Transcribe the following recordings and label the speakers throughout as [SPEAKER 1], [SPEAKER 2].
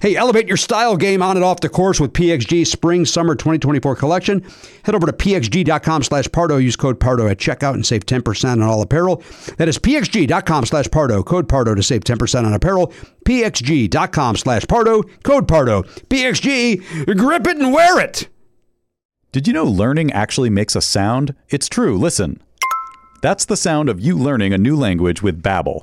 [SPEAKER 1] Hey, elevate your style game on and off the course with PXG Spring Summer 2024 collection. Head over to pxg.com slash Pardo. Use code Pardo at checkout and save 10% on all apparel. That is pxg.com slash Pardo. Code Pardo to save 10% on apparel. pxg.com slash Pardo. Code Pardo. PXG, grip it and wear it.
[SPEAKER 2] Did you know learning actually makes a sound? It's true. Listen. That's the sound of you learning a new language with Babbel.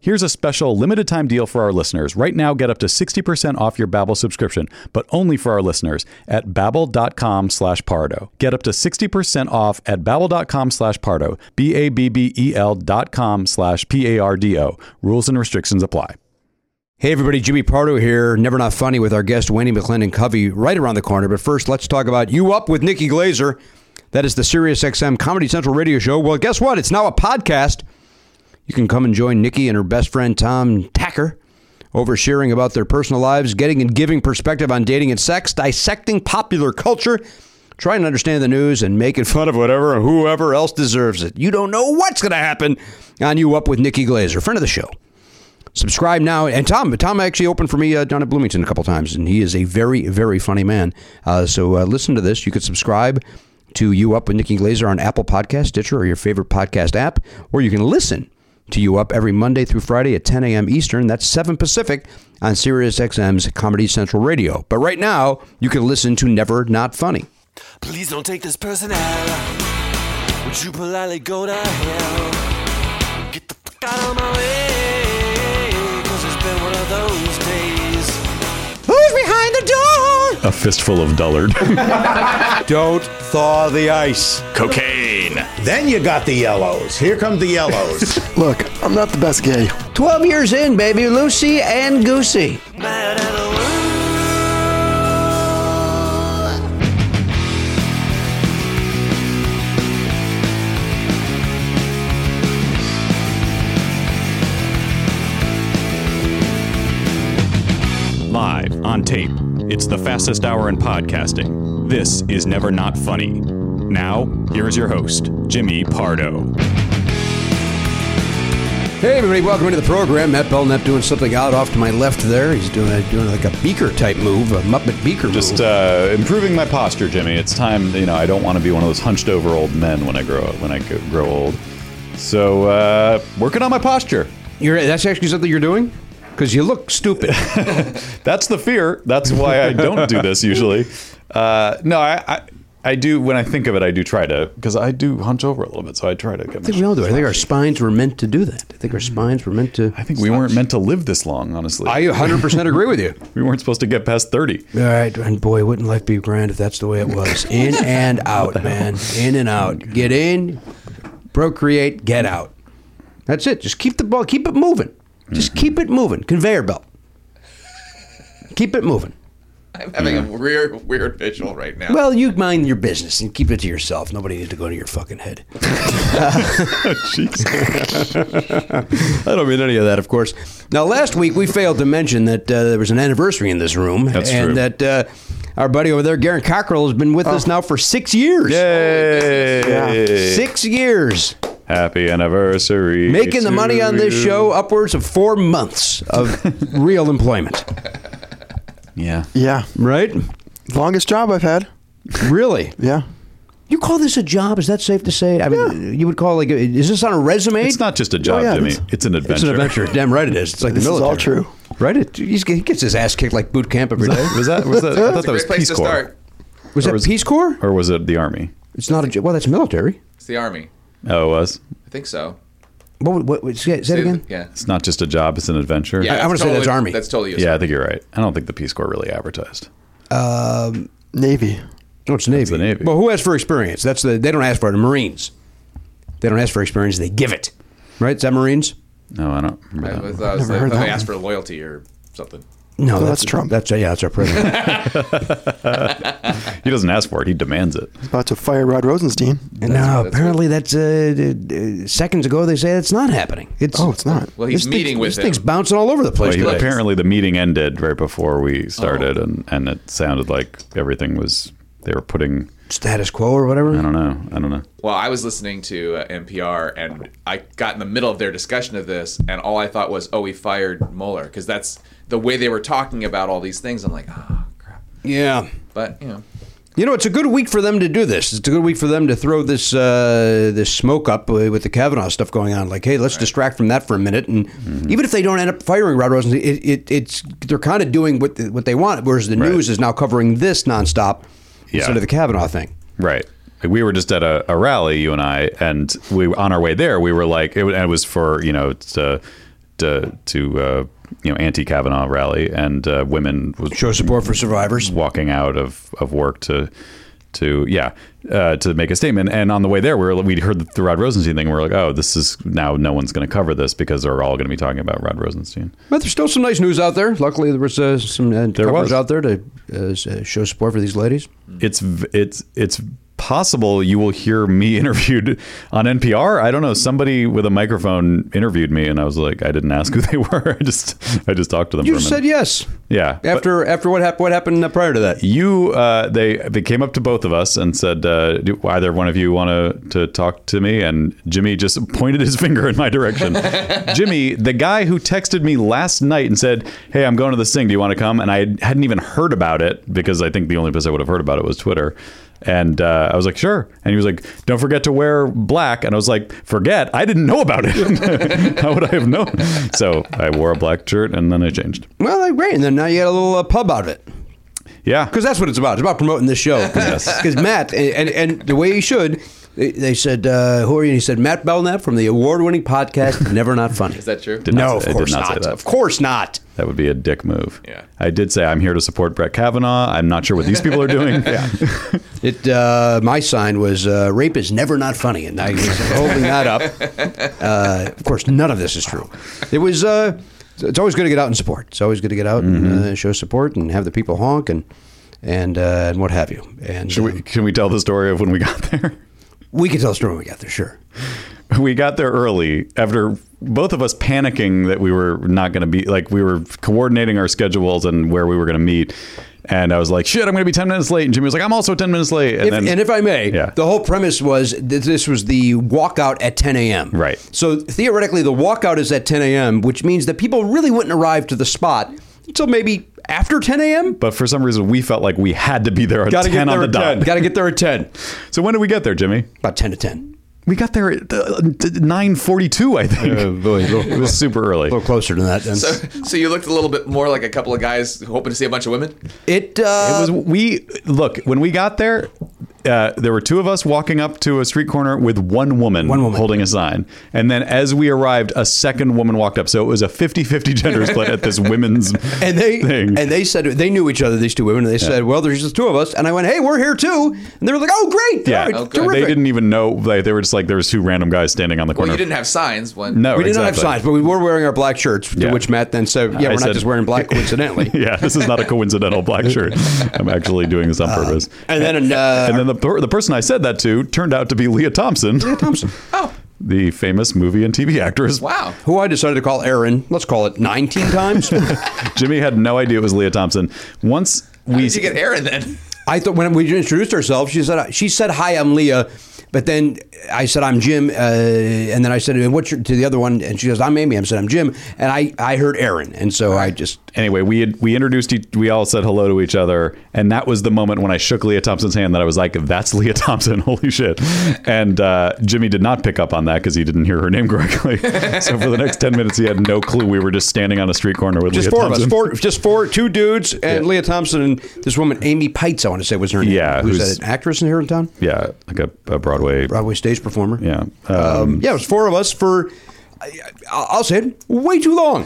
[SPEAKER 2] Here's a special limited time deal for our listeners. Right now, get up to 60% off your Babbel subscription, but only for our listeners at babbel.com slash pardo. Get up to 60% off at babbel.com slash pardo, B-A-B-B-E-L E dot com slash P-A-R-D-O. Rules and restrictions apply.
[SPEAKER 1] Hey everybody, Jimmy Pardo here. Never not funny with our guest Wendy McClendon Covey right around the corner. But first, let's talk about you up with Nikki Glazer. That is the SiriusXM Comedy Central radio show. Well, guess what? It's now a podcast. You can come and join Nikki and her best friend Tom Tacker over sharing about their personal lives, getting and giving perspective on dating and sex, dissecting popular culture, trying to understand the news, and making fun of whatever or whoever else deserves it. You don't know what's going to happen on You Up with Nikki Glazer, friend of the show. Subscribe now. And Tom, Tom actually opened for me uh, down at Bloomington a couple times, and he is a very, very funny man. Uh, so uh, listen to this. You could subscribe to You Up with Nikki Glazer on Apple Podcast, Stitcher, or your favorite podcast app, or you can listen to you up every Monday through Friday at 10 a.m. Eastern. That's 7 Pacific on SiriusXM's Comedy Central Radio. But right now, you can listen to Never Not Funny.
[SPEAKER 3] Please don't take this person out. Would you politely go to hell? Get the fuck out of my way. it it's been one of those days.
[SPEAKER 1] Who's behind the door?
[SPEAKER 2] a fistful of dullard.
[SPEAKER 4] Don't thaw the ice.
[SPEAKER 5] Cocaine.
[SPEAKER 6] Then you got the yellows. Here come the yellows.
[SPEAKER 7] Look, I'm not the best gay.
[SPEAKER 1] 12 years in, baby. Lucy and Goosey.
[SPEAKER 3] Mad at the world.
[SPEAKER 5] Live on tape. It's the fastest hour in podcasting. This is Never Not Funny. Now, here is your host, Jimmy Pardo.
[SPEAKER 1] Hey everybody, welcome into the program. Matt Belknap doing something out off to my left there. He's doing a, doing like a beaker type move, a Muppet beaker
[SPEAKER 2] Just
[SPEAKER 1] move.
[SPEAKER 2] uh, improving my posture, Jimmy. It's time. You know, I don't want to be one of those hunched over old men when I grow when I go- grow old. So uh, working on my posture.
[SPEAKER 1] You're, that's actually something you're doing because you look stupid.
[SPEAKER 2] That's the fear. That's why I don't do this usually. Uh, no, I, I I do when I think of it. I do try to because I do hunch over a little bit. So I try to get.
[SPEAKER 1] I think we all do. I think our spines were meant to do that. I think our spines were meant to.
[SPEAKER 2] I think we weren't meant to live this long. Honestly,
[SPEAKER 1] I 100% agree with you.
[SPEAKER 2] we weren't supposed to get past thirty.
[SPEAKER 1] All right, and boy, wouldn't life be grand if that's the way it was? In and out, man. In and out. Get in, procreate, get out. That's it. Just keep the ball, keep it moving. Just keep it moving. Conveyor belt. Keep it moving.
[SPEAKER 8] I'm having a weird, weird visual right now.
[SPEAKER 1] Well, you mind your business and keep it to yourself. Nobody needs to go to your fucking head. I don't mean any of that, of course. Now, last week we failed to mention that uh, there was an anniversary in this room,
[SPEAKER 2] That's
[SPEAKER 1] and
[SPEAKER 2] true.
[SPEAKER 1] that uh, our buddy over there, Garen Cockrell, has been with us now for six years.
[SPEAKER 2] Yay!
[SPEAKER 1] Six years
[SPEAKER 2] Happy anniversary.
[SPEAKER 1] making the
[SPEAKER 2] to
[SPEAKER 1] money on this
[SPEAKER 2] you.
[SPEAKER 1] show, upwards of four months of real employment.
[SPEAKER 2] Yeah.
[SPEAKER 7] Yeah,
[SPEAKER 1] Right?
[SPEAKER 7] longest job I've had.
[SPEAKER 1] Really?
[SPEAKER 7] Yeah.
[SPEAKER 1] You call this a job? Is that safe to say? I mean, you would call like, is this on a resume?
[SPEAKER 2] It's not just a job,
[SPEAKER 7] yeah,
[SPEAKER 2] Jimmy.
[SPEAKER 7] it's-
[SPEAKER 2] It's an adventure.
[SPEAKER 1] It's an adventure. Damn right it is. It's like
[SPEAKER 7] This
[SPEAKER 1] the
[SPEAKER 7] is
[SPEAKER 1] military.
[SPEAKER 7] all true.
[SPEAKER 1] Right? It, he's, he gets his ass kicked like boot camp every day.
[SPEAKER 2] Was that? Was that? I thought
[SPEAKER 8] It's a
[SPEAKER 2] that was
[SPEAKER 8] great place
[SPEAKER 2] Peace
[SPEAKER 8] to
[SPEAKER 2] Corps.
[SPEAKER 8] start.
[SPEAKER 1] Was that
[SPEAKER 2] was-
[SPEAKER 1] Peace Corps?
[SPEAKER 2] Or was it the army?
[SPEAKER 1] It's not a jo- well. That's military.
[SPEAKER 8] It's the army.
[SPEAKER 2] Oh, it was.
[SPEAKER 8] I think so.
[SPEAKER 1] What? What? what say, say it again.
[SPEAKER 8] Yeah.
[SPEAKER 2] It's not just a job; it's an adventure.
[SPEAKER 1] I-
[SPEAKER 8] yeah
[SPEAKER 1] I
[SPEAKER 8] it's
[SPEAKER 1] wanna say that's army.
[SPEAKER 8] That's totally
[SPEAKER 2] Yeah, I think you're right. I don't think the Peace Corps really advertised.
[SPEAKER 7] Navy.
[SPEAKER 1] Oh, it's Navy.
[SPEAKER 2] the Navy.
[SPEAKER 1] Well, who asks for experience? That's the. They don't ask for it. Marines. They don't ask for experience. They give it. Right? Is that Marines?
[SPEAKER 2] No, I don't. Remember
[SPEAKER 8] I,
[SPEAKER 2] that one.
[SPEAKER 8] thought- I was-
[SPEAKER 7] Never
[SPEAKER 8] I
[SPEAKER 7] heard
[SPEAKER 8] thought
[SPEAKER 7] that
[SPEAKER 8] they asked
[SPEAKER 7] one.
[SPEAKER 8] for loyalty or something.
[SPEAKER 1] No,
[SPEAKER 7] Oh, that's Trump.
[SPEAKER 1] That's uh, yeah. That's our president.
[SPEAKER 8] uh,
[SPEAKER 2] He doesn't ask for it; he demands it.
[SPEAKER 7] About to fire Rod Rosenstein.
[SPEAKER 1] And now apparently that's uh, uh, seconds ago. They say it's not happening. It's
[SPEAKER 7] Oh, it's not.
[SPEAKER 8] Well, he's
[SPEAKER 1] this thing-
[SPEAKER 8] meeting with
[SPEAKER 1] this
[SPEAKER 8] him.
[SPEAKER 1] thing's bouncing all over the place.
[SPEAKER 2] But he-
[SPEAKER 1] today.
[SPEAKER 2] apparently, the meeting ended right before we
[SPEAKER 8] Oh.
[SPEAKER 2] started, and and it sounded like everything was they were putting.
[SPEAKER 1] Status quo or whatever.
[SPEAKER 2] I don't know. I don't know.
[SPEAKER 8] Well, I was listening to uh, NPR and I got in the middle of their discussion of this, and all I thought was, "Oh, we fired Mueller," because that's the way they were talking about all these things. I'm like, "Ah, crap."
[SPEAKER 1] Yeah.
[SPEAKER 8] But you know,
[SPEAKER 1] You know, it's a good week for them to do this. It's a good week for them to throw this uh, this smoke up uh, with the Kavanaugh stuff going on. Like, hey, let's distract from that for a minute. And
[SPEAKER 2] Mm-hmm.
[SPEAKER 1] even if they don't end up firing Rod Rosenstein, it, it, it's they're kind of doing what the, what they want. Whereas the
[SPEAKER 2] Right.
[SPEAKER 1] news is now covering this nonstop
[SPEAKER 2] Yeah.
[SPEAKER 1] instead of the Kavanaugh thing.
[SPEAKER 2] Right. We were just at a, a rally, you and I, and we on our way there, we were like, it, wa- it was for you know to to, to uh, you know anti Kavanaugh rally, and uh, women was
[SPEAKER 1] Show support for survivors.
[SPEAKER 2] walking out of, of work to to yeah uh, to make a statement. And on the way there, we were, we'd heard the Rod Rosenstein thing. We are like, oh, this is now no one's going to cover this because they're all going to be talking about Rod Rosenstein.
[SPEAKER 1] But there's still some nice news out there. Luckily, there was uh, some uh, there
[SPEAKER 2] was.
[SPEAKER 1] out there to uh, s- uh, show support for these ladies.
[SPEAKER 2] It's v- it's it's possible you will hear me interviewed on NPR. I don't know. Somebody with a microphone interviewed me, and I was like, I didn't ask who they were. I just I just talked to them.
[SPEAKER 1] You
[SPEAKER 2] for a
[SPEAKER 1] said
[SPEAKER 2] minute.
[SPEAKER 1] yes.
[SPEAKER 2] yeah. But-
[SPEAKER 1] After after what happened what happened uh, prior to that.
[SPEAKER 2] you uh, they they came up to both of us and said uh, do either one of you want to talk to me and jimmy just pointed his finger in my direction jimmy the guy who texted me last night and said hey i'm going to this thing do you want to come and i hadn't even heard about it because i think the only place i would have heard about it was twitter and uh, I was like, sure. And he was like, don't forget to wear black. And I was like, forget? I didn't know about it. How would I have known? So I wore a black shirt and then I changed.
[SPEAKER 1] Well, uh, great. And then now you got a little uh, pub out of it.
[SPEAKER 2] Yeah.
[SPEAKER 1] because that's what it's about. It's about promoting this show. Because Matt and, and and the way he should, they, they said, uh, "Who are you?" And he said, "Matt Belknap from the award-winning podcast Never Not Funny."
[SPEAKER 8] is that true?
[SPEAKER 2] Did not
[SPEAKER 1] no,
[SPEAKER 2] say-
[SPEAKER 1] of
[SPEAKER 2] I did
[SPEAKER 1] course
[SPEAKER 2] not
[SPEAKER 1] not.
[SPEAKER 2] say that.
[SPEAKER 1] Of course not.
[SPEAKER 2] That would be a dick move.
[SPEAKER 8] Yeah.
[SPEAKER 2] I did say I'm here to support Brett Kavanaugh. I'm not sure what these people are doing. yeah.
[SPEAKER 1] It uh, my sign was uh, rape is never not funny, and I was holding that up. Uh, of course, none of this is true. It was. Uh, it's always good to get out and support. It's always good to get out and
[SPEAKER 2] Mm-hmm.
[SPEAKER 1] uh, show support and have the people honk and and uh, and what have you. And
[SPEAKER 2] Should we,
[SPEAKER 1] um,
[SPEAKER 2] can we tell the story of when we got there?
[SPEAKER 1] we can tell a story when we got there. Sure.
[SPEAKER 2] we got there early after both of us panicking that we were not going to be like we were coordinating our schedules and where we were going to meet and i was like shit i'm going to be 10 minutes late and jimmy was like i'm also 10 minutes late and
[SPEAKER 1] If,
[SPEAKER 2] then
[SPEAKER 1] and if I may,
[SPEAKER 2] Yeah.
[SPEAKER 1] the whole premise was that this was the walkout at 10 a.m.
[SPEAKER 2] Right.
[SPEAKER 1] So theoretically, the walkout is at 10 a.m., which means that people really wouldn't arrive to the spot until maybe after 10 a.m.
[SPEAKER 2] but for some reason we felt like we had to be there at
[SPEAKER 1] Gotta
[SPEAKER 2] 10
[SPEAKER 1] get
[SPEAKER 2] on
[SPEAKER 1] there
[SPEAKER 2] the
[SPEAKER 1] at 10.
[SPEAKER 2] dot
[SPEAKER 1] Gotta get there at 10.
[SPEAKER 2] so when did we get there jimmy
[SPEAKER 1] About 10 to 10.
[SPEAKER 2] we got there at uh, 942 i think
[SPEAKER 1] Oh,
[SPEAKER 2] it was super early
[SPEAKER 1] A little closer than that. Then.
[SPEAKER 8] So you looked a little bit more like a couple of guys hoping to see a bunch of women.
[SPEAKER 1] it, uh,
[SPEAKER 2] it was we look when we got there uh, there were two of us walking up to a street corner with one woman,
[SPEAKER 1] One woman.
[SPEAKER 2] holding a sign and then as we arrived a second woman walked up so it was a 50-50 gender split at this women's
[SPEAKER 1] and they
[SPEAKER 2] thing
[SPEAKER 1] and they said they knew each other. These two women. And they said, "Well, there's just two of us." And I went, "Hey, we're here too." And they were like, "Oh, great!
[SPEAKER 2] yeah
[SPEAKER 1] All right,
[SPEAKER 8] Okay.
[SPEAKER 1] terrific."
[SPEAKER 2] they didn't even know like, they were just like there was two random guys standing on the
[SPEAKER 8] Well,
[SPEAKER 2] corner
[SPEAKER 8] you didn't have signs when.
[SPEAKER 2] no
[SPEAKER 1] We did not have
[SPEAKER 2] exactly.
[SPEAKER 1] signs, but we were wearing our black shirts. To
[SPEAKER 2] Yeah.
[SPEAKER 1] which Matt then said, "Yeah,
[SPEAKER 2] I
[SPEAKER 1] we're not
[SPEAKER 2] said-
[SPEAKER 1] just wearing black coincidentally."
[SPEAKER 2] yeah this is not a coincidental black shirt i'm actually doing this on purpose
[SPEAKER 1] Uh, And then uh,
[SPEAKER 2] and then the, per- the person I said that to turned out to be Leah Thompson. Leah Thompson.
[SPEAKER 8] Oh.
[SPEAKER 2] The famous movie and TV actress.
[SPEAKER 8] Wow.
[SPEAKER 1] who I decided to call Aaron. Let's call it 19 times.
[SPEAKER 2] Jimmy had no idea it was Leah Thompson. Once
[SPEAKER 8] How
[SPEAKER 2] we
[SPEAKER 8] did you get Aaron then?
[SPEAKER 1] I thought when we introduced ourselves, she said she said hi, I'm Leah, but then I said I'm Jim, uh, and then I said and what's your, to the other one, and she goes I'm Amy. I said I'm Jim, and I I heard Aaron, and so I just
[SPEAKER 2] anyway, we had, we introduced each, we all said hello to each other, and that was the moment when I shook Leah Thompson's hand that I was like, "That's Leah Thompson, holy shit!" And uh, Jimmy did not pick up on that because he didn't hear her name correctly. so for the next ten minutes, he had no clue we were just standing on a street corner with
[SPEAKER 1] just
[SPEAKER 2] Leah
[SPEAKER 1] four
[SPEAKER 2] Thompson.
[SPEAKER 1] of us, four just four two dudes, and Leah Thompson and this woman Amy Pites. I want to say was her name.
[SPEAKER 2] Yeah,
[SPEAKER 1] who's,
[SPEAKER 2] who's-
[SPEAKER 1] that, an actress in here in town,
[SPEAKER 2] Yeah, like a, a Broadway.
[SPEAKER 1] Broadway stage performer.
[SPEAKER 2] Yeah. Um,
[SPEAKER 1] um, yeah, it was four of us for. I- I- I'll say it. Way too long.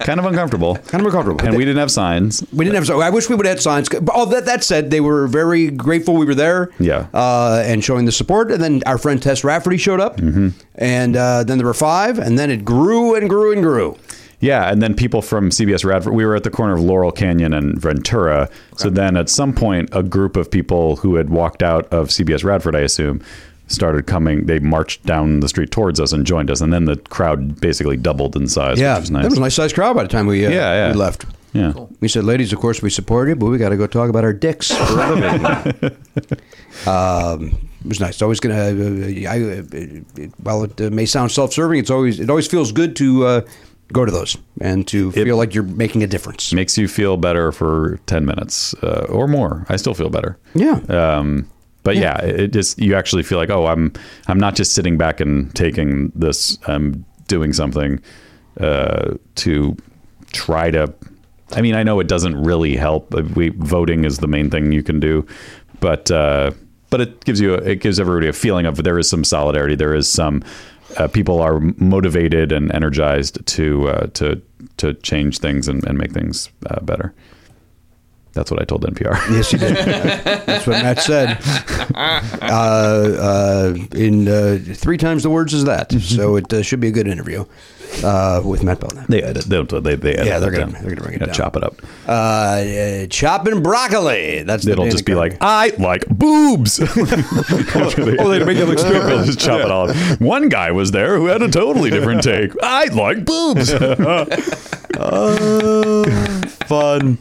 [SPEAKER 2] kind of uncomfortable.
[SPEAKER 1] Kind of uncomfortable.
[SPEAKER 2] And we didn't have signs.
[SPEAKER 1] We didn't have. so I wish we would have had signs. But all that that said, they were very grateful we were there.
[SPEAKER 2] Yeah.
[SPEAKER 1] Uh, and showing the support, and then our friend Tess Rafferty showed up,
[SPEAKER 2] Mm-hmm.
[SPEAKER 1] and uh, then there were five, and then it grew and grew and grew.
[SPEAKER 2] Yeah, and then people from CBS Radford. We were at the corner of Laurel Canyon and Ventura. So then, at some point, a group of people who had walked out of CBS Radford, I assume, started coming. They marched down the street towards us and joined us, and then the crowd basically doubled in size.
[SPEAKER 1] yeah,
[SPEAKER 2] which was nice.
[SPEAKER 1] that was a nice sized crowd by the time we uh,
[SPEAKER 2] Yeah, yeah.
[SPEAKER 1] we left.
[SPEAKER 2] Yeah.
[SPEAKER 1] We said, ladies, of course we support you, but we got to go talk about our dicks. for a minute." um, it was nice. It's always gonna. Uh, I, uh, it, while it uh, may sound self serving, it's always it always feels good to uh, go to those and to feel like you're making a difference.
[SPEAKER 2] Makes you feel better for ten minutes uh, or more. I still feel better.
[SPEAKER 1] Yeah.
[SPEAKER 2] Um, but yeah. it just you actually feel like, oh, I'm I'm not just sitting back and taking this. I'm doing something uh, to try to. I mean, I know it doesn't really help. We voting is the main thing you can do, but uh, but it gives you a, it gives everybody a feeling of there is some solidarity. There is some uh, people are motivated and energized to uh, to to change things and, and make things uh, better. That's what I told NPR.
[SPEAKER 1] Yes, you did. That's what Matt said. Uh, uh, in uh, three times the words as that,
[SPEAKER 2] Mm-hmm.
[SPEAKER 1] so it uh, should be a good interview uh, with Matt Belknap.
[SPEAKER 2] They edit. They don't. They, they edit
[SPEAKER 1] Yeah, they're
[SPEAKER 2] it
[SPEAKER 1] gonna-
[SPEAKER 2] down.
[SPEAKER 1] they're gonna bring it
[SPEAKER 2] Yeah,
[SPEAKER 1] down.
[SPEAKER 2] Chop it up.
[SPEAKER 1] Uh, uh, chopping broccoli. That's
[SPEAKER 2] It'll
[SPEAKER 1] the
[SPEAKER 2] just be
[SPEAKER 1] Dana
[SPEAKER 2] like
[SPEAKER 1] Carvey.
[SPEAKER 2] I like boobs. oh, they make it look stupid. They'll just chop it all. up. One guy was there who had a totally different take. I like boobs. Uh,
[SPEAKER 4] Fun.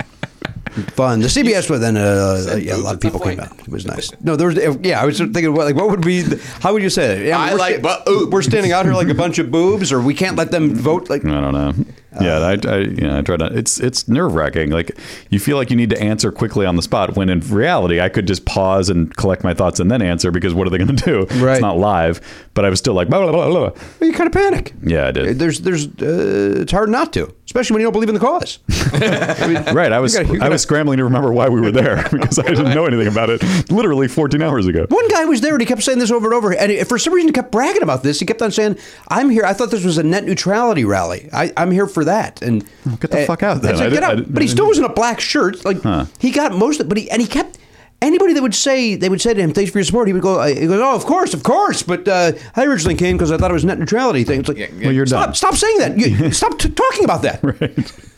[SPEAKER 1] fun. The CBS one. Then uh, uh, yeah, a lot of people came out. It was nice. No, there was. Yeah, I was sort of thinking, what, like, what would be? The, how would you say it? Yeah,
[SPEAKER 8] I
[SPEAKER 1] we're
[SPEAKER 8] like
[SPEAKER 1] sta-
[SPEAKER 8] boobs.
[SPEAKER 1] We're standing out here like a bunch of boobs, or we can't let them vote. Like,
[SPEAKER 2] I don't know. Yeah, I, I, you know, I try to. It's it's nerve wracking. Like you feel like you need to answer quickly on the spot. When in reality, I could just pause and collect my thoughts and then answer because what are they going to do?
[SPEAKER 1] Right.
[SPEAKER 2] It's not live. But I was still like blah blah blah blah. blah.
[SPEAKER 1] you kind of panic.
[SPEAKER 2] Yeah, I did.
[SPEAKER 1] There's, there's, uh, it's hard not to, especially when you don't believe in the cause. I mean,
[SPEAKER 2] Right, I was
[SPEAKER 1] You gotta- you
[SPEAKER 2] I
[SPEAKER 1] gotta-
[SPEAKER 2] was scrambling to remember why we were there because I didn't know anything about it. Literally 14 hours ago.
[SPEAKER 1] One guy was there and he kept saying this over and over. And he- for some reason, he kept bragging about this. He kept on saying, I'm here. I thought this was a net neutrality rally. I, I'm here for for that. And
[SPEAKER 2] Get the
[SPEAKER 1] uh,
[SPEAKER 2] fuck out then.
[SPEAKER 1] it's
[SPEAKER 2] I didn't-
[SPEAKER 1] like, get out.
[SPEAKER 2] I didn't-
[SPEAKER 1] but he still was in a black shirt. Like he got most, of, but he and he kept. Anybody that would say they would say to him, "Thanks for your support," he would go. uh, He goes, "Oh, of course, of course." But uh, I originally came because I thought it was net neutrality thing. It's like,
[SPEAKER 8] Well,
[SPEAKER 2] you're
[SPEAKER 1] stop,
[SPEAKER 2] done.
[SPEAKER 1] stop saying that. You, stop t- talking about that.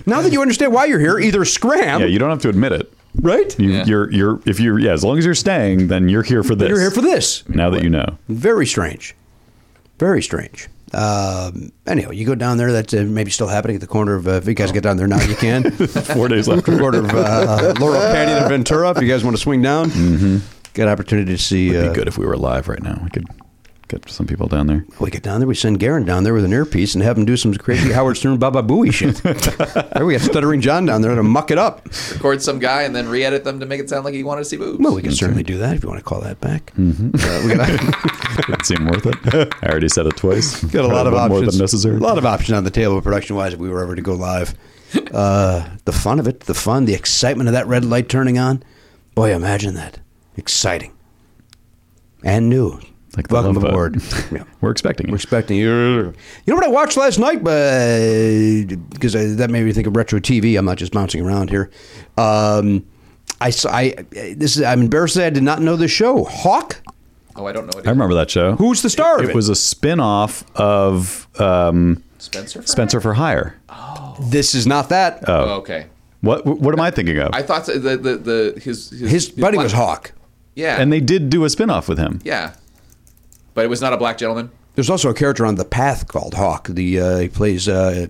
[SPEAKER 1] Now that you understand why you're here, either scram,
[SPEAKER 2] Yeah, you don't have to admit it.
[SPEAKER 1] right?
[SPEAKER 2] You,
[SPEAKER 8] Yeah.
[SPEAKER 2] You're you're if you're yeah, as long as you're staying, then you're here for this.
[SPEAKER 1] You're here for this.
[SPEAKER 2] Now that you know.
[SPEAKER 1] Very strange. Very strange. Um, anyhow, you go down there. That's uh, maybe still happening at the corner of. Uh, if you guys get down there now, you can.
[SPEAKER 2] Four days left.
[SPEAKER 1] corner of uh, Laurel Canyon and Ventura. If you guys want to swing down, mm-hmm. get opportunity to see.
[SPEAKER 2] It'd
[SPEAKER 1] uh,
[SPEAKER 2] be good if we were alive right now. We could get some people down there.
[SPEAKER 1] We get down there. We send Garen down there with an earpiece and have him do some crazy Howard Stern Baba Booey shit. there we got stuttering John down there to muck it up.
[SPEAKER 8] Record some guy and then re-edit them to make it sound like he wanted to see boobs.
[SPEAKER 1] Well, we can certainly do that if you want to call that back. Uh, we got,
[SPEAKER 2] Didn't seem worth it. I already said it twice.
[SPEAKER 1] got a lot of
[SPEAKER 2] Probably
[SPEAKER 1] options.
[SPEAKER 2] more than necessary.
[SPEAKER 1] A lot of options on the table production wise if we were ever to go live. Uh, the fun of it, the fun, the excitement of that red light turning on. Boy, imagine that. Exciting. And new.
[SPEAKER 2] Like the
[SPEAKER 1] Welcome
[SPEAKER 2] Love Boat.
[SPEAKER 1] aboard. Yeah.
[SPEAKER 2] We're expecting
[SPEAKER 1] We're
[SPEAKER 2] you.
[SPEAKER 1] expecting you. You know what I watched last night? Because that made me think of retro TV. I'm not just bouncing around here. Um, I, saw- I this is I'm embarrassed that I did not know this show. Hawk.
[SPEAKER 8] Oh, I don't know what
[SPEAKER 2] I remember that show.
[SPEAKER 1] Who's the star? of
[SPEAKER 2] It was a spin-off of um,
[SPEAKER 8] Spencer. Fry?
[SPEAKER 2] Spencer for Hire.
[SPEAKER 1] This is not that.
[SPEAKER 8] Oh, okay.
[SPEAKER 2] What what am I thinking of?
[SPEAKER 8] I thought the the, the, the his, his
[SPEAKER 1] His buddy was
[SPEAKER 8] black-
[SPEAKER 1] Hawk.
[SPEAKER 8] Yeah.
[SPEAKER 2] and they did do a spin-off with him.
[SPEAKER 8] yeah. But it was not a black gentleman.
[SPEAKER 1] There's also a character on The Path called Hawk. The uh, he plays uh,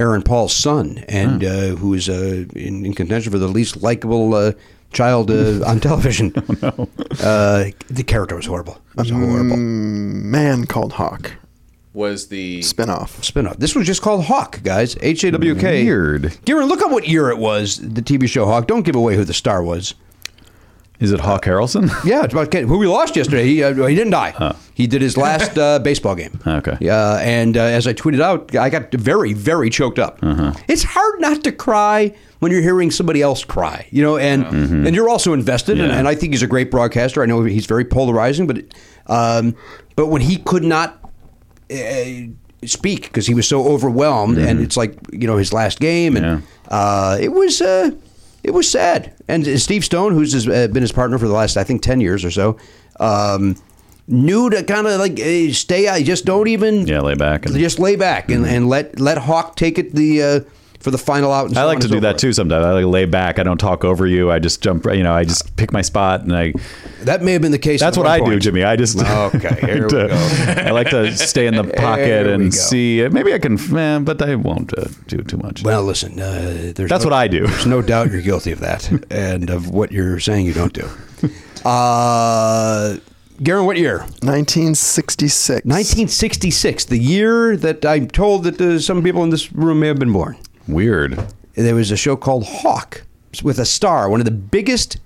[SPEAKER 1] Aaron Paul's son, and uh, who is uh, in, in contention for the least likable uh, child uh, on television. uh, the character was horrible. It was horrible.
[SPEAKER 7] Man called Hawk
[SPEAKER 8] Was the
[SPEAKER 7] spinoff.
[SPEAKER 1] spinoff. This was just called Hawk, guys. H A W K.
[SPEAKER 2] Hmm. Weird.
[SPEAKER 1] Garen, look up what year it was. The TV show Hawk. Don't give away who the star was.
[SPEAKER 2] Is it Hawk Harrelson?
[SPEAKER 1] Yeah, it's about Ken- who we lost yesterday. He, uh, he didn't die. He did his last uh, baseball game.
[SPEAKER 2] Okay.
[SPEAKER 1] Yeah, and uh, as I tweeted out, I got very, very choked up.
[SPEAKER 2] Uh-huh.
[SPEAKER 1] It's hard not to cry when you're hearing somebody else cry, you know, and and you're also invested. And,
[SPEAKER 2] Mm-hmm. Yeah.
[SPEAKER 1] and I think he's a great broadcaster. I know he's very polarizing, but um, but when he could not uh, speak because he was so overwhelmed,
[SPEAKER 2] Mm-hmm.
[SPEAKER 1] and it's like you know his last game, and uh, it was uh, it was sad. And Steve Stone, who's his, uh, been his partner for the last I think ten years or so, um, knew to kind of like eh, stay out, just don't even
[SPEAKER 2] Yeah, lay back and-
[SPEAKER 1] just lay back and, and let let Hawk take it the uh, for the final out. And
[SPEAKER 2] I
[SPEAKER 1] so
[SPEAKER 2] like
[SPEAKER 1] on
[SPEAKER 2] to
[SPEAKER 1] and so
[SPEAKER 2] do that
[SPEAKER 1] forth.
[SPEAKER 2] too sometimes. I like lay back. I don't talk over you. I just jump. You know, I just pick my spot and I.
[SPEAKER 1] That may have been the case.
[SPEAKER 2] That's
[SPEAKER 1] at
[SPEAKER 2] what
[SPEAKER 1] one
[SPEAKER 2] I do,
[SPEAKER 1] point.
[SPEAKER 2] Jimmy. I just
[SPEAKER 1] Okay, here we
[SPEAKER 2] to-
[SPEAKER 1] go.
[SPEAKER 2] I like to stay in the pocket
[SPEAKER 1] Here we
[SPEAKER 2] and
[SPEAKER 1] go.
[SPEAKER 2] see. uh, Maybe I can, eh, but I won't uh, do too much.
[SPEAKER 1] Well, listen, uh, there's
[SPEAKER 2] That's
[SPEAKER 1] no-
[SPEAKER 2] what I do.
[SPEAKER 1] There's no doubt you're guilty of that and of what you're saying you don't do. Uh, Garen, what year?
[SPEAKER 7] 1966.
[SPEAKER 1] 1966, the year that I'm told that uh, some people in this room may have been born.
[SPEAKER 2] Weird.
[SPEAKER 1] There was a show called Hawk with a star, one of the biggest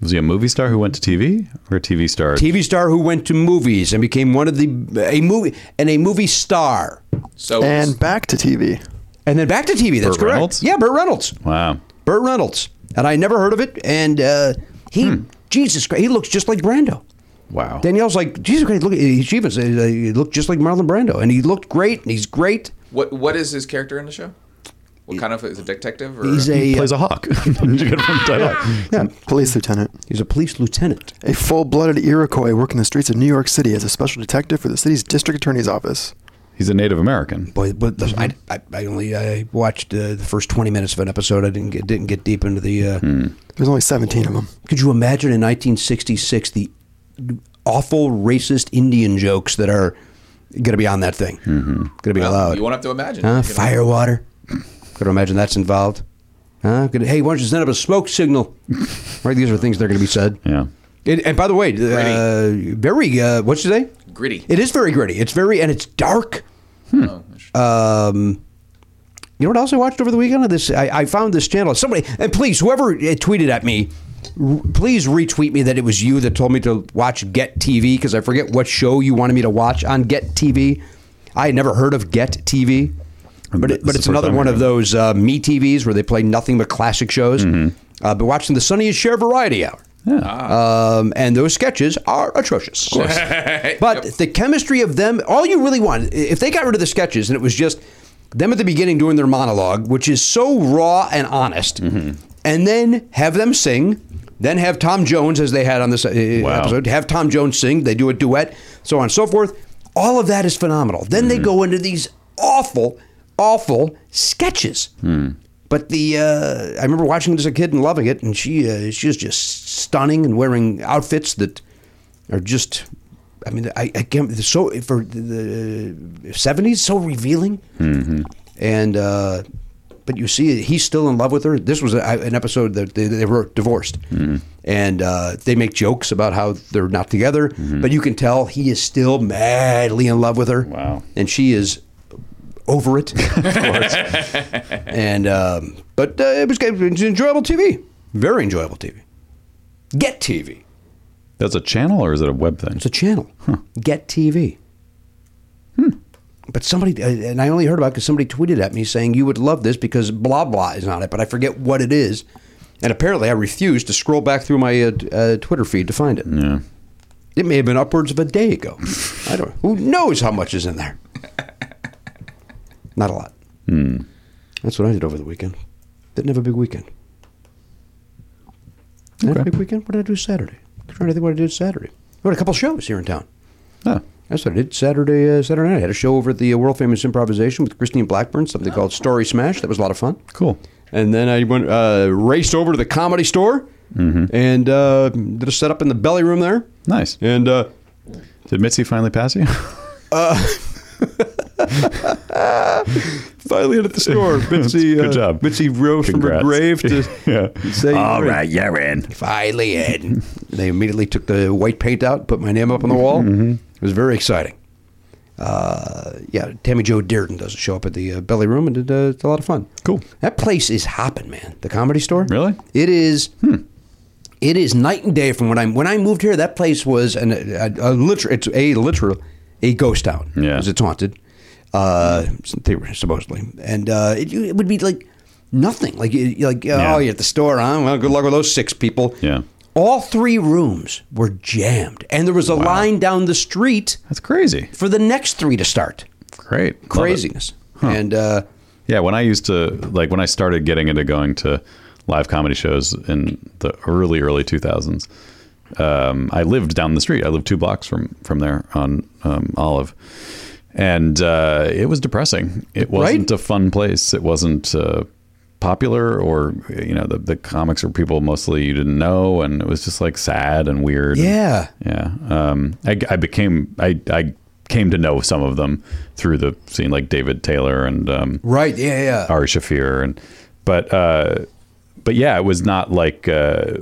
[SPEAKER 2] Was he a movie star who went to TV or a TV star?
[SPEAKER 1] TV star who went to movies and became one of the a movie and a movie star,
[SPEAKER 8] so
[SPEAKER 7] And back to TV.
[SPEAKER 1] and then back to TV. That's
[SPEAKER 2] Burt
[SPEAKER 1] correct.
[SPEAKER 2] Reynolds?
[SPEAKER 1] Yeah, Burt Reynolds.
[SPEAKER 2] Wow.
[SPEAKER 1] Burt Reynolds, and I never heard of it. And uh, he,
[SPEAKER 2] Hmm.
[SPEAKER 1] Jesus Christ, he looks just like Brando.
[SPEAKER 2] Wow.
[SPEAKER 1] Danielle's like, Jesus Christ, look, he she even said uh, he looked just like Marlon Brando, and he looked great, and he's great.
[SPEAKER 8] what what is his character in the show? What kind of is a detective or
[SPEAKER 1] He's
[SPEAKER 2] he
[SPEAKER 1] a uh,
[SPEAKER 2] plays a hawk. Did you get it from the title?
[SPEAKER 1] yeah,
[SPEAKER 7] Police lieutenant.
[SPEAKER 1] he's a police lieutenant.
[SPEAKER 7] A full blooded Iroquois working the streets of New York City as a special detective for the city's district attorney's office.
[SPEAKER 2] He's a Native American.
[SPEAKER 1] Boy, but the, I, I, I only I watched uh, the first twenty minutes of an episode. I didn't get didn't get deep into the. Uh,
[SPEAKER 7] There's only 17 of them.
[SPEAKER 1] Could you imagine in 1966 the awful racist Indian jokes that are going to be on that thing? Mm-hmm. Going to be allowed.
[SPEAKER 8] you won't have to imagine.
[SPEAKER 1] Huh?
[SPEAKER 8] You Oh, can-
[SPEAKER 1] Fire water. Could imagine that's involved. Huh? Could, hey, why don't you send up a smoke signal? right, these are things that are going to be said.
[SPEAKER 2] Yeah.
[SPEAKER 1] It, and by the way, uh, very uh, what's your name?
[SPEAKER 8] Gritty.
[SPEAKER 1] It is very gritty. It's very and it's dark.
[SPEAKER 8] Oh,
[SPEAKER 1] Um, you know what else I watched over the weekend? This I, I found this channel. Somebody and please, whoever uh, tweeted at me, r- please retweet me that it was you that told me to watch Get TV because I forget what show you wanted me to watch on Get TV. I had never heard of Get TV, but it,
[SPEAKER 2] This
[SPEAKER 1] but
[SPEAKER 2] is
[SPEAKER 1] it's
[SPEAKER 2] the first
[SPEAKER 1] another
[SPEAKER 2] time
[SPEAKER 1] one
[SPEAKER 2] I've
[SPEAKER 1] of those uh, me TVs where they play nothing but classic shows.
[SPEAKER 2] Mm-hmm.
[SPEAKER 1] Uh, but watching the Sonny and Cher Variety Hour. Um, and those sketches are atrocious. Of course. but the chemistry of them, all you really want, if they got rid of the sketches and it was just them at the beginning doing their monologue, which is so raw and honest, and then have them sing, then have Tom Jones, as they had on this uh, episode, have Tom Jones sing, they do a duet, so on and so forth. All of that is phenomenal. Then they go into these awful, awful sketches. But the uh, I remember watching this as a kid and loving it, and she uh, she's just stunning and wearing outfits that are just. I mean, I, I can't. So for the seventies, so revealing, and uh, but you see, he's still in love with her. This was a, an episode that they, they were divorced, and uh, they make jokes about how they're not together, but you can tell he is still madly in love with her.
[SPEAKER 2] Wow.
[SPEAKER 1] and she is over it. And um, but uh, it was good. It's enjoyable TV. Very enjoyable TV. Get TV.
[SPEAKER 2] That's a channel or is it a web thing?
[SPEAKER 1] It's a channel. Get TV. But somebody, uh, and I only heard about it because somebody tweeted at me saying you would love this because blah blah is on it, but I forget what it is. And apparently, I refused to scroll back through my uh, uh, Twitter feed to find it.
[SPEAKER 2] yeah.
[SPEAKER 1] It may have been upwards of a day ago. I don't. Who knows how much is in there? Not a lot. That's what I did over the weekend. Didn't have a big weekend. Did I have a big weekend. What did I do Saturday? I'm trying to think what I did Saturday. I had a couple shows here in town.
[SPEAKER 2] Oh.
[SPEAKER 1] That's what I did Saturday. Uh, Saturday night, I had a show over at the uh, world famous improvisation with Christine Blackburn. Something called Story Smash. That was a lot of fun.
[SPEAKER 2] Cool.
[SPEAKER 1] And then I went uh, raced over to the comedy store
[SPEAKER 2] Mm-hmm.
[SPEAKER 1] and uh, did a setup in the belly room there.
[SPEAKER 2] Nice.
[SPEAKER 1] And uh,
[SPEAKER 2] Did Mitzi finally pass you?
[SPEAKER 1] finally in at the store. Mitzi,
[SPEAKER 2] Good
[SPEAKER 1] uh,
[SPEAKER 2] job.
[SPEAKER 1] Mitzi rose
[SPEAKER 2] Congrats.
[SPEAKER 1] from her grave to
[SPEAKER 2] yeah.
[SPEAKER 1] say,
[SPEAKER 2] All right, you're in.
[SPEAKER 1] finally in." they immediately took the white paint out, put my name up on the wall.
[SPEAKER 2] Mm-hmm.
[SPEAKER 1] It was very exciting. Uh, yeah, Tammy Joe Dearden does a show up at the uh, Belly Room, and it, uh, it's a lot of fun.
[SPEAKER 2] Cool.
[SPEAKER 1] That place is hopping, man. The Comedy Store.
[SPEAKER 2] Really? Hmm.
[SPEAKER 1] It is. It is night and day from when I when I moved here. That place was an a, a, literal. It's a literal a ghost town.
[SPEAKER 2] Yeah.
[SPEAKER 1] 'Cause it's haunted. Uh, theory- supposedly, and uh, it, it would be like nothing. Like you- you're like oh, you're at the store, huh? Well, good luck with those six people.
[SPEAKER 2] Yeah.
[SPEAKER 1] All three rooms were jammed, and there was a line down the street
[SPEAKER 2] That's crazy.
[SPEAKER 1] for the next three to start.
[SPEAKER 2] Great. Love it.
[SPEAKER 1] Craziness. And uh,
[SPEAKER 2] Yeah, when I used to like when I started getting into going to live comedy shows in the early early 2000s. Um, I lived down the street. I lived two blocks from from there on um, Olive, and uh, it was depressing. It wasn't
[SPEAKER 1] Right?
[SPEAKER 2] a fun place. It wasn't uh, popular, or you know, the, the comics were people mostly you didn't know, and it was just like sad and weird. and-
[SPEAKER 1] yeah,
[SPEAKER 2] yeah. Um, I, I became I, I came to know some of them through the scene, like David Taylor and um,
[SPEAKER 1] right, yeah, yeah.
[SPEAKER 2] Ari Shafir, and but uh, but yeah, it was not like uh,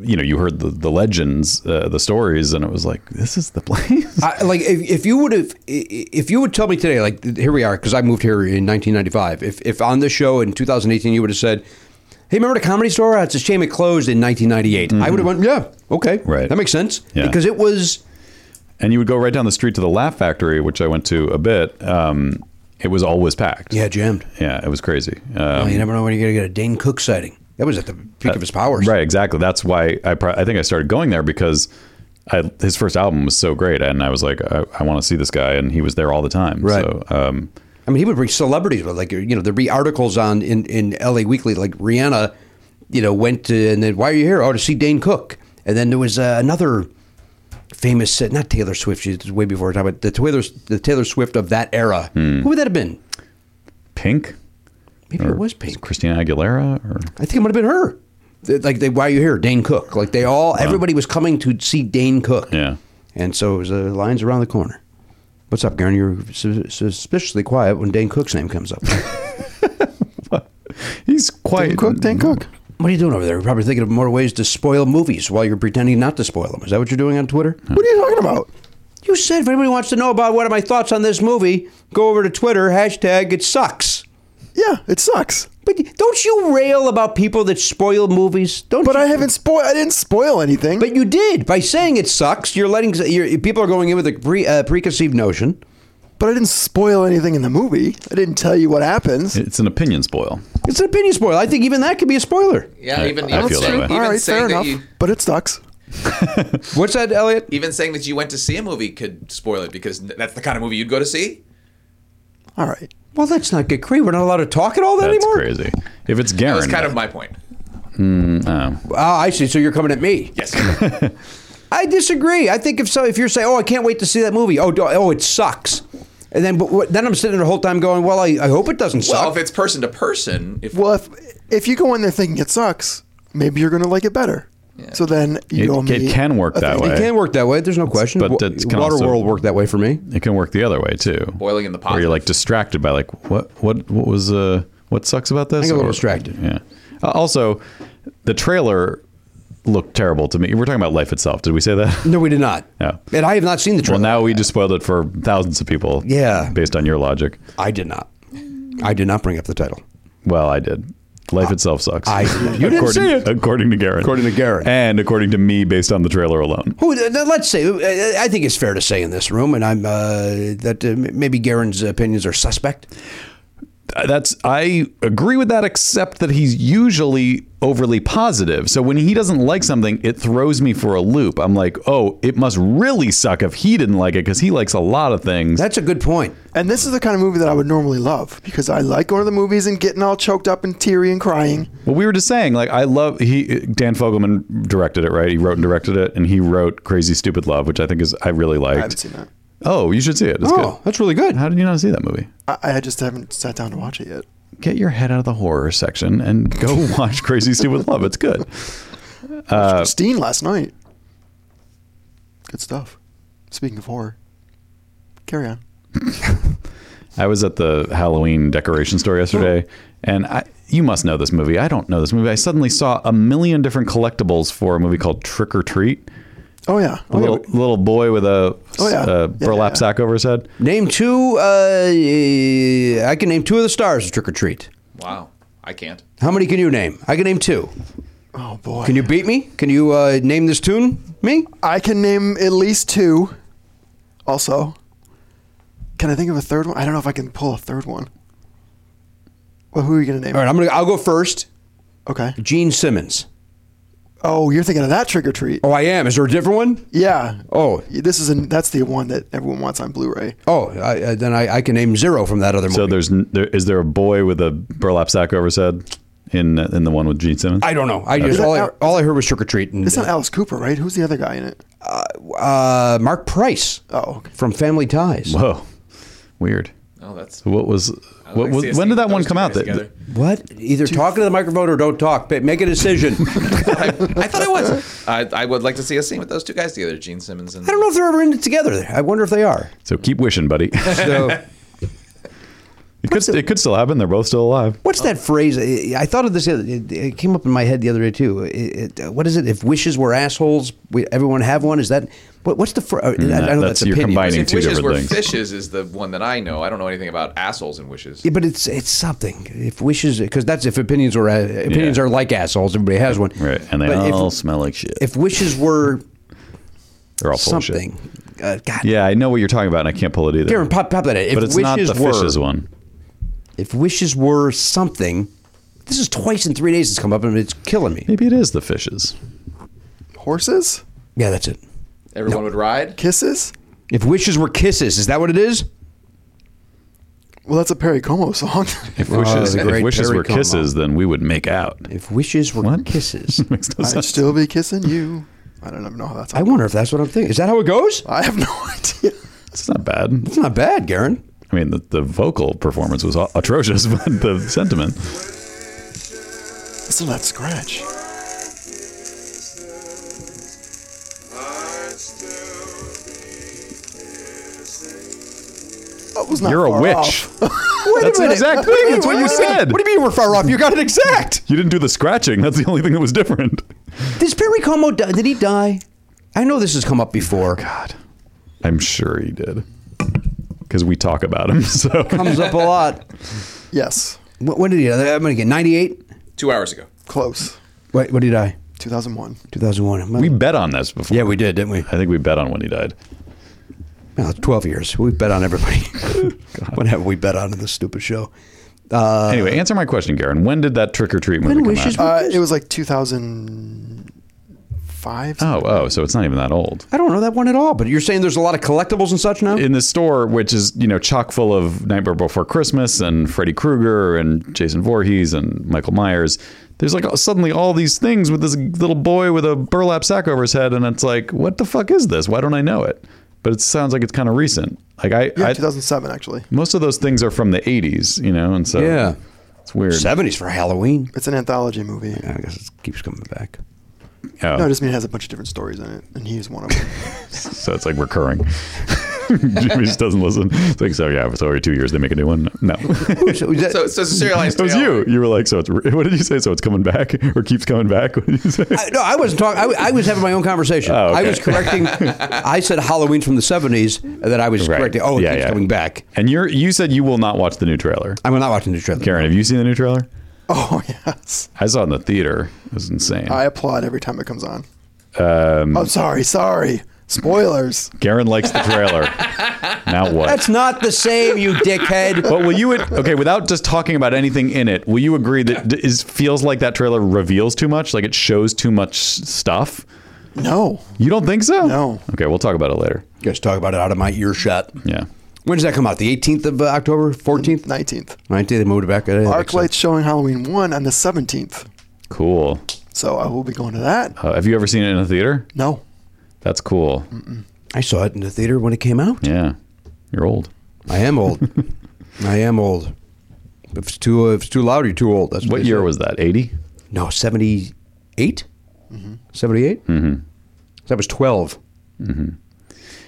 [SPEAKER 2] you know you heard the, the legends, uh, the stories, and it was like this is the place.
[SPEAKER 1] I, like if, if you would have if you would tell me today like here we are because I moved here in 1995 if, if on this show in 2018 you would have said hey remember the comedy store Ah, it's a shame it closed in 1998 I would have went yeah okay
[SPEAKER 2] Mm-hmm. Right.
[SPEAKER 1] that makes sense
[SPEAKER 2] Yeah.
[SPEAKER 1] because it was
[SPEAKER 2] and you would go right down the street to the Laugh Factory, which I went to a bit. Um, it was always packed.
[SPEAKER 1] yeah jammed
[SPEAKER 2] Yeah, it was crazy. Um, uh,
[SPEAKER 1] Well, you never know when you're gonna get a Dane Cook sighting that was at the peak of his powers
[SPEAKER 2] Right, exactly. That's why I pro- I think I started going there because I, his first album was so great, and I was like, I, I want to see this guy, and he was there all the time.
[SPEAKER 1] Right.
[SPEAKER 2] So, um,
[SPEAKER 1] I mean, he would bring celebrities. Like you know, there'd be articles on in in LA Weekly. Like Rihanna, you know, went to and then why are you here? Oh, to see Dane Cook. And then there was uh, another famous, uh, not Taylor Swift. She's way before her time, but the Taylor the Taylor Swift of that era. Who would that have been?
[SPEAKER 2] Pink,
[SPEAKER 1] Maybe
[SPEAKER 2] Hmm. Or
[SPEAKER 1] it was Pink.
[SPEAKER 2] Christina Aguilera, or
[SPEAKER 1] I think it might have been her. They- Like they, why are you here? Dane Cook. Like they all, everybody was coming to see Dane Cook.
[SPEAKER 2] Yeah.
[SPEAKER 1] And so it was uh, lines around the corner. What's up, Garen? You're sus- suspiciously quiet when Dane Cook's name comes up.
[SPEAKER 2] he's quite
[SPEAKER 7] Dan Cook, Dan Cook.
[SPEAKER 1] What are you doing over there? You're probably thinking of more ways to spoil movies while you're pretending not to spoil them. Is that what you're doing on Twitter?
[SPEAKER 7] What are you talking about?
[SPEAKER 1] You said if anybody wants to know about what are my thoughts on this movie, go over to Twitter, hashtag it sucks.
[SPEAKER 7] Yeah, it sucks.
[SPEAKER 1] But don't you rail about people that spoil movies? Don't
[SPEAKER 7] But
[SPEAKER 1] you?
[SPEAKER 7] I haven't spoil. I didn't spoil anything.
[SPEAKER 1] But you did. By saying it sucks, you're letting you're, people are going in with a pre, uh, preconceived notion.
[SPEAKER 7] but I didn't spoil anything in the movie. I didn't tell you what happens.
[SPEAKER 2] It's an opinion spoil.
[SPEAKER 1] It's an opinion spoiler. I think even that could be a spoiler.
[SPEAKER 8] Yeah,
[SPEAKER 2] I-
[SPEAKER 8] even
[SPEAKER 2] I
[SPEAKER 8] even,
[SPEAKER 2] feel that
[SPEAKER 8] saying,
[SPEAKER 2] way.
[SPEAKER 8] even
[SPEAKER 7] All right,
[SPEAKER 8] saying
[SPEAKER 7] fair enough.
[SPEAKER 8] that you
[SPEAKER 7] But it sucks.
[SPEAKER 1] What's that, Elliot?
[SPEAKER 8] even saying that you went to see a movie could spoil it because that's the kind of movie you'd go to see.
[SPEAKER 7] All right.
[SPEAKER 1] Well, let's not get crazy. We're not allowed to talk at all that
[SPEAKER 2] That's
[SPEAKER 1] anymore.
[SPEAKER 2] crazy. If it's
[SPEAKER 8] That's
[SPEAKER 2] Garen,
[SPEAKER 8] kind of my point.
[SPEAKER 1] Ah, I see. So you're coming at me.
[SPEAKER 8] Yes.
[SPEAKER 1] I disagree. I think if so, if you're saying, "Oh, I can't wait to see that movie," oh, do, oh, it sucks, and then but what, then I'm sitting there the whole time going, "Well, I, I hope it doesn't suck."
[SPEAKER 8] well, if it's person to person, if
[SPEAKER 7] Well, if if you go in there thinking it sucks, maybe you're going to like it better. So then you
[SPEAKER 2] It-
[SPEAKER 7] owe me
[SPEAKER 2] it can work
[SPEAKER 7] a
[SPEAKER 2] that
[SPEAKER 7] thing.
[SPEAKER 2] way.
[SPEAKER 1] it can work that way. There's no question.
[SPEAKER 2] but
[SPEAKER 1] Wa-
[SPEAKER 2] that's can
[SPEAKER 1] Waterworld
[SPEAKER 2] also-
[SPEAKER 1] worked that way for me.
[SPEAKER 2] it can work the other way too.
[SPEAKER 8] Boiling in the pot.
[SPEAKER 2] Where you're like distracted by like what what what was uh what sucks about this?
[SPEAKER 1] I get a little
[SPEAKER 2] Or-
[SPEAKER 1] distracted.
[SPEAKER 2] Yeah. Uh, also, the trailer looked terrible to me. We're talking about life itself. Did we say that?
[SPEAKER 1] No, we did not.
[SPEAKER 2] Yeah.
[SPEAKER 1] And I have not seen the
[SPEAKER 2] Well,
[SPEAKER 1] trailer.
[SPEAKER 2] now we just spoiled it for thousands of people.
[SPEAKER 1] Yeah.
[SPEAKER 2] Based on your logic.
[SPEAKER 1] I did not. I did not bring up the title.
[SPEAKER 2] Well, I did. Life itself sucks.
[SPEAKER 1] I- you didn't
[SPEAKER 2] according,
[SPEAKER 1] see it.
[SPEAKER 2] According to Garrett.
[SPEAKER 1] According to Garrett.
[SPEAKER 2] And according to me, based on the trailer alone.
[SPEAKER 1] Who? th- th- Let's say uh, I think it's fair to say in this room, and I'm uh, that uh, m- maybe Garen's opinions are suspect.
[SPEAKER 2] Uh, that's I agree with that, except that he's usually overly positive. So when he doesn't like something, it throws me for a loop. I'm like, oh, it must really suck if he didn't like it because he likes a lot of things.
[SPEAKER 1] That's a good point.
[SPEAKER 7] And this is the kind of movie that I would normally love because I like going to the movies and getting all choked up and teary and crying.
[SPEAKER 2] Well, we were just saying, like, I love he Dan Fogelman directed it, right? He wrote and directed it, and he wrote Crazy Stupid Love, which I think is I really liked. I
[SPEAKER 7] haven't seen that.
[SPEAKER 2] Oh, you should see it. It's
[SPEAKER 1] oh,
[SPEAKER 2] good.
[SPEAKER 1] that's really good.
[SPEAKER 2] How did you not see that movie?
[SPEAKER 7] I, I just haven't sat down to watch it yet.
[SPEAKER 2] Get your head out of the horror section and go watch Crazy Stupid Love. It's good.
[SPEAKER 7] Steen last night. Good stuff. Speaking of horror, carry on.
[SPEAKER 2] I was at the Halloween decoration store yesterday, and I, you must know this movie. I don't know this movie. I suddenly saw a million different collectibles for a movie called Trick or Treat.
[SPEAKER 7] Oh yeah.
[SPEAKER 2] A little, little boy with a,
[SPEAKER 7] Oh, yeah.
[SPEAKER 2] uh,
[SPEAKER 7] Yeah,
[SPEAKER 2] burlap
[SPEAKER 7] yeah, yeah.
[SPEAKER 2] sack over his head.
[SPEAKER 1] Name two. Uh, I can name two of the stars of Trick or Treat.
[SPEAKER 8] wow, I can't.
[SPEAKER 1] How many can you name? I can name two.
[SPEAKER 7] Oh boy.
[SPEAKER 1] Can you beat me? Can you uh, name this tune? Me?
[SPEAKER 7] I can name at least two. Also, can I think of a third one? I don't know if I can pull a third one. Well, who are you gonna name?
[SPEAKER 1] All right, I'm gonna. I'll go first.
[SPEAKER 7] Okay.
[SPEAKER 1] Gene Simmons.
[SPEAKER 7] Oh, you're thinking of that trick or treat?
[SPEAKER 1] Oh, I am. Is there a different one?
[SPEAKER 7] Yeah.
[SPEAKER 1] Oh.
[SPEAKER 7] this is an, that's the one that everyone wants on Blu-ray.
[SPEAKER 1] Oh, I, uh, then I, I can name zero from that other movie.
[SPEAKER 2] So there's n- there is there a boy with a burlap sack over his head in in the one with Gene Simmons?
[SPEAKER 1] I don't know. I just
[SPEAKER 7] that
[SPEAKER 1] all I,
[SPEAKER 7] Al-
[SPEAKER 1] all I heard was trick or treat. And,
[SPEAKER 7] It's not Alice Cooper, right? Who's the other guy in it?
[SPEAKER 1] uh, Mark Price.
[SPEAKER 7] Oh, okay.
[SPEAKER 1] from Family Ties.
[SPEAKER 2] Whoa, weird.
[SPEAKER 8] Oh, that's
[SPEAKER 2] What was what
[SPEAKER 8] like to
[SPEAKER 2] was
[SPEAKER 8] see us
[SPEAKER 2] when did that
[SPEAKER 8] those
[SPEAKER 2] one
[SPEAKER 8] two
[SPEAKER 2] come out?
[SPEAKER 8] guys
[SPEAKER 2] That,
[SPEAKER 8] together.
[SPEAKER 1] What? Either talking to the microphone or don't talk. Ba- Make a decision. I
[SPEAKER 8] I, I thought it was. I, I would like to see a scene with those two guys together, Gene Simmons and. I
[SPEAKER 1] don't know if they're ever in it together. I wonder if they are.
[SPEAKER 2] so keep wishing, buddy. it
[SPEAKER 1] So,
[SPEAKER 2] could it could still happen. They're both still alive.
[SPEAKER 1] what's that phrase? I I thought of this. the other- It, it came up in my head the other day too. It, it, what is it? If wishes were assholes, we, everyone have one. Is that what, what's the? Fr- uh, I, I know
[SPEAKER 2] Mm, that's-
[SPEAKER 1] that's,
[SPEAKER 2] you're
[SPEAKER 1] opinion.
[SPEAKER 2] combining
[SPEAKER 8] If
[SPEAKER 2] two
[SPEAKER 8] wishes
[SPEAKER 2] different
[SPEAKER 8] were
[SPEAKER 2] things.
[SPEAKER 8] fishes is the one that I know. I don't know anything about assholes and wishes.
[SPEAKER 1] Yeah, but it's it's something. If wishes, because that's if opinions were uh, opinions
[SPEAKER 2] Yeah.
[SPEAKER 1] are like assholes. Everybody has one,
[SPEAKER 2] Right, and they
[SPEAKER 1] But if-
[SPEAKER 2] all smell like shit.
[SPEAKER 1] If wishes were
[SPEAKER 2] They're all full of shit.
[SPEAKER 1] something, uh, God,
[SPEAKER 2] Yeah, I know what you're talking about, and I can't pull it either.
[SPEAKER 1] Darren, pop, pop that. in. If
[SPEAKER 2] but it's not
[SPEAKER 1] wishes
[SPEAKER 2] the
[SPEAKER 1] were,
[SPEAKER 2] fishes one.
[SPEAKER 1] If wishes were something, this is twice in three days it's come up and it's killing me.
[SPEAKER 2] Maybe it is the fishes.
[SPEAKER 7] Horses,
[SPEAKER 1] Yeah, that's it.
[SPEAKER 8] Everyone would ride.
[SPEAKER 7] kisses.
[SPEAKER 1] If wishes were kisses, is that what it is?
[SPEAKER 7] Well, that's a Perry Como song.
[SPEAKER 2] If wishes,
[SPEAKER 1] the
[SPEAKER 2] if
[SPEAKER 1] great
[SPEAKER 2] wishes
[SPEAKER 1] Perry
[SPEAKER 2] were
[SPEAKER 1] Como.
[SPEAKER 2] kisses, then we would make out.
[SPEAKER 1] If wishes were
[SPEAKER 2] What?
[SPEAKER 1] kisses.
[SPEAKER 2] Makes no
[SPEAKER 7] I'd
[SPEAKER 2] sense.
[SPEAKER 7] still be kissing you. I don't even know how that's.
[SPEAKER 1] I wonder if that's what I'm thinking. Is that how it goes?
[SPEAKER 7] I have no idea.
[SPEAKER 2] It's not bad.
[SPEAKER 1] It's not bad, Garen.
[SPEAKER 2] I mean, the, the vocal performance was a- atrocious, but the sentiment.
[SPEAKER 7] Listen to that scratch. That Oh, was not
[SPEAKER 2] You're a
[SPEAKER 7] far
[SPEAKER 2] witch.
[SPEAKER 7] off.
[SPEAKER 2] That's the exact thing. That's what you said.
[SPEAKER 1] What do you mean we're far off? You got it exact.
[SPEAKER 2] You didn't do the scratching. That's the only thing that was different.
[SPEAKER 1] Does Perry Como die? Did he die? Oh, I know this has come up before.
[SPEAKER 2] God, I'm sure he did, because we talk about him. So
[SPEAKER 1] Comes up a lot.
[SPEAKER 7] Yes,
[SPEAKER 1] Wh- When did he die? I'm going to get 98?
[SPEAKER 8] Two hours ago.
[SPEAKER 7] close.
[SPEAKER 1] Wait, when did he die?
[SPEAKER 7] 2001.
[SPEAKER 1] 2001.
[SPEAKER 2] we bet on this before.
[SPEAKER 1] yeah, we did, didn't we?
[SPEAKER 2] I think we bet on when he died.
[SPEAKER 1] No, 12 years. We bet on everybody. what have we bet on in this stupid show? Uh,
[SPEAKER 2] Anyway, answer my question, Garen. When did that trick or treat movie
[SPEAKER 1] When
[SPEAKER 2] come
[SPEAKER 1] wishes
[SPEAKER 2] out?
[SPEAKER 7] Uh, it was like 2005, five.
[SPEAKER 2] Oh, oh, so it's not even that old.
[SPEAKER 1] I don't know that one at all, but you're saying there's a lot of collectibles and such now?
[SPEAKER 2] In the store, which is you know chock full of Nightmare Before Christmas and Freddy Krueger and Jason Voorhees and Michael Myers, there's like suddenly all these things with this little boy with a burlap sack over his head, and it's like, what the fuck is this? Why don't I know it? But it sounds like it's kind of recent. Like I,
[SPEAKER 7] Yeah,
[SPEAKER 2] I
[SPEAKER 7] 2007 actually.
[SPEAKER 2] most of those things are from the '80s, you know, and so
[SPEAKER 1] Yeah.
[SPEAKER 2] it's weird.
[SPEAKER 1] 70s for Halloween.
[SPEAKER 7] It's an anthology movie.
[SPEAKER 1] I guess it keeps coming back.
[SPEAKER 2] Oh,
[SPEAKER 7] No, I just mean it has a bunch of different stories in it, and he's one of them.
[SPEAKER 2] so it's like recurring. Jimmy just doesn't listen. It's like, so yeah, so every two years they make a new one. No.
[SPEAKER 1] So is that-
[SPEAKER 8] So, so it's a serialized
[SPEAKER 2] It was
[SPEAKER 8] tale.
[SPEAKER 2] you. You were like, so it's. What did you say? So it's coming back or keeps coming back? What did you say?
[SPEAKER 1] I, no, I wasn't talking. I, w- I was having my own conversation.
[SPEAKER 2] Oh, okay.
[SPEAKER 1] I was correcting. I said Halloween from the 70s, and then I was
[SPEAKER 2] Right.
[SPEAKER 1] correcting. Oh, it
[SPEAKER 2] Yeah,
[SPEAKER 1] keeps
[SPEAKER 2] yeah.
[SPEAKER 1] coming back.
[SPEAKER 2] And you're. You said you will not watch the new trailer.
[SPEAKER 1] I'm not watching the trailer.
[SPEAKER 2] Karen, have you seen the new trailer?
[SPEAKER 7] oh yes,
[SPEAKER 2] I saw it in the theater. It was insane.
[SPEAKER 7] I applaud every time it comes on. Um, I'm sorry, sorry. Spoilers.
[SPEAKER 2] Karen likes the trailer. now what?
[SPEAKER 1] That's not the same, you dickhead.
[SPEAKER 2] but will you ad- okay without just talking about anything in it? Will you agree that d- is feels like that trailer reveals too much? Like it shows too much s- stuff?
[SPEAKER 7] No,
[SPEAKER 2] You don't think so?
[SPEAKER 7] No.
[SPEAKER 2] Okay, we'll talk about it later.
[SPEAKER 1] You guys talk about it out of my earshot.
[SPEAKER 2] Yeah.
[SPEAKER 1] When does that come out? The 18th of uh, October? 14th?
[SPEAKER 7] 19th.
[SPEAKER 1] 19th? They moved it back.
[SPEAKER 7] Arc Light's showing Halloween one on the 17th,
[SPEAKER 2] Cool.
[SPEAKER 7] so I will be going to that.
[SPEAKER 2] Uh, have you ever seen it in a theater?
[SPEAKER 7] No,
[SPEAKER 2] That's cool.
[SPEAKER 1] I saw it in the theater when it came out.
[SPEAKER 2] Yeah. You're old.
[SPEAKER 1] I am old. I am old. If it's too if it's too loud, you're too old. That's
[SPEAKER 2] What
[SPEAKER 1] they
[SPEAKER 2] year
[SPEAKER 1] say.
[SPEAKER 2] was that? 80?
[SPEAKER 1] No, 78? 78? Mm-hmm. That was 12.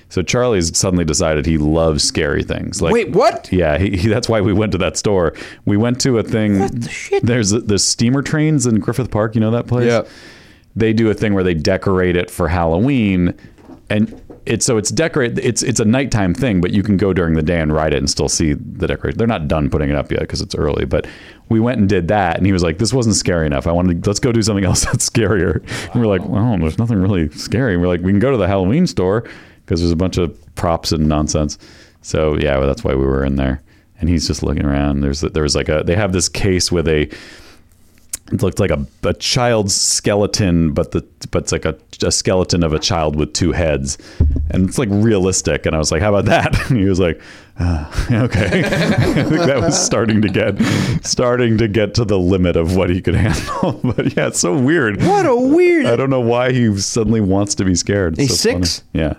[SPEAKER 2] So Charlie's suddenly decided he loves scary things. Like
[SPEAKER 1] Wait, what?
[SPEAKER 2] Yeah, he, he, that's why we went to that store. We went to a thing. What the shit? There's the steamer trains in Griffith Park. You know that place?
[SPEAKER 1] Yeah.
[SPEAKER 2] They do a thing where they decorate it for Halloween, and it's so it's decorate. It's it's a nighttime thing, but you can go during the day and ride it and still see the decoration. They're not done putting it up yet because it's early. But we went and did that, and he was like, "This wasn't scary enough. I wanted to, let's go do something else that's scarier." And we're like, "Well, there's nothing really scary." And we're like, "We can go to the Halloween store because there's a bunch of props and nonsense." So yeah, well, that's why we were in there. And he's just looking around. There's there was like a they have this case with a it looked like a, a child's skeleton, but the but it's like a, a skeleton of a child with two heads, and it's like realistic. And I was like, "How about that?" And he was like, "Ah, "Okay." I think that was starting to get starting to get to the limit of what he could handle. but yeah, it's so weird.
[SPEAKER 1] What a weird.
[SPEAKER 2] I don't know why he suddenly wants to be scared. It's
[SPEAKER 1] He's
[SPEAKER 2] so funny.
[SPEAKER 1] six?
[SPEAKER 2] Yeah.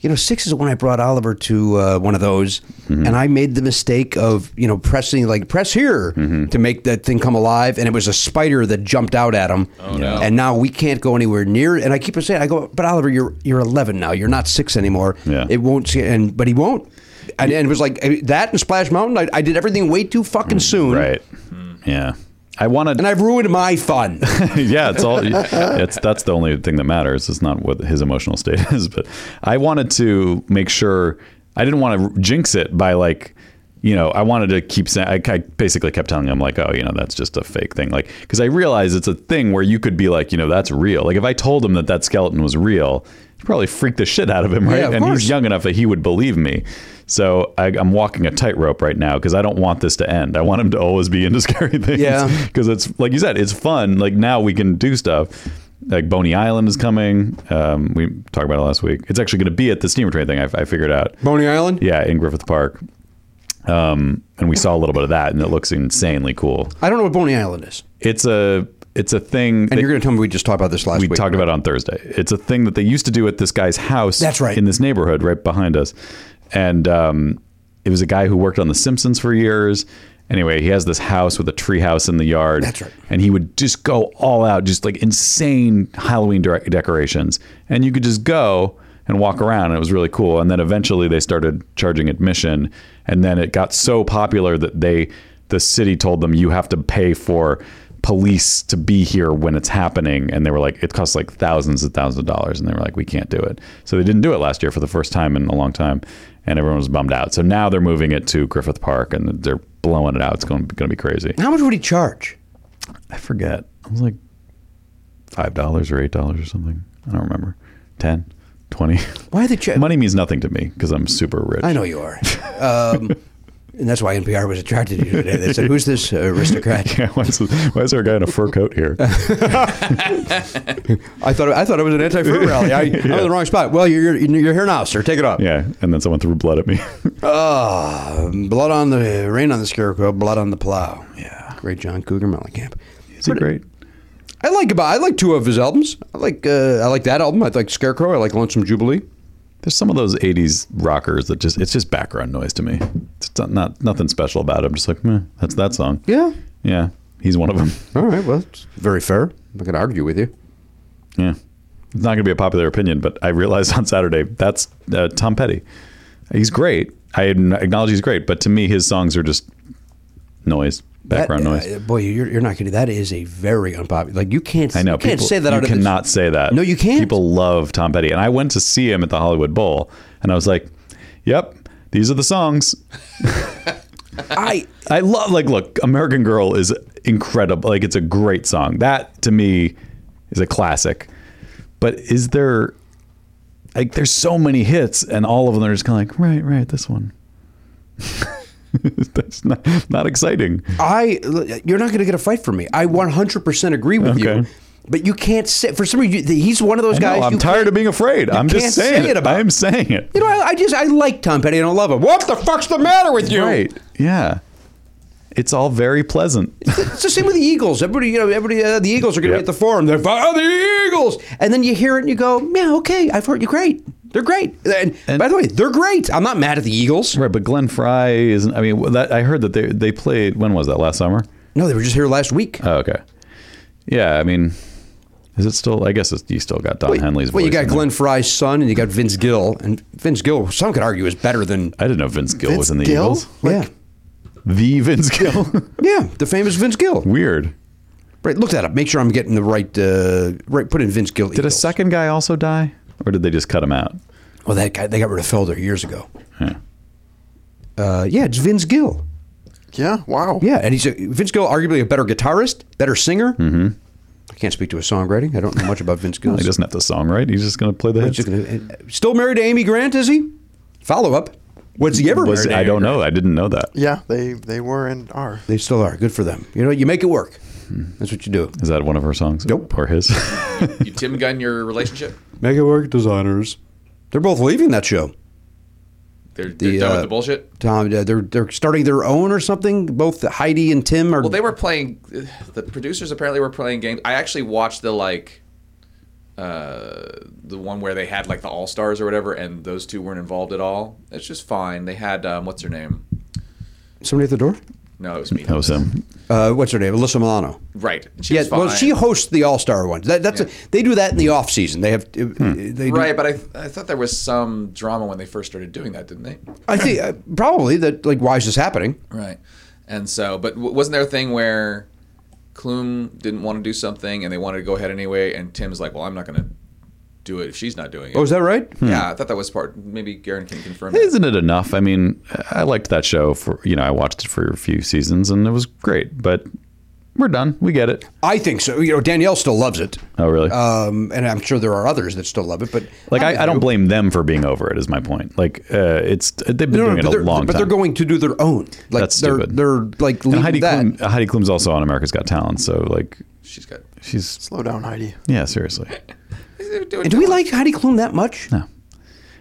[SPEAKER 1] You know, six is when I brought Oliver to uh, one of those,
[SPEAKER 2] Mm-hmm.
[SPEAKER 1] and I made the mistake of you know pressing like press here
[SPEAKER 2] Mm-hmm.
[SPEAKER 1] to make that thing come alive, and it was a spider that jumped out at him. Oh,
[SPEAKER 8] no.
[SPEAKER 1] And now we can't go anywhere near. it. And I keep on saying, I go, but Oliver, you're you're 11 now. You're not six anymore.
[SPEAKER 2] Yeah.
[SPEAKER 1] It won't. See, and but he won't. And, and it was like I- that and Splash Mountain. I, I did everything way too fucking soon.
[SPEAKER 2] Mm, Right. Yeah. I wanted.
[SPEAKER 1] And I've ruined my fun.
[SPEAKER 2] yeah, it's all. It's that's the only thing that matters. It's not what his emotional state is. But I wanted to make sure I didn't want to jinx it by like, you know, I wanted to keep saying. I, I basically kept telling him like, oh, you know, that's just a fake thing. Like, because I realize it's a thing where you could be like, you know, that's real. Like if I told him that that skeleton was real, he'd probably freak the shit out of him, right?
[SPEAKER 1] Yeah, of
[SPEAKER 2] and
[SPEAKER 1] course.
[SPEAKER 2] he's young enough that he would believe me. So I, I'm walking a tightrope right now because I don't want this to end. I want him to always be into scary things.
[SPEAKER 1] Yeah.
[SPEAKER 2] because it's like you said, it's fun. Like now we can do stuff. Like Boney Island is coming. Um, we talked about it last week. It's actually going to be at the steamer train thing. I, I figured out.
[SPEAKER 1] Boney Island.
[SPEAKER 2] Yeah, in Griffith Park. Um, and we saw a little bit of that, and it looks insanely cool.
[SPEAKER 1] I don't know what Boney Island is.
[SPEAKER 2] It's a it's a thing.
[SPEAKER 1] And
[SPEAKER 2] that-
[SPEAKER 1] you're going to tell me we just talked about this last
[SPEAKER 2] we
[SPEAKER 1] week.
[SPEAKER 2] talked about it on Thursday. It's a thing that they used to do at this guy's house.
[SPEAKER 1] That's right.
[SPEAKER 2] In this neighborhood right behind us, and um, it was a guy who worked on The Simpsons for years. Anyway, he has this house with a tree house in the yard.
[SPEAKER 1] That's right.
[SPEAKER 2] And he would just go all out, just like insane Halloween direct decorations. And you could just go and walk around, and it was really cool. And then eventually they started charging admission, and then it got so popular that they, the city told them, you have to pay for police to be here when it's happening. And they were like, it costs like thousands and thousands of dollars. And they were like, we can't do it. So they didn't do it last year for the first time in a long time, and everyone was bummed out. So now they're moving it to Griffith Park, and they're blowing it out. It's going, going to be crazy.
[SPEAKER 1] How much would he charge?
[SPEAKER 2] I forget. It was like five dollars or eight dollars or something. I don't remember. Ten, twenty.
[SPEAKER 1] Why the cha-
[SPEAKER 2] Money means nothing to me because I'm super rich.
[SPEAKER 1] I know you are. Um, And that's why NPR was attracted to you today. They said, "Who's this aristocrat?"
[SPEAKER 2] Yeah, why, is, why is there a guy in a fur coat here?
[SPEAKER 1] I thought I thought it was an anti-fur rally. I, I'm in the wrong spot. Well, you're, you're you're here now, sir. Take it off.
[SPEAKER 2] yeah, and then someone threw blood at me.
[SPEAKER 1] Ah, blood on the rain on the scarecrow, blood on the plow. Yeah, great John Cougar Mellencamp.
[SPEAKER 2] Is he great?
[SPEAKER 1] I like about I like two of his albums. I like uh, I like that album. I like Scarecrow. I like Lonesome Jubilee.
[SPEAKER 2] There's some of those '80s rockers that just—it's just background noise to me. It's not, not nothing special about it. I'm just like, Meh, that's that song.
[SPEAKER 1] Yeah.
[SPEAKER 2] yeah, he's one of them.
[SPEAKER 1] All right. Well, it's very fair. I'm not gonna argue with you.
[SPEAKER 2] Yeah. It's not going to be a popular opinion, but I realized on Saturday that's uh, Tom Petty. He's great. I acknowledge he's great, but to me, his songs are just noise, background
[SPEAKER 1] That-
[SPEAKER 2] noise.
[SPEAKER 1] uh, boy, you're, you're not gonna. That is a very unpopular. Like you can't.
[SPEAKER 2] I know.
[SPEAKER 1] You can't
[SPEAKER 2] people-
[SPEAKER 1] say that.
[SPEAKER 2] You
[SPEAKER 1] out of this-
[SPEAKER 2] cannot say that.
[SPEAKER 1] No, you can't.
[SPEAKER 2] People love Tom Petty, and I went to see him at the Hollywood Bowl, and I was like, "Yep, these are the songs."
[SPEAKER 1] I
[SPEAKER 2] I love. Like, look, American Girl is incredible. Like, it's a great song. That to me is a classic. But is there like there's so many hits, and all of them are just kind of like, right, right, this one. That's not, not exciting.
[SPEAKER 1] I you're not going to get a fight from me. I 100% agree with you.
[SPEAKER 2] Okay.
[SPEAKER 1] But you can't say for some reason you- he's one of those
[SPEAKER 2] I know,
[SPEAKER 1] guys.
[SPEAKER 2] I'm
[SPEAKER 1] you
[SPEAKER 2] tired
[SPEAKER 1] can't-
[SPEAKER 2] of being afraid. I'm
[SPEAKER 1] can't
[SPEAKER 2] just
[SPEAKER 1] say
[SPEAKER 2] saying
[SPEAKER 1] it about-
[SPEAKER 2] I'm saying it.
[SPEAKER 1] You know, I, I just I like Tom Petty and I love him. What the fuck's the matter with you?
[SPEAKER 2] Right? Yeah. It's all very pleasant.
[SPEAKER 1] It's the same with the Eagles. Everybody, you know, everybody. Uh, the Eagles are going to
[SPEAKER 2] Yep.
[SPEAKER 1] be at the forum. They're fire the Eagles, and then you hear it and you go, yeah, okay, I've heard you great. They're great. And,
[SPEAKER 2] And-
[SPEAKER 1] by the way, they're great. I'm not mad at the Eagles.
[SPEAKER 2] right, but Glenn Fry isn't. I mean, that I heard that they they played. When was that? Last summer.
[SPEAKER 1] No, they were just here last week.
[SPEAKER 2] Oh, okay. Yeah, I mean, is it still? I guess it's, you still got Don Henley's
[SPEAKER 1] well,
[SPEAKER 2] voice.
[SPEAKER 1] you got
[SPEAKER 2] in there.
[SPEAKER 1] Glenn Fry's son, and you got Vince Gill, and Vince Gill. Some could argue is better than
[SPEAKER 2] I didn't know Vince Gill was in the
[SPEAKER 7] Gill?
[SPEAKER 2] Eagles.
[SPEAKER 1] yeah,
[SPEAKER 2] The Vince Gill.
[SPEAKER 1] yeah, the famous Vince Gill.
[SPEAKER 2] Weird.
[SPEAKER 1] Right, look that up. Make sure I'm getting the right. Uh, right, put in Vince Gill.
[SPEAKER 2] Did a second guy also die, or did they just cut him out?
[SPEAKER 1] Well, Oh, that guy they got rid of Felder years ago. Uh, yeah, it's Vince Gill.
[SPEAKER 7] Yeah. Wow.
[SPEAKER 1] Yeah, and he's a, Vince Gill, arguably a better guitarist, better singer. Mm-hmm. I can't speak to his songwriting. I don't know much about Vince Gill.
[SPEAKER 2] He doesn't have the song, right? He's just going to play the hits.
[SPEAKER 1] He's just gonna- uh, still married to Amy Grant, is he? Follow up. Was he ever
[SPEAKER 2] Was-
[SPEAKER 1] married? to
[SPEAKER 2] I
[SPEAKER 1] Amy
[SPEAKER 2] don't
[SPEAKER 1] Grant?
[SPEAKER 2] know. I didn't know that. Is
[SPEAKER 7] Yeah. They they were and are.
[SPEAKER 1] They still are. Good for them. You know, you make it work.
[SPEAKER 2] Hmm.
[SPEAKER 1] That's what you do.
[SPEAKER 2] that one of her songs? Nope. Or his?
[SPEAKER 8] You Tim Gunn your relationship?
[SPEAKER 1] Mega work designers. They're both leaving that show.
[SPEAKER 8] They're, they're done
[SPEAKER 1] uh,
[SPEAKER 8] with the bullshit.
[SPEAKER 1] Tom, uh, they're they're starting their own or something. Both Heidi and Tim are.
[SPEAKER 8] Well, they were playing. The producers apparently were playing games. I actually watched the like, uh, the one where they had like the All Stars or whatever, and those two weren't involved at all. It's just fine. They had um, what's her name?
[SPEAKER 1] somebody at the door.
[SPEAKER 8] No, it was me.
[SPEAKER 2] that was him.
[SPEAKER 1] Uh, what's her name? Alyssa Milano.
[SPEAKER 8] Right. And She
[SPEAKER 1] Yeah,
[SPEAKER 8] was fine.
[SPEAKER 1] well, she hosts the All Star ones. That, that's a, they do that in the off season. They have uh,
[SPEAKER 2] Hmm.
[SPEAKER 1] they do-
[SPEAKER 8] Right, but I, I thought there was some drama when they first started doing that, didn't they?
[SPEAKER 1] I think uh, probably that like why is this happening?
[SPEAKER 8] Right. And so, but w- wasn't there a thing where Klum didn't want to do something and they wanted to go ahead anyway, and Tim's like, well, I'm not going to do it if she's not doing it.
[SPEAKER 1] Oh, is that right?
[SPEAKER 8] Yeah, I thought that was part. Maybe Garen can confirm. that.
[SPEAKER 2] Isn't it enough? I mean, I liked that show for, you know, I watched it for a few seasons and it was great, but we're done. We get it.
[SPEAKER 1] I think so. You know, Danielle still loves it,
[SPEAKER 2] Oh, really?
[SPEAKER 1] um, and I'm sure there are others that still love it. But
[SPEAKER 2] Like I, I don't blame them for being over it. Is my point. Like uh, it's they've been
[SPEAKER 1] No, no,
[SPEAKER 2] doing it
[SPEAKER 1] but
[SPEAKER 2] a
[SPEAKER 1] they're-
[SPEAKER 2] long
[SPEAKER 1] but
[SPEAKER 2] time.
[SPEAKER 1] they're going to do their own. Like
[SPEAKER 2] That's
[SPEAKER 1] they're
[SPEAKER 2] stupid.
[SPEAKER 1] they're like
[SPEAKER 2] And
[SPEAKER 1] leaving
[SPEAKER 2] Heidi
[SPEAKER 1] that.
[SPEAKER 2] Klum, Heidi Klum's also on America's Got Talent, so like
[SPEAKER 8] She's got.
[SPEAKER 2] she's
[SPEAKER 7] Slow down, Heidi.
[SPEAKER 2] yeah, seriously.
[SPEAKER 1] And do we like Heidi Klum that much? No.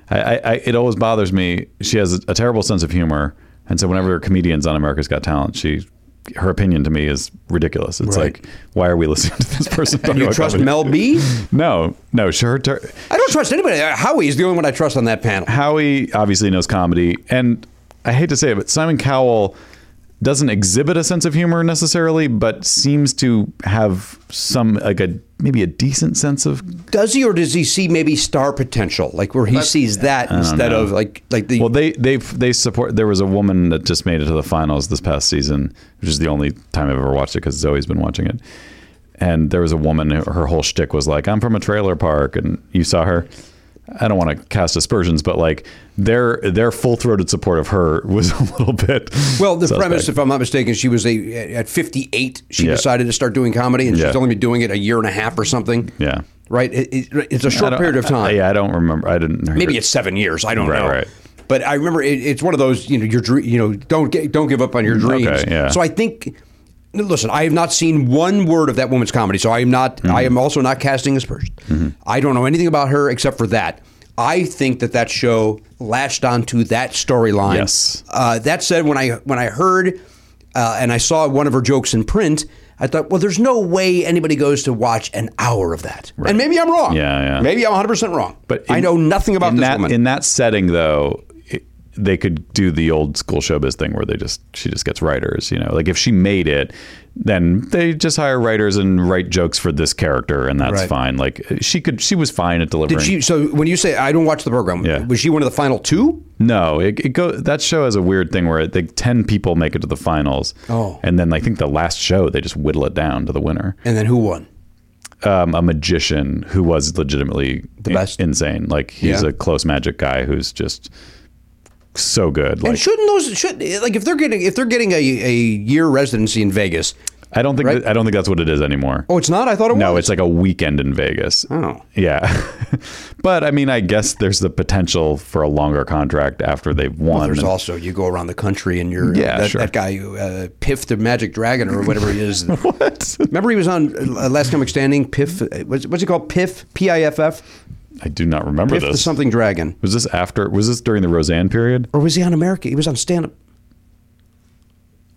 [SPEAKER 2] I, I, I it always bothers me. She has a terrible sense of humor, and so whenever a comedian's on America's Got Talent, she her opinion to me is ridiculous. It's
[SPEAKER 1] Right.
[SPEAKER 2] like why are we listening to this person? talking
[SPEAKER 1] You
[SPEAKER 2] about
[SPEAKER 1] trust
[SPEAKER 2] comedy?
[SPEAKER 1] Mel B?
[SPEAKER 2] No, no. Sure, her ter-
[SPEAKER 1] I don't trust anybody. Uh, Howie is the only one I trust on that panel.
[SPEAKER 2] Howie obviously knows comedy, and I hate to say it, but Simon Cowell doesn't exhibit a sense of humor necessarily, but seems to have some like a maybe a decent sense of.
[SPEAKER 1] Does he or does he see maybe star potential? Like where he sees that instead of like like the
[SPEAKER 2] Well, they they they support. There was a woman that just made it to the finals this past season, which is the only time I've ever watched it because Zoe's been watching it. And there was a woman. who- Her whole shtick was like, "I'm from a trailer park," and you saw her. I don't want to cast aspersions, but like their their full throated support of her was a little bit.
[SPEAKER 1] Well, the
[SPEAKER 2] suspect.
[SPEAKER 1] premise, if I'm not mistaken, she was a at 58. She
[SPEAKER 2] Yeah.
[SPEAKER 1] decided to start doing comedy, and she's
[SPEAKER 2] Yeah.
[SPEAKER 1] only been doing it a year and a half or something.
[SPEAKER 2] Yeah.
[SPEAKER 1] right. It, it- it's a
[SPEAKER 2] I
[SPEAKER 1] short
[SPEAKER 2] don't-
[SPEAKER 1] period of
[SPEAKER 2] I-
[SPEAKER 1] time.
[SPEAKER 2] yeah, I don't remember. I didn't.
[SPEAKER 1] maybe it's seven years. I don't
[SPEAKER 2] Right,
[SPEAKER 1] know.
[SPEAKER 2] right.
[SPEAKER 1] But I remember it, it's one of those you know your dream you know don't get, don't give up on your dreams.
[SPEAKER 2] Mm, Okay, yeah.
[SPEAKER 1] So I think. Listen, I have not seen one word of that woman's comedy, so I am not.
[SPEAKER 2] Mm-hmm.
[SPEAKER 1] I am also not casting aspersions. I don't know anything about her except for that. I think that that show latched onto that storyline.
[SPEAKER 2] Yes.
[SPEAKER 1] Uh, that said, when I when I heard uh, and I saw one of her jokes in print, I thought, well, there's no way anybody goes to watch an hour of that. And maybe I'm wrong.
[SPEAKER 2] Yeah, yeah.
[SPEAKER 1] Maybe I'm 100 percent wrong.
[SPEAKER 2] But
[SPEAKER 1] I
[SPEAKER 2] in-
[SPEAKER 1] know nothing about
[SPEAKER 2] in
[SPEAKER 1] this
[SPEAKER 2] that,
[SPEAKER 1] woman.
[SPEAKER 2] In that setting, though, it, they could do the old school showbiz thing where they just she just gets writers. You know, like if she made it, then they just hire writers and write jokes for this character, and that's
[SPEAKER 1] Right.
[SPEAKER 2] fine. Like she could, she was fine at delivering.
[SPEAKER 1] Did she? So when you say I don't watch the program,
[SPEAKER 2] Yeah.
[SPEAKER 1] was she one of the final two?
[SPEAKER 2] No, it, it go. That show has a weird thing where it, like ten people make it to the finals.
[SPEAKER 1] Oh.
[SPEAKER 2] and then I think the last show they just whittle it down to the winner.
[SPEAKER 1] And then who won?
[SPEAKER 2] um, a magician who was legitimately the
[SPEAKER 1] best.
[SPEAKER 2] insane. Like he's
[SPEAKER 1] Yeah.
[SPEAKER 2] a close magic guy who's just so good. Like
[SPEAKER 1] and shouldn't those should like if they're getting if they're getting a, a year residency in Vegas?
[SPEAKER 2] I don't think that, I don't think that's what it is anymore.
[SPEAKER 1] Oh, it's not. I thought it was.
[SPEAKER 2] no, it's like a weekend in Vegas.
[SPEAKER 1] Oh.
[SPEAKER 2] yeah. but I mean, I guess there's the potential for a longer contract after they've won.
[SPEAKER 1] There's
[SPEAKER 2] And-
[SPEAKER 1] also you go around the country and you're
[SPEAKER 2] Yeah,
[SPEAKER 1] that,
[SPEAKER 2] sure.
[SPEAKER 1] that guy who, uh, Piff the Magic Dragon or whatever he is. what? Remember he was on uh, Last Comic Standing. Piff, uh, what's, what's he called? Piff, P I F F.
[SPEAKER 2] I do not remember
[SPEAKER 1] Piff the
[SPEAKER 2] this.
[SPEAKER 1] something dragon.
[SPEAKER 2] was this after? Was this during the Roseanne period?
[SPEAKER 1] Or was he on America? He was on stand up.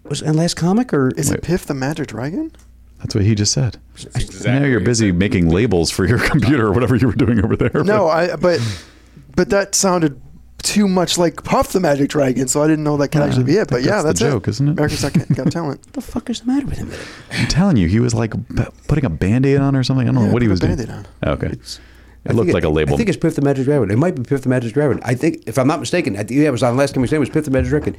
[SPEAKER 1] Was it on Last Comic or
[SPEAKER 7] Is it Piff the Magic Dragon?
[SPEAKER 2] That's what he just said. I know
[SPEAKER 8] Exactly.
[SPEAKER 2] you're busy making labels for your computer or whatever you were doing over there.
[SPEAKER 7] No, I. But but that sounded too much like Puff the Magic Dragon, so I didn't know that could actually be it. But
[SPEAKER 2] think
[SPEAKER 7] yeah,
[SPEAKER 2] that's
[SPEAKER 7] that's
[SPEAKER 2] the
[SPEAKER 7] it.
[SPEAKER 2] joke, isn't it?
[SPEAKER 7] America's Got, Got Talent.
[SPEAKER 1] what the fuck is the matter with him?
[SPEAKER 2] I'm telling you, he was like p- putting a band-aid on or something. I don't know
[SPEAKER 7] Yeah,
[SPEAKER 2] what he
[SPEAKER 7] put a
[SPEAKER 2] was doing. Oh,
[SPEAKER 7] Band-Aid on.
[SPEAKER 2] Okay. it looked like a label.
[SPEAKER 1] I think it's Piff the Magic Dragon. It might be Piff the Magic Dragon. I think, if I'm not mistaken, I think yeah, it was on Last Comic Standing. It was Piff the Magic Dragon.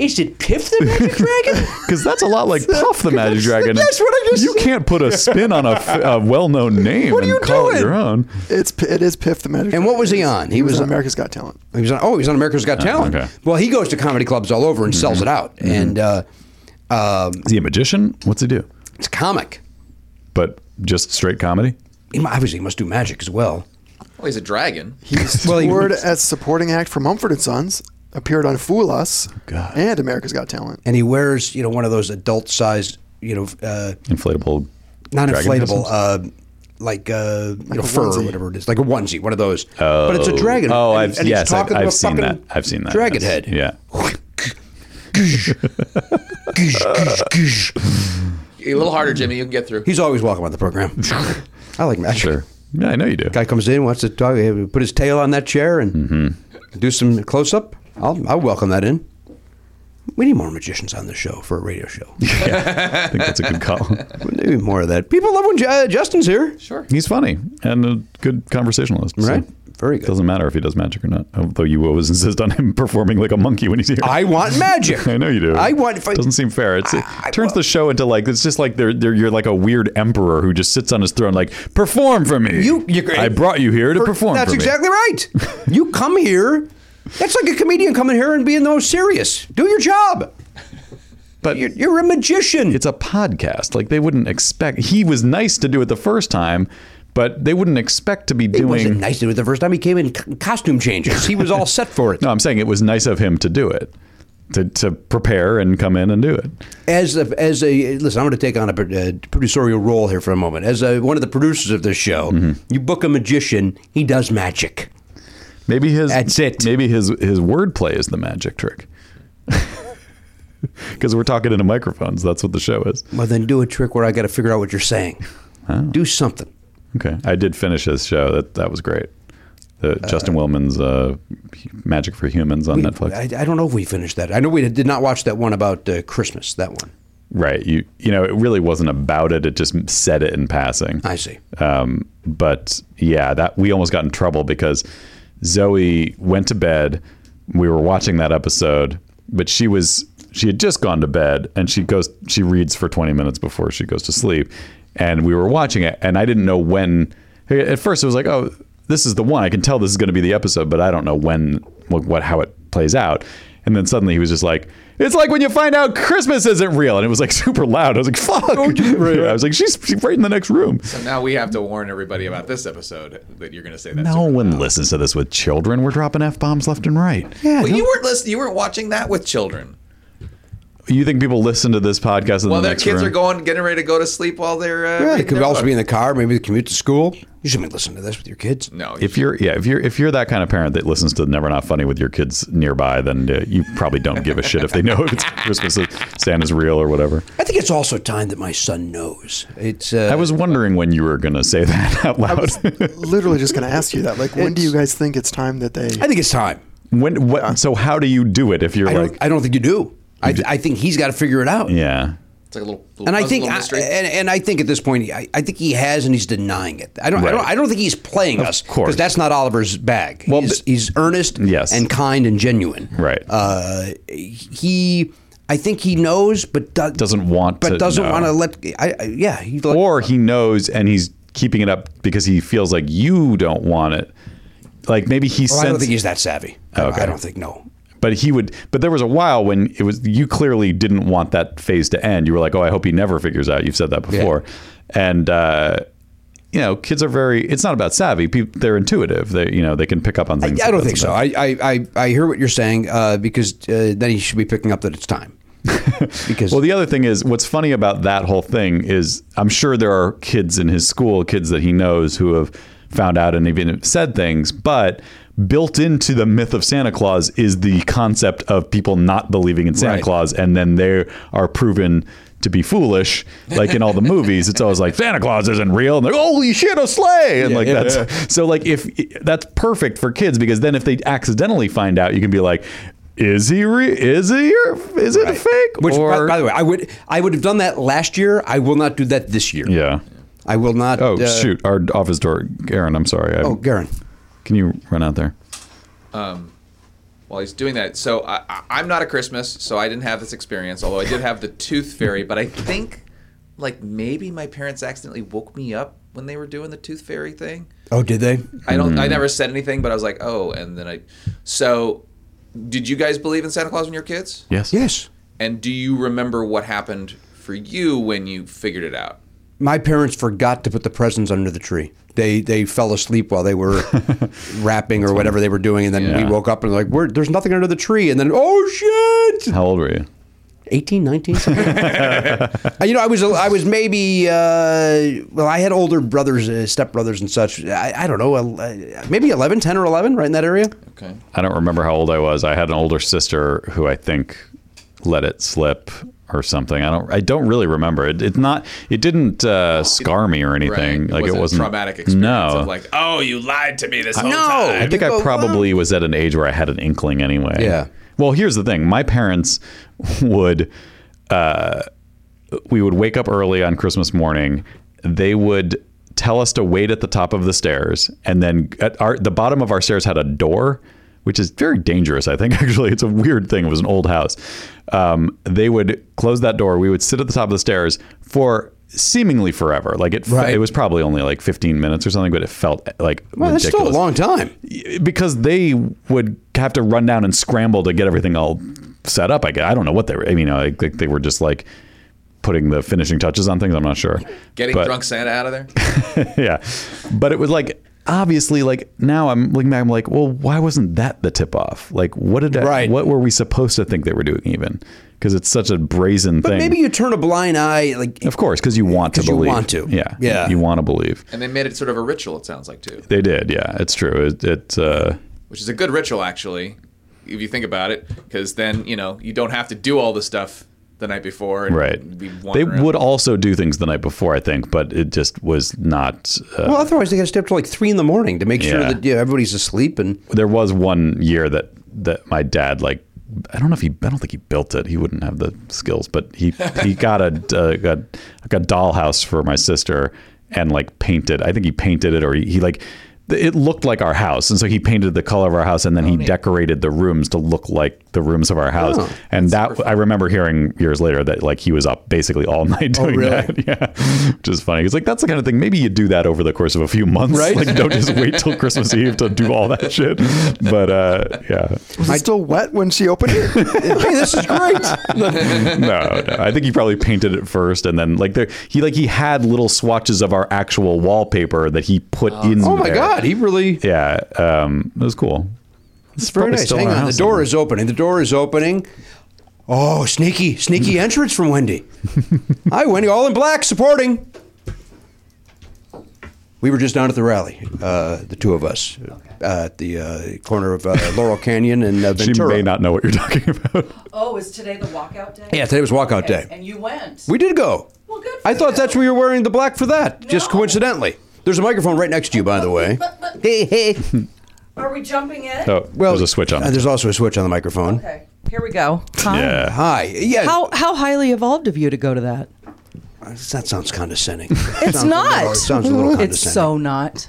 [SPEAKER 1] Is it Piff the Magic Dragon?
[SPEAKER 2] because that's a lot like Puff the Magic Dragon.
[SPEAKER 1] That's what I just
[SPEAKER 2] You can't put a spin on a, f- a well-known name
[SPEAKER 1] What are you
[SPEAKER 2] and call it
[SPEAKER 1] doing?
[SPEAKER 2] your own.
[SPEAKER 7] It's P- it is Piff the Magic.
[SPEAKER 1] And what was he on?
[SPEAKER 7] He was on America's Got Talent.
[SPEAKER 1] He was on, oh, he was on America's Got Talent.
[SPEAKER 2] Uh, okay. Mm-hmm.
[SPEAKER 1] Well, he goes to comedy clubs all over and sells it out. And uh, um,
[SPEAKER 2] Is he a magician? What's he do?
[SPEAKER 1] it's comic.
[SPEAKER 2] But just straight comedy.
[SPEAKER 1] He, mu- obviously, he must do magic as well.
[SPEAKER 8] Well, he's a dragon.
[SPEAKER 7] He's
[SPEAKER 1] Well, he-
[SPEAKER 7] toured as supporting act for Mumford and Sons, appeared on Fool Us,
[SPEAKER 2] Oh, God.
[SPEAKER 7] and America's Got Talent.
[SPEAKER 1] And he wears, you know, one of those adult-sized, you know, uh,
[SPEAKER 2] Inflatable.
[SPEAKER 1] not
[SPEAKER 2] dragon
[SPEAKER 1] inflatable,
[SPEAKER 2] costumes?
[SPEAKER 1] uh, like, uh, you know,
[SPEAKER 7] a
[SPEAKER 1] fur or
[SPEAKER 7] onesie.
[SPEAKER 1] whatever it is, like a onesie, one of those. Oh, but it's a dragon.
[SPEAKER 2] Oh,
[SPEAKER 1] and-
[SPEAKER 2] I've
[SPEAKER 1] and he's
[SPEAKER 2] yes, I've,
[SPEAKER 1] talking to a
[SPEAKER 2] I've seen that.
[SPEAKER 1] fucking
[SPEAKER 2] I've seen that.
[SPEAKER 1] Dragon
[SPEAKER 2] That's-
[SPEAKER 1] head.
[SPEAKER 2] Yeah.
[SPEAKER 8] A little harder, Jimmy. You can get through.
[SPEAKER 1] He's always welcome on the program. I like magic.
[SPEAKER 2] Sure. Yeah, I know you do.
[SPEAKER 1] Guy comes in, wants to talk, uh, put his tail on that chair and
[SPEAKER 2] Mm-hmm.
[SPEAKER 1] do some close up. I'll, I'll welcome that in. We need more magicians on this show for a radio show.
[SPEAKER 2] I think that's a good call.
[SPEAKER 1] we need more of that. People love when Ju- uh, Justin's here.
[SPEAKER 8] sure.
[SPEAKER 2] He's funny and a good conversationalist. so
[SPEAKER 1] Right. Very good.
[SPEAKER 2] Doesn't matter if he does magic or not. Although you always insist on him performing like a monkey when he's here.
[SPEAKER 1] I want magic.
[SPEAKER 2] I know you do.
[SPEAKER 1] I want. If I,
[SPEAKER 2] Doesn't seem fair. It's, it
[SPEAKER 1] I-
[SPEAKER 2] turns the show into like it's just like they're, they're you're like a weird emperor who just sits on his throne like perform for me.
[SPEAKER 1] You- you-
[SPEAKER 2] I brought you here to perform.
[SPEAKER 1] That's
[SPEAKER 2] for me."
[SPEAKER 1] exactly right. you come here. That's like a comedian coming here and being the most serious. Do your job.
[SPEAKER 2] But
[SPEAKER 1] You're, you're a magician.
[SPEAKER 2] it's a podcast. Like they wouldn't expect. He was nice to do it the first time, but they wouldn't expect to be
[SPEAKER 1] it wasn't
[SPEAKER 2] doing.
[SPEAKER 1] nice to do it the first time he came in co- costume changes. He was all set for it.
[SPEAKER 2] No, I'm saying it was nice of him to do it, to to prepare and come in and do it.
[SPEAKER 1] as a, as a listen, I'm going to take on a, pro- uh producerial role here for a moment. As a, one of the producers of this show,
[SPEAKER 2] Mm-hmm.
[SPEAKER 1] you book a magician, he does magic.
[SPEAKER 2] Maybe his
[SPEAKER 1] That's it.
[SPEAKER 2] Maybe his his wordplay is the magic trick. Because we're talking into microphones. That's what the show is.
[SPEAKER 1] Well, then do a trick where I got to figure out what you're saying.
[SPEAKER 2] Oh.
[SPEAKER 1] Do something.
[SPEAKER 2] Okay, I did finish his show. That that was great. The Justin Willman's uh, Magic for Humans on Netflix.
[SPEAKER 1] I, I don't know if we finished that. I know we did not watch that one about uh, Christmas. That one.
[SPEAKER 2] right. You you know it really wasn't about it. It just said it in passing.
[SPEAKER 1] I see.
[SPEAKER 2] Um, but yeah, that we almost got in trouble because Zoe went to bed. We were watching that episode, but she was she had just gone to bed and she goes she reads for 20 minutes before she goes to sleep. And we were watching it and I didn't know when at first it was like, "Oh, this is the one. I can tell this is going to be the episode, but I don't know when what, what how it plays out." And then suddenly he was just like, "It's like when you find out Christmas isn't real," and it was like super loud. I was like, "Fuck!" I was like, "She's she's right in the next room."
[SPEAKER 8] So now we have to warn everybody about this episode that you're going to say that.
[SPEAKER 2] No
[SPEAKER 8] super
[SPEAKER 2] one
[SPEAKER 8] loud.
[SPEAKER 2] listens to this with children. We're dropping f bombs left and right.
[SPEAKER 1] Yeah,
[SPEAKER 8] Well,
[SPEAKER 1] no-
[SPEAKER 8] you weren't listening. You weren't watching that with children.
[SPEAKER 2] You think people listen to this podcast in
[SPEAKER 8] Well,
[SPEAKER 2] the
[SPEAKER 8] their
[SPEAKER 2] next
[SPEAKER 8] kids
[SPEAKER 2] room?
[SPEAKER 8] are going, getting ready to go to sleep while they're. Uh,
[SPEAKER 1] yeah,
[SPEAKER 8] reading
[SPEAKER 1] it could
[SPEAKER 8] their
[SPEAKER 1] also
[SPEAKER 8] book.
[SPEAKER 1] be in the car, maybe the commute to school. You shouldn't be listening to this with your kids.
[SPEAKER 8] No,
[SPEAKER 2] if you're yeah, if you're if you're that kind of parent that listens to Never Not Funny with your kids nearby, then uh, you probably don't give a shit if they know if it's Christmas, if Santa's real or whatever.
[SPEAKER 1] I think it's also time that my son knows. It's uh,
[SPEAKER 2] I was wondering when you were gonna say that out loud.
[SPEAKER 7] Literally just going to ask you that. Like, when do you guys think it's time that they?
[SPEAKER 1] I think it's time.
[SPEAKER 2] when what? So how do you do it if you're
[SPEAKER 1] I
[SPEAKER 2] like
[SPEAKER 1] don't, I don't think you do. I, I think he's got to figure it out.
[SPEAKER 2] yeah?
[SPEAKER 8] it's like a little, little
[SPEAKER 1] And I
[SPEAKER 8] puzzle
[SPEAKER 1] think, I, eh,
[SPEAKER 8] mystery.
[SPEAKER 1] and, and I think at this point, I, I think he has, and he's denying it. I don't, I don't,
[SPEAKER 2] Right.
[SPEAKER 1] I don't think he's playing us,
[SPEAKER 2] course.
[SPEAKER 1] because that's not Oliver's bag.
[SPEAKER 2] Well,
[SPEAKER 1] he's,
[SPEAKER 2] but-
[SPEAKER 1] he's earnest,
[SPEAKER 2] Yes.
[SPEAKER 1] and kind and genuine.
[SPEAKER 2] Right.
[SPEAKER 1] Uh, he, I think he knows, but do,
[SPEAKER 2] Doesn't want
[SPEAKER 1] but
[SPEAKER 2] to
[SPEAKER 1] doesn't
[SPEAKER 2] know.
[SPEAKER 1] want to let. I, I, yeah, he let,
[SPEAKER 2] or he knows and he's keeping it up because he feels like you don't want it. Like maybe he
[SPEAKER 1] Well, I don't
[SPEAKER 2] sensed,
[SPEAKER 1] think he's that savvy. I-
[SPEAKER 2] Okay.
[SPEAKER 1] I, don't think no.
[SPEAKER 2] but he would. But there was a while when it was you clearly didn't want that phase to end. You were like, "Oh, I hope he never figures out." You've said that before, and uh, you know, kids are very. It's not about savvy. People, they're intuitive. They you know they can pick up on
[SPEAKER 1] I,
[SPEAKER 2] things.
[SPEAKER 1] I
[SPEAKER 2] that
[SPEAKER 1] don't think
[SPEAKER 2] doesn't
[SPEAKER 1] so. I, I, I, I hear what you're saying uh, because uh, then he should be picking up that it's time. because
[SPEAKER 2] Well, the other thing is, what's funny about that whole thing is, I'm sure there are kids in his school, kids that he knows who have found out and even said things, but built into the myth of Santa Claus is the concept of people not believing in Santa
[SPEAKER 1] Right.
[SPEAKER 2] Claus, and then they are proven to be foolish. Like in all the movies, it's always like Santa Claus isn't real, and they're holy shit, a sleigh, and like that's so like if that's perfect for kids because then if they accidentally find out, you can be like. Is he re- is he or is it a fake?
[SPEAKER 1] Which,
[SPEAKER 2] or,
[SPEAKER 1] by, by the way, I would I would have done that last year. I will not do that this year.
[SPEAKER 2] Yeah.
[SPEAKER 1] I will not.
[SPEAKER 2] Oh
[SPEAKER 1] uh,
[SPEAKER 2] shoot! Our office door, Aaron. I'm sorry. I,
[SPEAKER 1] Oh, Garen.
[SPEAKER 2] can you run out there?
[SPEAKER 8] while he's doing that. So I, I, I'm not a Christmas, so I didn't have this experience. Although I did have the Tooth Fairy, but I think like maybe my parents accidentally woke me up when they were doing the Tooth Fairy thing.
[SPEAKER 1] Oh, did they?
[SPEAKER 8] I don't.
[SPEAKER 2] Mm-hmm.
[SPEAKER 8] I never said anything, but I was like, oh, and then I. So, did you guys believe in Santa Claus when you were kids?
[SPEAKER 2] Yes.
[SPEAKER 1] Yes.
[SPEAKER 8] And do you remember what happened for you when you figured it out?
[SPEAKER 1] My parents forgot to put the presents under the tree. They they fell asleep while they were wrapping or whatever they were doing, and then
[SPEAKER 2] Yeah.
[SPEAKER 1] we woke up and like, We're, there's nothing under the tree. And then, oh shit!
[SPEAKER 2] How old were you?
[SPEAKER 1] 18, 19? Uh, you know, I was I was maybe uh, well, I had older brothers, uh, stepbrothers and such. I, I don't know, uh, maybe 11, 10 or 11, right in that area.
[SPEAKER 8] Okay.
[SPEAKER 2] I don't remember how old I was. I had an older sister who I think let it slip or something. I don't. I don't really remember. It, it's not. It didn't uh, scar me or anything.
[SPEAKER 8] Right.
[SPEAKER 2] Like it
[SPEAKER 8] wasn't a
[SPEAKER 2] wasn't
[SPEAKER 8] traumatic experience.
[SPEAKER 2] No.
[SPEAKER 8] Of like, oh, you lied to me this whole
[SPEAKER 1] No.
[SPEAKER 8] time.
[SPEAKER 2] I think I
[SPEAKER 1] Well,
[SPEAKER 2] probably was at an age where I had an inkling anyway.
[SPEAKER 1] Yeah.
[SPEAKER 2] Well, here's the thing. My parents would uh, we would wake up early on Christmas morning. They would tell us to wait at the top of the stairs and then at our the bottom of our stairs had a door which is very dangerous i think actually it's a weird thing it was an old house um, they would close that door we would sit at the top of the stairs for seemingly forever like it,
[SPEAKER 1] Right.
[SPEAKER 2] it was probably only like 15 minutes or something but it felt like
[SPEAKER 1] Well, that's
[SPEAKER 2] ridiculous
[SPEAKER 1] still a long time.
[SPEAKER 2] because they would have to run down and scramble to get everything all set up. I guess I don't know what they were. I mean, I think they were just like putting the finishing touches on things. I'm not sure.
[SPEAKER 8] Getting
[SPEAKER 2] But-
[SPEAKER 8] drunk Santa out of there.
[SPEAKER 2] yeah, but it was like obviously like now I'm looking back. I'm like, well, why wasn't that the tip off? Like, what did I,
[SPEAKER 1] Right.
[SPEAKER 2] What were we supposed to think they were doing even? Because it's such a brazen
[SPEAKER 1] But
[SPEAKER 2] thing.
[SPEAKER 1] maybe you turn a blind eye, like
[SPEAKER 2] of course, because you want to
[SPEAKER 1] 'Cause you
[SPEAKER 2] believe.
[SPEAKER 1] want to.
[SPEAKER 2] Yeah.
[SPEAKER 1] Yeah.
[SPEAKER 2] You want to believe.
[SPEAKER 8] And they made it sort of a ritual. It sounds like too.
[SPEAKER 2] They did. Yeah. It's true. It. it uh,
[SPEAKER 8] which is a good ritual actually if you think about it because then you know you don't have to do all the stuff the night before and
[SPEAKER 2] Right.
[SPEAKER 8] be
[SPEAKER 2] They
[SPEAKER 8] wandering around.
[SPEAKER 2] would also do things the night before, I think, but it just was not. Uh,
[SPEAKER 1] Well, otherwise they got to stay up till like three in the morning to make sure
[SPEAKER 2] Yeah.
[SPEAKER 1] that yeah, everybody's asleep. And
[SPEAKER 2] there was one year that that my dad like. I don't know if he. I don't think he built it. He wouldn't have the skills, but he he got a, uh, got like a dollhouse for my sister and like painted. I think he painted it, or he, he like it looked like our house, and so he painted the color of our house, and then he decorated the rooms to look like the rooms of our house.
[SPEAKER 8] Oh,
[SPEAKER 2] and that I remember hearing years later that like he was up basically all night
[SPEAKER 8] Oh,
[SPEAKER 2] doing
[SPEAKER 1] really?
[SPEAKER 2] that. Yeah, which is funny. It's like that's the kind of thing. Maybe you do that over the course of a few months,
[SPEAKER 1] Right?
[SPEAKER 2] Like don't just wait till Christmas Eve to do all that shit. But uh, yeah,
[SPEAKER 7] Was it still wet when she opened it?
[SPEAKER 1] Hey, this is great.
[SPEAKER 2] no, no. I think he probably painted it first, and then like there, he like he had little swatches of our actual wallpaper that he put in.
[SPEAKER 1] oh my
[SPEAKER 2] there.
[SPEAKER 1] God, he really.
[SPEAKER 2] Yeah, um, it was cool.
[SPEAKER 1] It's very
[SPEAKER 2] probably
[SPEAKER 1] nice.
[SPEAKER 2] still
[SPEAKER 1] Hang
[SPEAKER 2] in our
[SPEAKER 1] on, the
[SPEAKER 2] house
[SPEAKER 1] door
[SPEAKER 2] somewhere.
[SPEAKER 1] is opening. The door is opening. Oh, sneaky, sneaky entrance from Wendy. Hi, Wendy, all in black, supporting. We were just down at the rally, uh, the two of us, uh, at the uh, corner of uh, Laurel Canyon and uh,
[SPEAKER 2] She
[SPEAKER 1] Ventura.
[SPEAKER 2] may not know what you're talking about.
[SPEAKER 9] Oh, is today the walkout day?
[SPEAKER 1] Yeah, today was walkout
[SPEAKER 9] Okay,
[SPEAKER 1] day.
[SPEAKER 9] And you went.
[SPEAKER 1] We did go.
[SPEAKER 9] Well, good for
[SPEAKER 1] I thought
[SPEAKER 9] you.
[SPEAKER 1] that's where you were wearing the black for that, just
[SPEAKER 9] No.
[SPEAKER 1] coincidentally. There's a microphone right next to you, by the way.
[SPEAKER 9] But, but
[SPEAKER 1] Hey, hey.
[SPEAKER 9] are we jumping in?
[SPEAKER 2] Oh, well, there's a switch on.
[SPEAKER 1] Uh, there's also a switch on the microphone.
[SPEAKER 9] Okay, here we go. Hi.
[SPEAKER 2] yeah.
[SPEAKER 1] Hi. Yeah.
[SPEAKER 9] How how highly evolved of you to go to that?
[SPEAKER 1] That sounds condescending.
[SPEAKER 9] It's not.
[SPEAKER 1] it sounds a little condescending.
[SPEAKER 9] It's so not.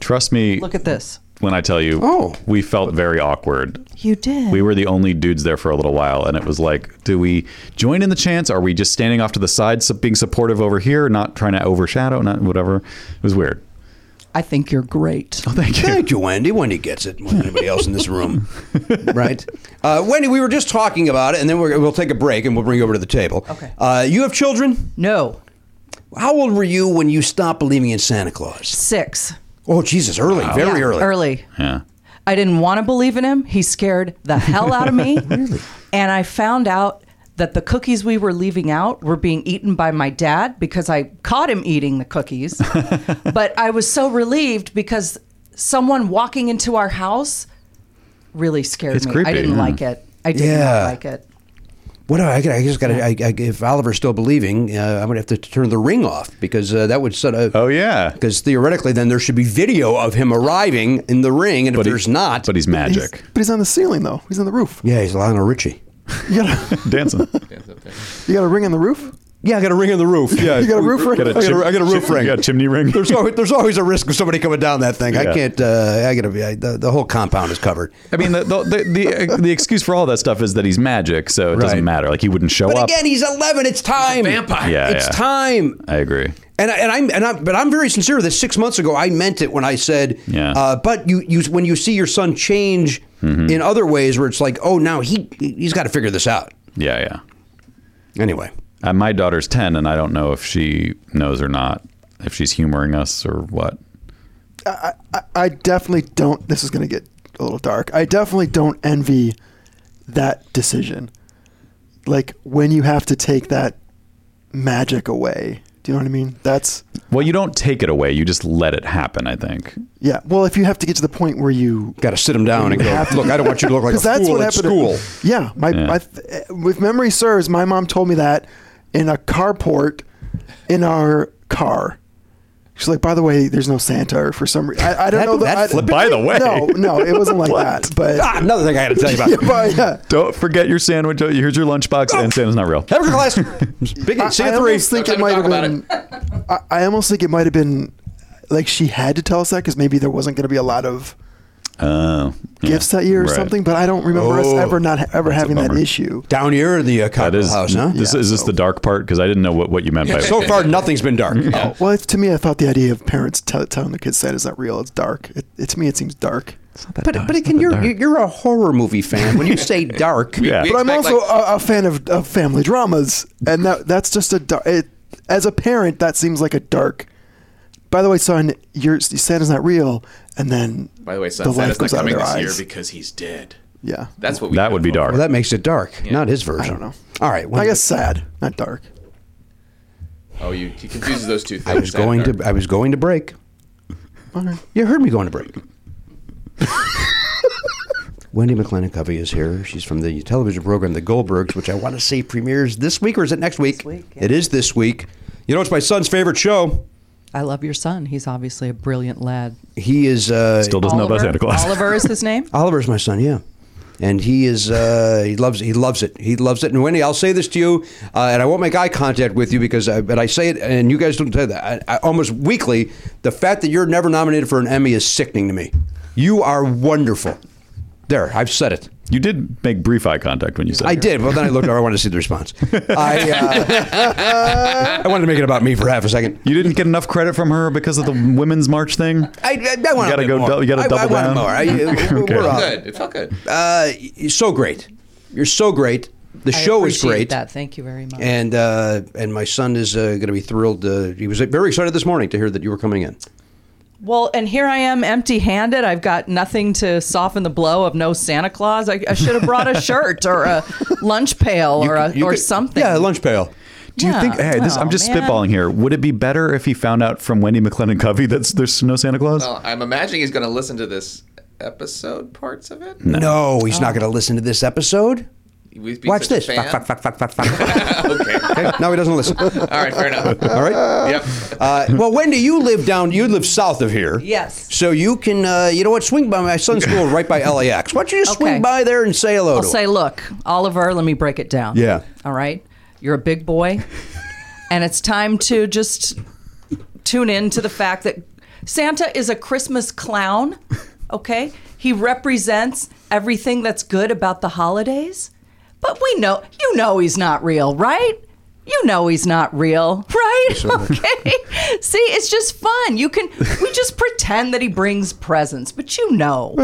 [SPEAKER 2] Trust me
[SPEAKER 9] Look at this.
[SPEAKER 2] when I tell you,
[SPEAKER 1] Oh.
[SPEAKER 2] we felt very awkward.
[SPEAKER 9] You did.
[SPEAKER 2] We were the only dudes there for a little while, and it was like, do we join in the chants? Are we just standing off to the side, so- being supportive over here, not trying to overshadow, not whatever? It was weird.
[SPEAKER 9] I think you're great.
[SPEAKER 2] Thank you.
[SPEAKER 1] Thank you, Wendy. Wendy gets it more than anybody else in this room, right? Uh, Wendy, we were just talking about it, and then we're, we'll take a break and we'll bring you over to the table.
[SPEAKER 9] Okay.
[SPEAKER 1] Uh, you have children.
[SPEAKER 9] No,
[SPEAKER 1] How old were you when you stopped believing in Santa Claus?
[SPEAKER 9] six.
[SPEAKER 1] Oh, Jesus, early, very
[SPEAKER 9] Yeah,
[SPEAKER 1] early.
[SPEAKER 9] Early.
[SPEAKER 2] Yeah.
[SPEAKER 9] I didn't want to believe in him. He scared the hell out of me. And I found out that the cookies we were leaving out were being eaten by my dad because I caught him eating the cookies. but I was so relieved because someone walking into our house really scared
[SPEAKER 2] It's
[SPEAKER 9] me.
[SPEAKER 2] creepy, Hmm.
[SPEAKER 9] I didn't
[SPEAKER 2] yeah.
[SPEAKER 9] like it. I did
[SPEAKER 1] Yeah.
[SPEAKER 9] not like it.
[SPEAKER 1] What do I, I just got to. If Oliver's still believing, uh, I'm going to have to turn the ring off because uh, that would set a.
[SPEAKER 2] Oh yeah.
[SPEAKER 1] Because theoretically, then there should be video of him arriving in the ring, and if
[SPEAKER 2] he-
[SPEAKER 1] there's not,
[SPEAKER 2] But he's
[SPEAKER 7] He's-
[SPEAKER 2] magic.
[SPEAKER 7] but he's on the ceiling though. He's on the roof.
[SPEAKER 1] yeah, he's Lionel Richie.
[SPEAKER 7] You got a,
[SPEAKER 2] Dancing.
[SPEAKER 7] you got a ring on the roof.
[SPEAKER 1] Yeah, I got a ring on the roof. Yeah,
[SPEAKER 7] You got a roof ring.
[SPEAKER 2] Got a
[SPEAKER 1] I got
[SPEAKER 2] chim-
[SPEAKER 1] a- I got a roof
[SPEAKER 2] chim-
[SPEAKER 1] ring.
[SPEAKER 2] Yeah, chimney ring.
[SPEAKER 1] There's always, there's always a risk of somebody coming down that thing. I
[SPEAKER 2] Yeah.
[SPEAKER 1] can't. Uh, I gotta be. I, the, the whole compound is covered.
[SPEAKER 2] I mean, the the, the the the excuse for all that stuff is that he's magic, so it
[SPEAKER 1] Right.
[SPEAKER 2] doesn't matter. Like he wouldn't show
[SPEAKER 1] But
[SPEAKER 2] up.
[SPEAKER 1] again, he's 11. It's time.
[SPEAKER 8] vampire.
[SPEAKER 2] Yeah,
[SPEAKER 1] it's
[SPEAKER 2] yeah.
[SPEAKER 1] time.
[SPEAKER 2] I agree.
[SPEAKER 1] And I, and I'm and I'm but I'm very sincere. That six months ago, I meant it when I said.
[SPEAKER 2] Yeah. Mm-hmm.
[SPEAKER 1] Uh, but you you when you see your son change in other ways, where it's like, oh, now he he's got to figure this out.
[SPEAKER 2] Yeah, yeah.
[SPEAKER 1] Anyway,
[SPEAKER 2] Uh, my daughter's 10, and I don't know if she knows or not, if she's humoring us or what.
[SPEAKER 7] I, I definitely don't. This is going to get a little dark. I definitely don't envy that decision. Like when you have to take that magic away. Do you know what I mean? That's
[SPEAKER 2] Well, you don't take it away, you just let it happen, I think.
[SPEAKER 7] yeah. Well, if you have to get to the point where you
[SPEAKER 1] got to sit him down and go. Look, I don't want you to look like a
[SPEAKER 7] Because that's
[SPEAKER 1] fool
[SPEAKER 7] what
[SPEAKER 1] at
[SPEAKER 7] happened.
[SPEAKER 1] school.
[SPEAKER 7] To, yeah, my,
[SPEAKER 2] Yeah.
[SPEAKER 7] my eh, if memory serves, my mom told me that in a carport in our car. She's like, by the way, there's no Santa or for some reason. I, I don't
[SPEAKER 1] That-
[SPEAKER 7] know
[SPEAKER 1] that
[SPEAKER 7] I-
[SPEAKER 1] flippantly?
[SPEAKER 2] By the way.
[SPEAKER 7] no, no, it wasn't like that. But,
[SPEAKER 1] Ah, another thing I got to tell you about.
[SPEAKER 7] yeah, but yeah.
[SPEAKER 2] Don't forget your sandwich. Oh, Here's your lunchbox, and Santa's not real.
[SPEAKER 1] Have your class. Big
[SPEAKER 7] I,
[SPEAKER 1] see you
[SPEAKER 7] I
[SPEAKER 1] at three.
[SPEAKER 7] almost think
[SPEAKER 8] No
[SPEAKER 7] it
[SPEAKER 8] time to
[SPEAKER 7] might have
[SPEAKER 8] talk
[SPEAKER 7] been. I, I almost think it might have been like she had to tell us that because maybe there wasn't going to be a lot of
[SPEAKER 2] Oh. yeah.
[SPEAKER 7] gifts that year or
[SPEAKER 2] Right.
[SPEAKER 7] something. But I don't remember us
[SPEAKER 1] Oh,
[SPEAKER 7] ever not ha- ever
[SPEAKER 2] that's a
[SPEAKER 7] having that
[SPEAKER 2] bummer.
[SPEAKER 7] issue.
[SPEAKER 1] Down here in the uh,
[SPEAKER 2] That
[SPEAKER 1] cocktail
[SPEAKER 2] is,
[SPEAKER 1] house, huh?
[SPEAKER 2] this, is this the dark part? Because I didn't know what, what you meant by
[SPEAKER 1] So far, nothing's been dark. Oh.
[SPEAKER 7] Well, it's, to me, I thought the idea of parents tell telling their kids that is not real. It's dark. It, it, to me, it seems Oh, dark.
[SPEAKER 1] But but again, you're you're a horror movie fan. When you say dark,
[SPEAKER 2] Yeah.
[SPEAKER 8] We
[SPEAKER 7] But I'm
[SPEAKER 8] expect,
[SPEAKER 7] also uh,
[SPEAKER 8] like-
[SPEAKER 7] a, a fan of, of family dramas, and that that's just a dark. It, as a parent, that seems like a dark. By the way, son, your Santa's not real, and then
[SPEAKER 8] By the way,
[SPEAKER 7] the
[SPEAKER 8] son,
[SPEAKER 7] light
[SPEAKER 8] Santa's not
[SPEAKER 7] goes out of
[SPEAKER 8] coming
[SPEAKER 7] their
[SPEAKER 8] this year
[SPEAKER 7] eyes.
[SPEAKER 8] because he's dead.
[SPEAKER 7] yeah,
[SPEAKER 8] That's what we. Oh,
[SPEAKER 2] that would be dark.
[SPEAKER 1] well, that makes it dark. Not his version.
[SPEAKER 7] I don't know.
[SPEAKER 1] All right. well,
[SPEAKER 7] I guess sad, not dark.
[SPEAKER 8] Oh, you he confuses those two things.
[SPEAKER 1] I was
[SPEAKER 8] Sad and
[SPEAKER 1] going
[SPEAKER 8] dark.
[SPEAKER 1] to I was going to break.
[SPEAKER 7] Okay.
[SPEAKER 1] You heard me going to break. Wendy McLennan Covey is here. She's from the television program The Goldbergs, which I want to say premieres this week or is it next week?
[SPEAKER 9] week,
[SPEAKER 1] It is this week. You know, it's my son's favorite show.
[SPEAKER 9] I love your son. He's obviously a brilliant lad.
[SPEAKER 1] He is uh,
[SPEAKER 2] Still doesn't know about Santa Claus.
[SPEAKER 9] Oliver is his name.
[SPEAKER 1] Oliver's my son. Yeah. and he is uh, he loves he loves it. He loves it. And Wendy, I'll say this to you, uh, and I won't make eye contact with you because, I, but I say it, and you guys don't say that I, I, almost weekly. The fact that you're never nominated for an Emmy is sickening to me. You are wonderful. There, I've said it.
[SPEAKER 2] You did make brief eye contact when you said
[SPEAKER 1] I
[SPEAKER 2] it.
[SPEAKER 1] did, but then I looked. I wanted to see the response. I, uh, I wanted to make it about me for half a second.
[SPEAKER 2] You didn't get enough credit from her because of the women's march thing.
[SPEAKER 1] I, I, I want
[SPEAKER 2] You gotta
[SPEAKER 1] a bit
[SPEAKER 2] go
[SPEAKER 1] More.
[SPEAKER 2] dou- you gotta
[SPEAKER 1] I-
[SPEAKER 2] double
[SPEAKER 1] I,
[SPEAKER 2] down.
[SPEAKER 1] want more. I, we're-
[SPEAKER 2] Okay.
[SPEAKER 1] we're up.
[SPEAKER 8] Good. It felt good.
[SPEAKER 1] Uh, you're so great. You're so great. The
[SPEAKER 9] I
[SPEAKER 1] show is
[SPEAKER 9] appreciate
[SPEAKER 1] great.
[SPEAKER 9] That. Thank you very much.
[SPEAKER 1] And uh, and my son is uh, going to be thrilled. Uh, he was very excited this morning to hear that you were coming in.
[SPEAKER 9] well, and here I am, empty-handed. I've got nothing to soften the blow of no Santa Claus. I, I should have brought a shirt or a lunch pail or a,
[SPEAKER 1] You
[SPEAKER 9] or
[SPEAKER 1] could-
[SPEAKER 9] something.
[SPEAKER 1] Yeah, lunch pail.
[SPEAKER 2] Do you think?
[SPEAKER 9] Yeah.
[SPEAKER 2] Hey, this, I'm
[SPEAKER 9] Oh,
[SPEAKER 2] just
[SPEAKER 9] man.
[SPEAKER 2] spitballing here. Would it be better if he found out from Wendy McLennan Covey that there's no Santa Claus?
[SPEAKER 1] Oh.
[SPEAKER 8] Well, I'm imagining he's going to listen to this episode parts of it.
[SPEAKER 1] No, he's
[SPEAKER 9] Oh.
[SPEAKER 1] not going to listen to this episode.
[SPEAKER 8] We'd be
[SPEAKER 1] Watch
[SPEAKER 8] such
[SPEAKER 1] this.
[SPEAKER 8] a fan.
[SPEAKER 1] Fuck, fuck, fuck, fuck, fuck, fuck.
[SPEAKER 8] Okay.
[SPEAKER 1] okay, now he doesn't listen. All
[SPEAKER 8] All right. Fair enough.
[SPEAKER 1] right.
[SPEAKER 8] Yep.
[SPEAKER 1] Uh, well, Wendy, you live down. You live south of here.
[SPEAKER 9] Yes.
[SPEAKER 1] So you can, uh, you know what? Swing by my son's school right by LAX. Why don't you just swing
[SPEAKER 9] Okay.
[SPEAKER 1] by there and say hello?
[SPEAKER 9] I'll
[SPEAKER 1] to him?
[SPEAKER 9] say, look, Oliver, let me break it down.
[SPEAKER 1] Yeah.
[SPEAKER 9] All right. You're a big boy, and it's time to just tune in to the fact that Santa is a Christmas clown, okay? He represents everything that's good about the holidays. But we know, you know, he's not real, right? You know he's not real, right? Okay. See, it's just fun. You can we just pretend that he brings presents, but you know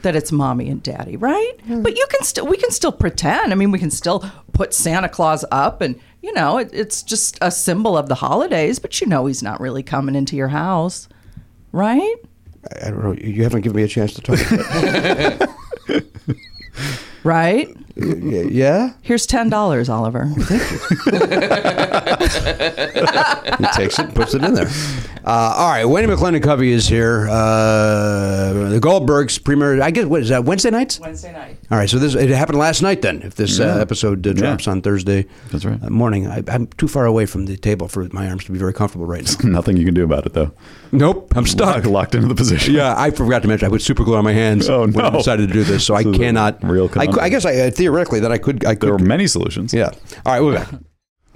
[SPEAKER 9] that it's mommy and daddy, right? But you can still we can still pretend. I mean, we can still put Santa Claus up and you know, it, it's just a symbol of the holidays, but you know he's not really coming into your house, right?
[SPEAKER 1] I don't know. You haven't given me a chance to talk.
[SPEAKER 9] Right?
[SPEAKER 1] yeah, yeah.
[SPEAKER 9] Here's ten dollars, Oliver.
[SPEAKER 1] He takes it, puts it in there. Uh, all right, Wendy McClendon Covey is here. Uh, the Goldbergs premiere. I guess what is that Wednesday nights?
[SPEAKER 9] Wednesday night.
[SPEAKER 1] All right, so this it happened last night. Then, if this uh, episode uh, drops on Thursday
[SPEAKER 2] That's right.
[SPEAKER 1] uh, morning, I, I'm too far away from the table for my arms to be very comfortable right now.
[SPEAKER 2] Nothing you can do about it though.
[SPEAKER 1] nope, I'm
[SPEAKER 2] Lock-
[SPEAKER 1] stuck.
[SPEAKER 2] locked into the position.
[SPEAKER 1] Yeah, I forgot to mention I put super glue on my hands
[SPEAKER 2] Oh,
[SPEAKER 1] when I
[SPEAKER 2] no.
[SPEAKER 1] decided to do this, so I
[SPEAKER 2] This is a
[SPEAKER 1] cannot.
[SPEAKER 2] real
[SPEAKER 1] I, cou- I
[SPEAKER 2] conundrum.
[SPEAKER 1] guess I uh, theoretically that I could. I could.
[SPEAKER 2] There were many solutions.
[SPEAKER 1] Yeah. All right, we're back.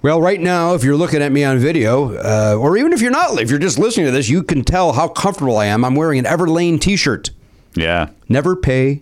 [SPEAKER 1] Well, right now, if you're looking at me on video, uh, or even if you're not, if you're just listening to this, you can tell how comfortable I am. I'm wearing an Everlane T-shirt.
[SPEAKER 2] Yeah.
[SPEAKER 1] Never pay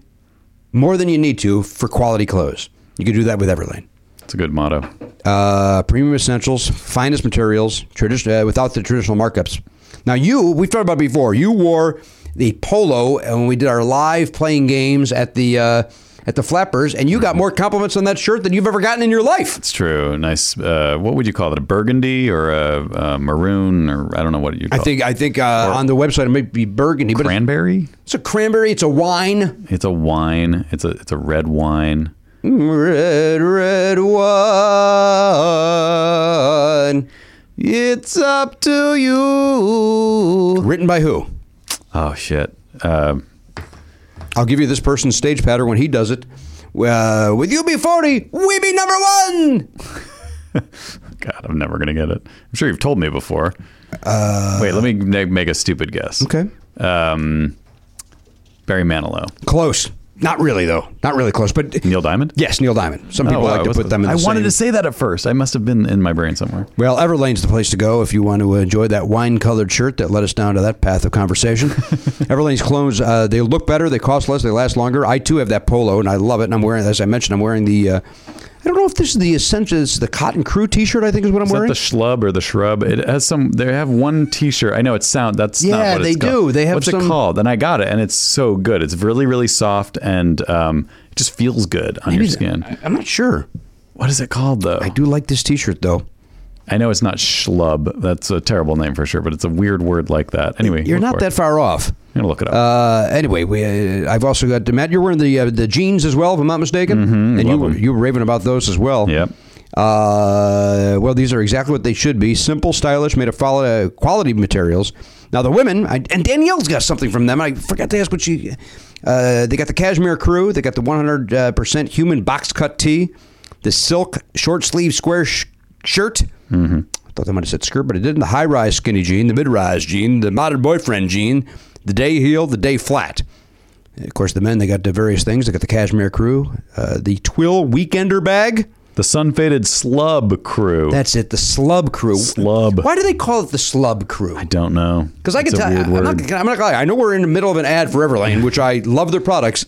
[SPEAKER 1] more than you need to for quality clothes. You can do that with Everlane.
[SPEAKER 2] It's a good motto.
[SPEAKER 1] Uh, premium essentials, finest materials, tradition uh, without the traditional markups. Now, you, we've talked about before. You wore the polo when we did our live playing games at the uh, at the Flappers, and you got more compliments on that shirt than you've ever gotten in your life.
[SPEAKER 2] It's true. Nice. Uh, what would you call it? A burgundy or a, a maroon or I don't know what you.
[SPEAKER 1] I
[SPEAKER 2] Call
[SPEAKER 1] think
[SPEAKER 2] it.
[SPEAKER 1] I think uh, on the website it might be burgundy, but it's,
[SPEAKER 2] cranberry.
[SPEAKER 1] it's a cranberry. It's a wine,
[SPEAKER 2] It's a wine. It's a it's a red wine. Mm,
[SPEAKER 1] red red wine.
[SPEAKER 2] It's up to you.
[SPEAKER 1] Written by who?
[SPEAKER 2] Oh shit. Um
[SPEAKER 1] I'll give you this person's stage pattern when he does it. Uh, with you be forty, we be number one.
[SPEAKER 2] God, I'm never gonna get it. I'm sure you've told me before. Wait, let me na- make a stupid guess.
[SPEAKER 1] Uh, Okay,
[SPEAKER 2] Um, Barry Manilow,
[SPEAKER 1] close. Not really though. Not really close. But
[SPEAKER 2] Neil Diamond.
[SPEAKER 1] yes, Neil Diamond. Some people
[SPEAKER 2] Oh, wow,
[SPEAKER 1] like
[SPEAKER 2] it
[SPEAKER 1] to
[SPEAKER 2] was-
[SPEAKER 1] put them. in the
[SPEAKER 2] I wanted
[SPEAKER 1] same-
[SPEAKER 2] to say that at first. I must have been in my brain somewhere.
[SPEAKER 1] Well, Everlane's the place to go if you want to enjoy that wine-colored shirt that led us down to that path of conversation. Everlane's clones, uh, they look better, they cost less, they last longer. I too have that polo, and I love it. And I'm wearing, as I mentioned, I'm wearing the. Uh, I don't know if this is the essential, it's the Cotton Crew T-shirt. I think is what I'm
[SPEAKER 2] Is that
[SPEAKER 1] wearing.
[SPEAKER 2] the schlub or the shrub? It has some. They have one T-shirt. I know it sound. That's not
[SPEAKER 1] Yeah,
[SPEAKER 2] what
[SPEAKER 1] they
[SPEAKER 2] it's called.
[SPEAKER 1] do. They have
[SPEAKER 2] What's
[SPEAKER 1] some-
[SPEAKER 2] it called? And I got it, and it's so good. It's really, really soft, and um, it just feels good on your skin.
[SPEAKER 1] I'm not sure.
[SPEAKER 2] what is it called though?
[SPEAKER 1] I do like this T-shirt though.
[SPEAKER 2] I know it's not schlub. That's a terrible name for sure, but it's a weird word like that. Anyway,
[SPEAKER 1] You're
[SPEAKER 2] look
[SPEAKER 1] not
[SPEAKER 2] for it.
[SPEAKER 1] that far off.
[SPEAKER 2] I'm gonna look it up.
[SPEAKER 1] Uh, anyway, we, uh, I've also got Matt. You're wearing the uh, the jeans as well, if I'm not mistaken. Mm-hmm, and you
[SPEAKER 2] love
[SPEAKER 1] were,
[SPEAKER 2] 'em.
[SPEAKER 1] you were raving about those as well.
[SPEAKER 2] Yep.
[SPEAKER 1] Uh, well, these are exactly what they should be: simple, stylish, made of follow, uh, quality materials. Now the women, I, and Danielle's got something from them. I forgot to ask what she. Uh, they got the cashmere crew. They got the 100 percent human box cut tee, the silk short sleeve square sh- shirt. I thought they might have said skirt, but it didn't. The high rise skinny jean, the mid rise jean, the modern boyfriend jean, the day heel, the day flat. Of course, the men they got the various things. They got the Cashmere Crew, uh, the Twill Weekender bag.
[SPEAKER 2] The sun faded slub crew.
[SPEAKER 1] That's it. The Slub Crew.
[SPEAKER 2] Slub.
[SPEAKER 1] Why do they call it the Slub Crew?
[SPEAKER 2] I don't know.
[SPEAKER 1] Because I
[SPEAKER 2] It's
[SPEAKER 1] can
[SPEAKER 2] a
[SPEAKER 1] tell.
[SPEAKER 2] weird
[SPEAKER 1] I'm,
[SPEAKER 2] word.
[SPEAKER 1] not, I'm not gonna lie. I know we're in the middle of an ad for Everlane, which I love their products.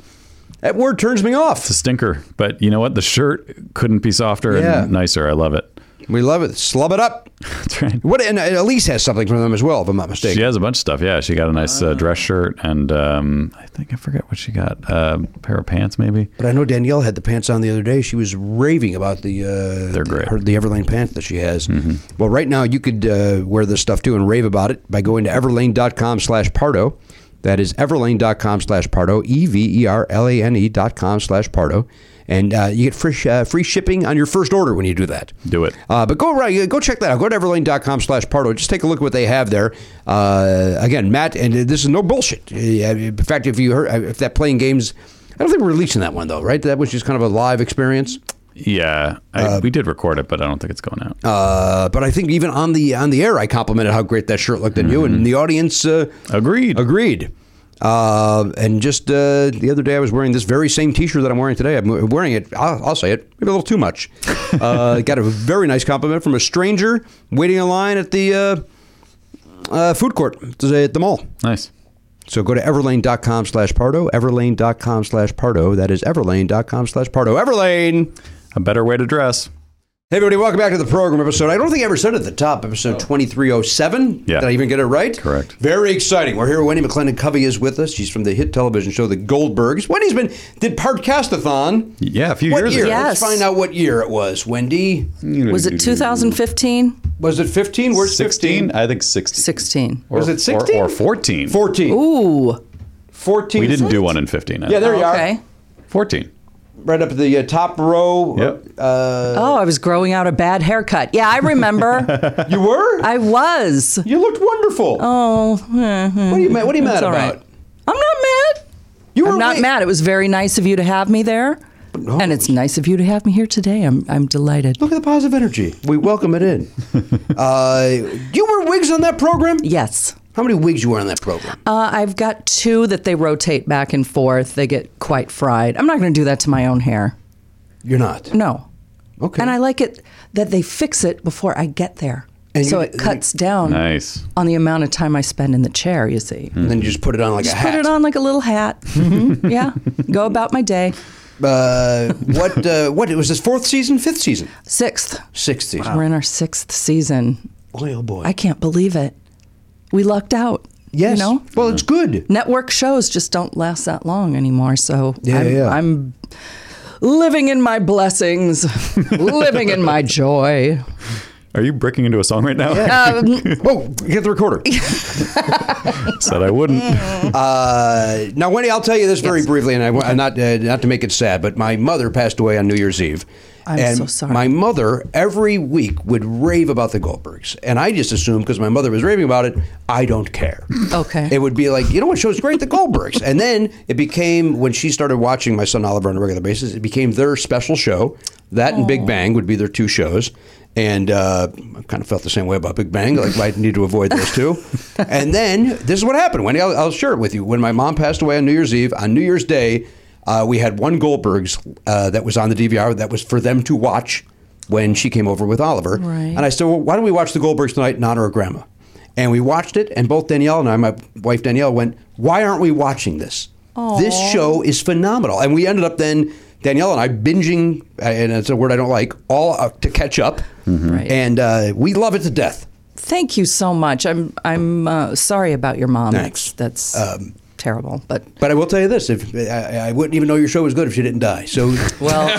[SPEAKER 1] That word turns me off.
[SPEAKER 2] It's a stinker, but you know what? The shirt couldn't be softer
[SPEAKER 1] Yeah.
[SPEAKER 2] and nicer. I love it.
[SPEAKER 1] We love it. Slub it up.
[SPEAKER 2] That's right.
[SPEAKER 1] What? And Elise has something from them as well, if I'm not mistaken.
[SPEAKER 2] She has a bunch of stuff. Yeah, she got a nice uh,
[SPEAKER 1] Ah.
[SPEAKER 2] dress shirt and um, I think I forget what she got. Uh, pair of pants, maybe.
[SPEAKER 1] But I know Danielle had the pants on the other day. She was raving about the uh,
[SPEAKER 2] They're great. Mm-hmm.
[SPEAKER 1] Her, the Everlane pants that she has. Well, right now you could uh, wear this stuff too and rave about it by going to everlane.com slash Pardo. That is everlane.com slash Pardo, E V E R L A N E dot com slash Pardo. And uh, you get free, sh- uh, free shipping on your first order when you do that.
[SPEAKER 2] Do it.
[SPEAKER 1] Uh, but go right, go check that out. Go to everlane.com slash Pardo. Just take a look at what they have there. Uh, again, Matt, and this is no bullshit. Uh, In fact, if you heard, uh, if that playing games, I don't think we're releasing that one though, right? That was just kind of a live experience.
[SPEAKER 2] Yeah, I, we did record it, but I don't think it's going out.
[SPEAKER 1] Uh, but I think even on the on the air, I complimented how great that shirt looked on you, and the audience uh,
[SPEAKER 2] Agreed.
[SPEAKER 1] agreed. Uh, and just uh, the other day, I was wearing this very same T-shirt that I'm wearing today. I'm wearing it. I'll, I'll say it, maybe a little too much. Uh, got a very nice compliment from a stranger waiting in line at the uh, uh, food court at the mall.
[SPEAKER 2] Nice.
[SPEAKER 1] So go to everlane.com slash Pardo, everlane.com slash Pardo. That is everlane.com slash Pardo. Everlane!
[SPEAKER 2] A better way to dress.
[SPEAKER 1] Hey, everybody, welcome back to the program episode. I don't think I ever said it at the top, episode 2307.
[SPEAKER 2] Oh. Yeah.
[SPEAKER 1] Did I even get it right?
[SPEAKER 2] Correct.
[SPEAKER 1] Very exciting. We're here. Wendy McClendon Covey is with us. She's from the hit television show The Goldbergs. Wendy's been, did Podcastathon.
[SPEAKER 2] Yeah, a few
[SPEAKER 1] What
[SPEAKER 2] years
[SPEAKER 1] year?
[SPEAKER 2] ago.
[SPEAKER 1] Let's
[SPEAKER 9] Yes.
[SPEAKER 1] find out what year it was. Wendy,
[SPEAKER 9] Was it 2015?
[SPEAKER 1] was it 15? Where's
[SPEAKER 2] 16?
[SPEAKER 1] 15?
[SPEAKER 2] I think 16.
[SPEAKER 9] 16.
[SPEAKER 2] Or-
[SPEAKER 1] Was it 16?
[SPEAKER 2] Or, or 14.
[SPEAKER 1] 14.
[SPEAKER 9] Ooh.
[SPEAKER 1] 14.
[SPEAKER 2] We didn't do one in 15. I
[SPEAKER 1] Yeah, there
[SPEAKER 2] think.
[SPEAKER 1] you
[SPEAKER 9] Okay.
[SPEAKER 1] are. Uh,
[SPEAKER 2] 14.
[SPEAKER 1] Right up at the uh, top row. Uh,
[SPEAKER 2] Yep.
[SPEAKER 9] Oh, I was growing out a bad haircut. Yeah, I remember.
[SPEAKER 1] You were?
[SPEAKER 9] I was.
[SPEAKER 1] You looked wonderful.
[SPEAKER 9] Oh, mhm.
[SPEAKER 1] What are you mad? What are you mad
[SPEAKER 9] It's all right.
[SPEAKER 1] about?
[SPEAKER 9] I'm not mad.
[SPEAKER 1] You
[SPEAKER 9] I'm not
[SPEAKER 1] wait-
[SPEAKER 9] mad. It was very nice of you to have me there. and it's nice of you to have me here today. I'm, I'm delighted.
[SPEAKER 1] Look at the positive energy. We welcome it in. uh, you wear wigs on that program?
[SPEAKER 9] Yes.
[SPEAKER 1] How many wigs you wear on that program?
[SPEAKER 9] Uh, I've got two that they rotate back and forth. They get quite fried. I'm not going to do that to my own hair.
[SPEAKER 1] You're not.
[SPEAKER 9] No.
[SPEAKER 1] Okay.
[SPEAKER 9] And I like it that they fix it before I get there.
[SPEAKER 1] And
[SPEAKER 9] so
[SPEAKER 1] you-
[SPEAKER 9] it cuts down
[SPEAKER 2] Nice.
[SPEAKER 9] on the amount of time I spend in the chair, you see.
[SPEAKER 1] And then you just put it on like
[SPEAKER 9] Just
[SPEAKER 1] a Mm. hat.
[SPEAKER 9] put it on like a little hat. Mhm. yeah. Go about my day.
[SPEAKER 1] Uh, what? Uh, what was this? Fourth season? Fifth season?
[SPEAKER 9] Sixth.
[SPEAKER 1] Sixth season?
[SPEAKER 9] We're in our sixth season.
[SPEAKER 1] Boy, oh boy.
[SPEAKER 9] I can't believe it. We lucked out.
[SPEAKER 1] yes.
[SPEAKER 9] You know? Mm.
[SPEAKER 1] Well, it's good.
[SPEAKER 9] Network shows just don't last that long anymore. So
[SPEAKER 1] Yeah,
[SPEAKER 9] I'm,
[SPEAKER 1] yeah.
[SPEAKER 9] I'm living in my blessings, living in my joy.
[SPEAKER 2] Are you breaking into a song right now?
[SPEAKER 1] Whoa! Get the recorder.
[SPEAKER 2] Said I wouldn't.
[SPEAKER 1] Uh, now, Wendy, I'll tell you this very briefly, and I, am not uh, not to make it sad, but my mother passed away on New Year's Eve.
[SPEAKER 9] I'm
[SPEAKER 1] and
[SPEAKER 9] so sorry.
[SPEAKER 1] My mother every week would rave about the Goldbergs, and I just assumed because my mother was raving about it, I don't care.
[SPEAKER 9] Okay.
[SPEAKER 1] It would be like, you know what show's great? The Goldbergs. And then it became, when she started watching my son Oliver on a regular basis, it became their special show. That and Big Bang would be their two shows. And uh, I kind of felt the same way about Big Bang, like I need to avoid those two. and then this is what happened, Wendy. I'll, I'll share it with you. When my mom passed away on New Year's Eve, on New Year's Day, uh, we had one Goldbergs uh, that was on the DVR that was for them to watch when she came over with Oliver.
[SPEAKER 9] Right.
[SPEAKER 1] And I said, well, why don't we watch the Goldbergs tonight in honor of Grandma? And we watched it, and both Danielle and I, my wife Danielle, went, Why aren't we watching this? This show is phenomenal. And we ended up then, Danielle and I, binging, uh, and it's a word I don't like, all up to catch up.
[SPEAKER 9] Right.
[SPEAKER 1] And uh, we love it to death.
[SPEAKER 9] Thank you so much. I'm I'm uh, sorry about your mom.
[SPEAKER 1] Thanks. Um,
[SPEAKER 9] That's, that's terrible, but
[SPEAKER 1] But I will tell you this: if I, I wouldn't even know your show was good if she didn't die. So,
[SPEAKER 9] Well-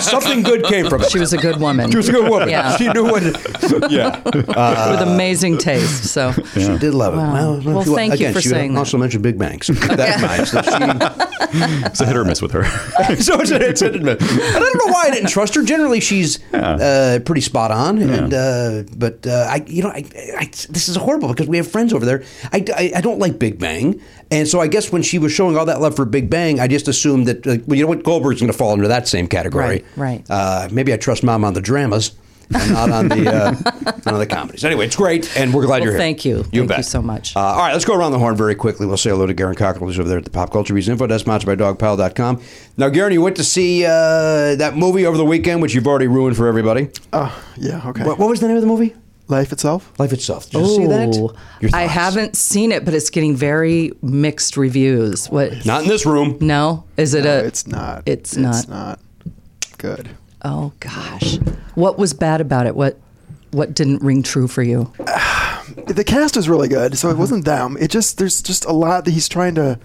[SPEAKER 1] something good came from it.
[SPEAKER 9] she was a good woman.
[SPEAKER 1] She was a good woman.
[SPEAKER 9] Yeah.
[SPEAKER 1] She knew what. Uh,
[SPEAKER 2] yeah.
[SPEAKER 9] with amazing taste. So
[SPEAKER 1] She did love it.
[SPEAKER 9] Wow. Well,
[SPEAKER 1] she wa-
[SPEAKER 9] thank you
[SPEAKER 1] again,
[SPEAKER 9] for
[SPEAKER 1] she
[SPEAKER 9] saying that.
[SPEAKER 1] also mentioned Big Banks. That night, so she-
[SPEAKER 2] It's a hit or miss with her.
[SPEAKER 1] so it's, it's an admit. And I don't know why I didn't trust her. Generally, she's uh, pretty spot on. And uh, but uh, I, you know, I, I, this is horrible because we have friends over there. I, I, I don't like Big Bang, and so I guess when she was showing all that love for Big Bang, I just assumed that uh, well, you know what Goldberg's going to fall under that same category.
[SPEAKER 9] Right, right.
[SPEAKER 1] Uh, maybe I trust mom on the dramas. and not on the uh, not on the comedies. Anyway, it's great, and we're glad
[SPEAKER 9] Well,
[SPEAKER 1] you're here.
[SPEAKER 9] thank you.
[SPEAKER 1] You
[SPEAKER 9] Thank
[SPEAKER 1] bet.
[SPEAKER 9] you so much.
[SPEAKER 1] Uh, all right, let's go around the horn very quickly. We'll say hello to Garen Cockrell, who's over there at the Pop Culture Beats Info Desk, sponsored by DogPile.com. Now, Garen, you went to see uh, that movie over the weekend, which you've already ruined for everybody.
[SPEAKER 7] Ah, Yeah. Okay.
[SPEAKER 1] What, what was the name of the movie?
[SPEAKER 7] Life itself.
[SPEAKER 1] Life Itself. Did you see
[SPEAKER 9] Ooh.
[SPEAKER 1] that? Your
[SPEAKER 9] I
[SPEAKER 1] thoughts?
[SPEAKER 9] haven't seen it, but it's getting very mixed reviews. What?
[SPEAKER 1] Not in this room.
[SPEAKER 9] No, is it
[SPEAKER 7] No,
[SPEAKER 9] a?
[SPEAKER 7] it's not.
[SPEAKER 9] It's
[SPEAKER 7] It's
[SPEAKER 9] not.
[SPEAKER 7] not good.
[SPEAKER 9] Oh gosh, what was bad about it? What? What didn't ring true for you?
[SPEAKER 7] The cast is really good,
[SPEAKER 9] Mm-hmm.
[SPEAKER 7] so it wasn't them. It just there's just a lot that he's trying to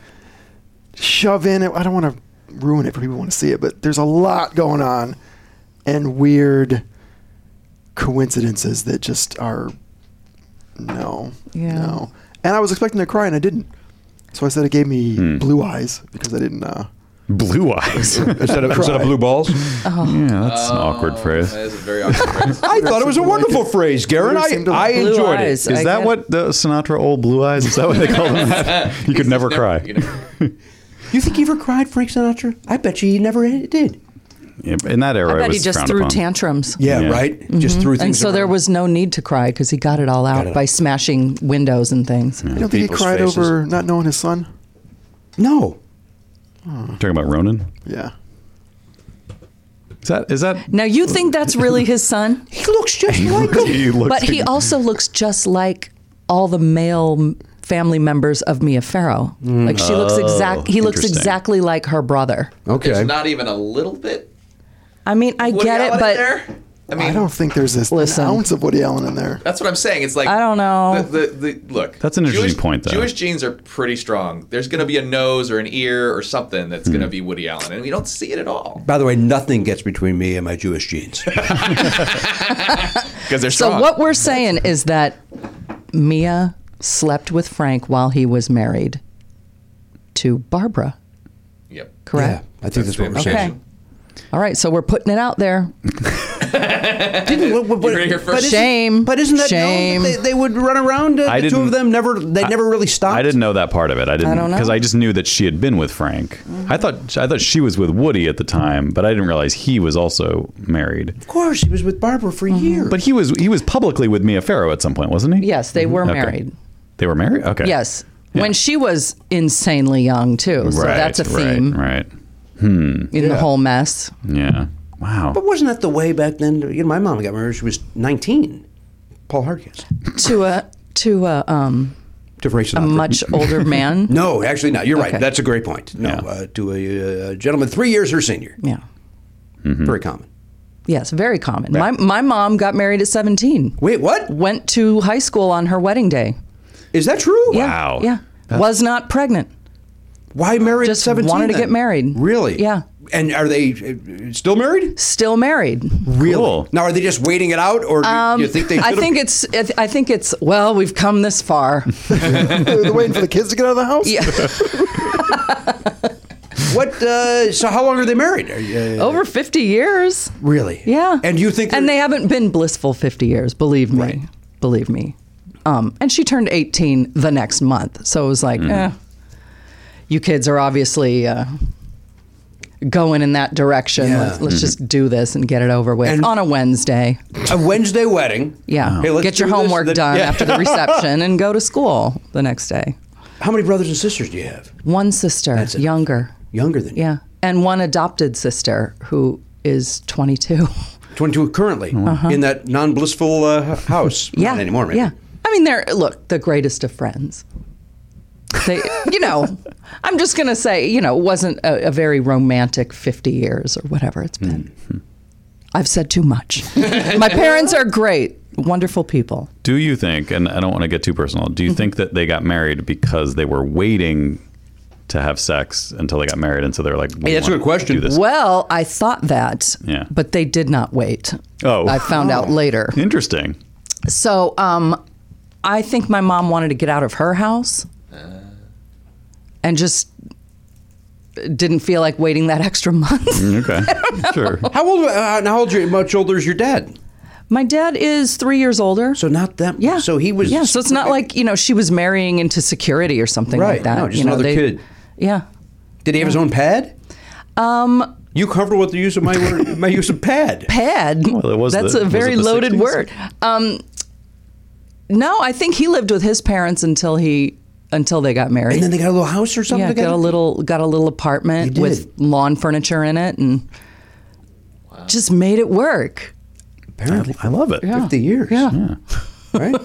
[SPEAKER 7] shove in. I don't want to ruin it for people who want to see it, but there's a lot going on and weird coincidences that just are no,
[SPEAKER 9] Yeah.
[SPEAKER 7] no. And I was expecting to cry and I didn't. So I said it gave me
[SPEAKER 1] Hmm.
[SPEAKER 7] blue eyes because I didn't. Uh,
[SPEAKER 2] Blue eyes. yeah,
[SPEAKER 1] Instead of, instead of blue balls? Oh.
[SPEAKER 2] that's an awkward phrase.
[SPEAKER 8] That is a very awkward phrase.
[SPEAKER 1] I thought it was a wonderful phrase, Garen. I,
[SPEAKER 7] seem to
[SPEAKER 1] I
[SPEAKER 7] like
[SPEAKER 9] Blue
[SPEAKER 1] enjoyed
[SPEAKER 9] eyes.
[SPEAKER 1] it.
[SPEAKER 2] Is
[SPEAKER 9] I
[SPEAKER 2] that
[SPEAKER 9] get-
[SPEAKER 2] what the Sinatra old blue eyes? Is that what they call them? you could never cry.
[SPEAKER 8] You know,
[SPEAKER 1] You think he ever cried, Frank Sinatra? I bet you he never did.
[SPEAKER 2] Yeah, In that era,
[SPEAKER 9] I
[SPEAKER 2] it
[SPEAKER 9] bet
[SPEAKER 2] was
[SPEAKER 9] he just
[SPEAKER 2] frowned
[SPEAKER 9] threw
[SPEAKER 2] upon.
[SPEAKER 9] tantrums.
[SPEAKER 1] Yeah, right? Just threw things
[SPEAKER 9] Mm-hmm. And so there
[SPEAKER 1] around.
[SPEAKER 9] was no need to cry because he got it all out
[SPEAKER 1] it out.
[SPEAKER 9] by smashing windows and things.
[SPEAKER 7] you don't think he
[SPEAKER 1] people's
[SPEAKER 7] cried
[SPEAKER 1] faces.
[SPEAKER 7] over not knowing his son?
[SPEAKER 1] No.
[SPEAKER 2] Talking about Ronan.
[SPEAKER 7] Yeah.
[SPEAKER 2] Is that is that?
[SPEAKER 9] Now you think that's really his son,
[SPEAKER 1] He looks just like him.
[SPEAKER 2] He looks
[SPEAKER 9] but he also looks just like all the male m- family members of Mia Farrow. Like she looks exact. He looks
[SPEAKER 2] Mm. interesting.
[SPEAKER 9] exactly like her brother.
[SPEAKER 1] Okay.
[SPEAKER 8] There's not even a little bit.
[SPEAKER 9] I mean, I
[SPEAKER 8] Woody
[SPEAKER 9] get
[SPEAKER 8] Allen
[SPEAKER 9] it,
[SPEAKER 8] in
[SPEAKER 9] but
[SPEAKER 8] there? I mean,
[SPEAKER 7] I don't think there's this
[SPEAKER 9] Listen.
[SPEAKER 7] an ounce of Woody Allen in there.
[SPEAKER 8] That's what I'm saying. It's like
[SPEAKER 9] I don't know.
[SPEAKER 8] The, the, the, look,
[SPEAKER 2] That's an interesting
[SPEAKER 8] Jewish,
[SPEAKER 2] point, though.
[SPEAKER 8] Jewish genes are pretty strong. There's going to be a nose or an ear or something that's going to be Woody Allen, and we don't see it at all
[SPEAKER 1] By the way, nothing gets between me and my Jewish genes.
[SPEAKER 8] because they're
[SPEAKER 9] so
[SPEAKER 8] strong.
[SPEAKER 9] what we're saying is that Mia slept with Frank while he was married to Barbara.
[SPEAKER 8] Yep.
[SPEAKER 9] Correct.
[SPEAKER 1] I think that's what we're
[SPEAKER 9] Okay.
[SPEAKER 1] saying.
[SPEAKER 9] All right, so we're putting it out there.
[SPEAKER 1] Didn't, what, what,
[SPEAKER 8] You heard it here first.
[SPEAKER 1] isn't-
[SPEAKER 9] Shame.
[SPEAKER 1] But isn't that known
[SPEAKER 9] Shame.
[SPEAKER 1] that They, they would run around. Uh,
[SPEAKER 2] I
[SPEAKER 1] the two
[SPEAKER 2] didn't-
[SPEAKER 1] of them never. They never really stopped.
[SPEAKER 2] I didn't know that part of it. I didn't
[SPEAKER 9] don't know.
[SPEAKER 2] because I just knew that she had been with Frank.
[SPEAKER 1] Mm-hmm.
[SPEAKER 2] I thought I thought she was with Woody at the time, but I didn't realize he was also married. Mm-hmm.
[SPEAKER 1] Of course, he was with Barbara for years.
[SPEAKER 2] But he was he was publicly with Mia Farrow at some point, wasn't he?
[SPEAKER 9] Yes, they were
[SPEAKER 2] Okay.
[SPEAKER 9] married.
[SPEAKER 2] They were married. Okay.
[SPEAKER 9] Yes. When she was insanely young too. So
[SPEAKER 2] Right,
[SPEAKER 9] that's a theme
[SPEAKER 2] Right. Right.
[SPEAKER 9] in the whole mess.
[SPEAKER 2] Yeah. Wow.
[SPEAKER 1] But wasn't that the way back then? You know, my mom got married. She was 19. Paul Harkins.
[SPEAKER 9] To a to a um
[SPEAKER 1] To Frank Sinatra.
[SPEAKER 9] a much older man.
[SPEAKER 1] no, actually not. You're right.
[SPEAKER 9] Okay.
[SPEAKER 1] That's a great point. No,
[SPEAKER 2] Yeah.
[SPEAKER 1] uh, to a uh, gentleman three years her senior.
[SPEAKER 9] Yeah. Mm-hmm.
[SPEAKER 1] Very common.
[SPEAKER 9] Yes, very common. My my mom got married at 17.
[SPEAKER 1] Wait, what?
[SPEAKER 9] Went to high school on her wedding day.
[SPEAKER 1] Is that true?
[SPEAKER 9] Yeah.
[SPEAKER 2] Wow.
[SPEAKER 9] Yeah. Was not pregnant.
[SPEAKER 1] Why married
[SPEAKER 9] Just
[SPEAKER 1] at 17?
[SPEAKER 9] wanted to
[SPEAKER 1] then?
[SPEAKER 9] get married.
[SPEAKER 1] Really?
[SPEAKER 9] Yeah.
[SPEAKER 1] And are they uh, still married?
[SPEAKER 9] Still married.
[SPEAKER 1] Really?
[SPEAKER 2] Cool.
[SPEAKER 1] Now, are they just waiting it out, or do you think they?
[SPEAKER 9] Um, I
[SPEAKER 1] should've-
[SPEAKER 9] think it's I th- I think it's well, we've come this far.
[SPEAKER 7] They're waiting for the kids to get out of the house.
[SPEAKER 9] Yeah.
[SPEAKER 1] what? Uh, so, how long are they married? Are you- uh,
[SPEAKER 9] Over 50 years.
[SPEAKER 1] really?
[SPEAKER 9] Yeah.
[SPEAKER 1] And you think?
[SPEAKER 9] And
[SPEAKER 1] they're-
[SPEAKER 9] they haven't been blissful 50 years, believe me.
[SPEAKER 1] Right.
[SPEAKER 9] Believe me. Um, and she turned 18 the next month. So it was
[SPEAKER 1] Mm.
[SPEAKER 9] like, eh, you kids are obviously uh, going in that direction.
[SPEAKER 1] Yeah. Mm-hmm.
[SPEAKER 9] Let's, let's just do this and get it over with
[SPEAKER 1] And-
[SPEAKER 9] on a Wednesday.
[SPEAKER 1] a Wednesday wedding.
[SPEAKER 9] Yeah.
[SPEAKER 1] Hey, let's
[SPEAKER 9] get your
[SPEAKER 1] do this,
[SPEAKER 9] homework
[SPEAKER 1] that-
[SPEAKER 9] done
[SPEAKER 1] yeah.
[SPEAKER 9] after the reception and go to school the next day.
[SPEAKER 1] How many brothers and sisters do you have?
[SPEAKER 9] One sister,
[SPEAKER 1] That's it.
[SPEAKER 9] younger.
[SPEAKER 1] Younger than you.
[SPEAKER 9] Yeah. And one adopted sister who is 22.
[SPEAKER 1] 22 currently in that non blissful uh, house.
[SPEAKER 9] Uh-huh. Yeah.
[SPEAKER 1] Not anymore, maybe.
[SPEAKER 9] Yeah. I mean, they're, look, the greatest of friends. They, you know, I'm just going to say, you know, it wasn't a, a very romantic 50 years or whatever it's been. I've said too much. My parents are great, wonderful people.
[SPEAKER 2] Do you think, and I don't want to get too personal, do you
[SPEAKER 1] Mm-hmm.
[SPEAKER 2] think that they got married because they were waiting to have sex until they got married? And so they're like, we
[SPEAKER 1] that's a
[SPEAKER 2] want
[SPEAKER 1] good question.
[SPEAKER 2] to do this.
[SPEAKER 9] Well, I thought that,
[SPEAKER 2] Yeah.
[SPEAKER 9] but they did not wait.
[SPEAKER 2] Oh.
[SPEAKER 9] I found out later.
[SPEAKER 2] Interesting.
[SPEAKER 9] So um, I think my mom wanted to get out of her house
[SPEAKER 1] Uh.
[SPEAKER 9] and just didn't feel like waiting that extra month.
[SPEAKER 2] Okay. sure.
[SPEAKER 1] How old? Uh, how old? Are you, much older is your dad?
[SPEAKER 9] My dad is three years older.
[SPEAKER 1] So not that.
[SPEAKER 9] yeah.
[SPEAKER 1] So he was.
[SPEAKER 9] Yeah. So it's not like you know she was marrying into security or something
[SPEAKER 1] Right.
[SPEAKER 9] like that.
[SPEAKER 1] No, just
[SPEAKER 9] you know,
[SPEAKER 1] another kid.
[SPEAKER 9] Yeah.
[SPEAKER 1] Did he have his own pad?
[SPEAKER 9] Um,
[SPEAKER 1] You comfortable with the use of my word, my use of pad?
[SPEAKER 9] Pad.
[SPEAKER 1] Well, it was
[SPEAKER 9] That's
[SPEAKER 1] the-
[SPEAKER 9] a
[SPEAKER 1] was
[SPEAKER 9] very
[SPEAKER 1] it the
[SPEAKER 9] loaded
[SPEAKER 1] 60s?
[SPEAKER 9] word. Um, no, I think he lived with his parents until he until they got married. And
[SPEAKER 1] then they got a little house or something
[SPEAKER 9] Yeah,
[SPEAKER 1] together?
[SPEAKER 9] got a little got a little apartment
[SPEAKER 1] They
[SPEAKER 9] with lawn furniture in it, and just made it work.
[SPEAKER 1] Apparently,
[SPEAKER 2] I love it.
[SPEAKER 9] Yeah.
[SPEAKER 1] 50 years.
[SPEAKER 9] Yeah.
[SPEAKER 1] Right?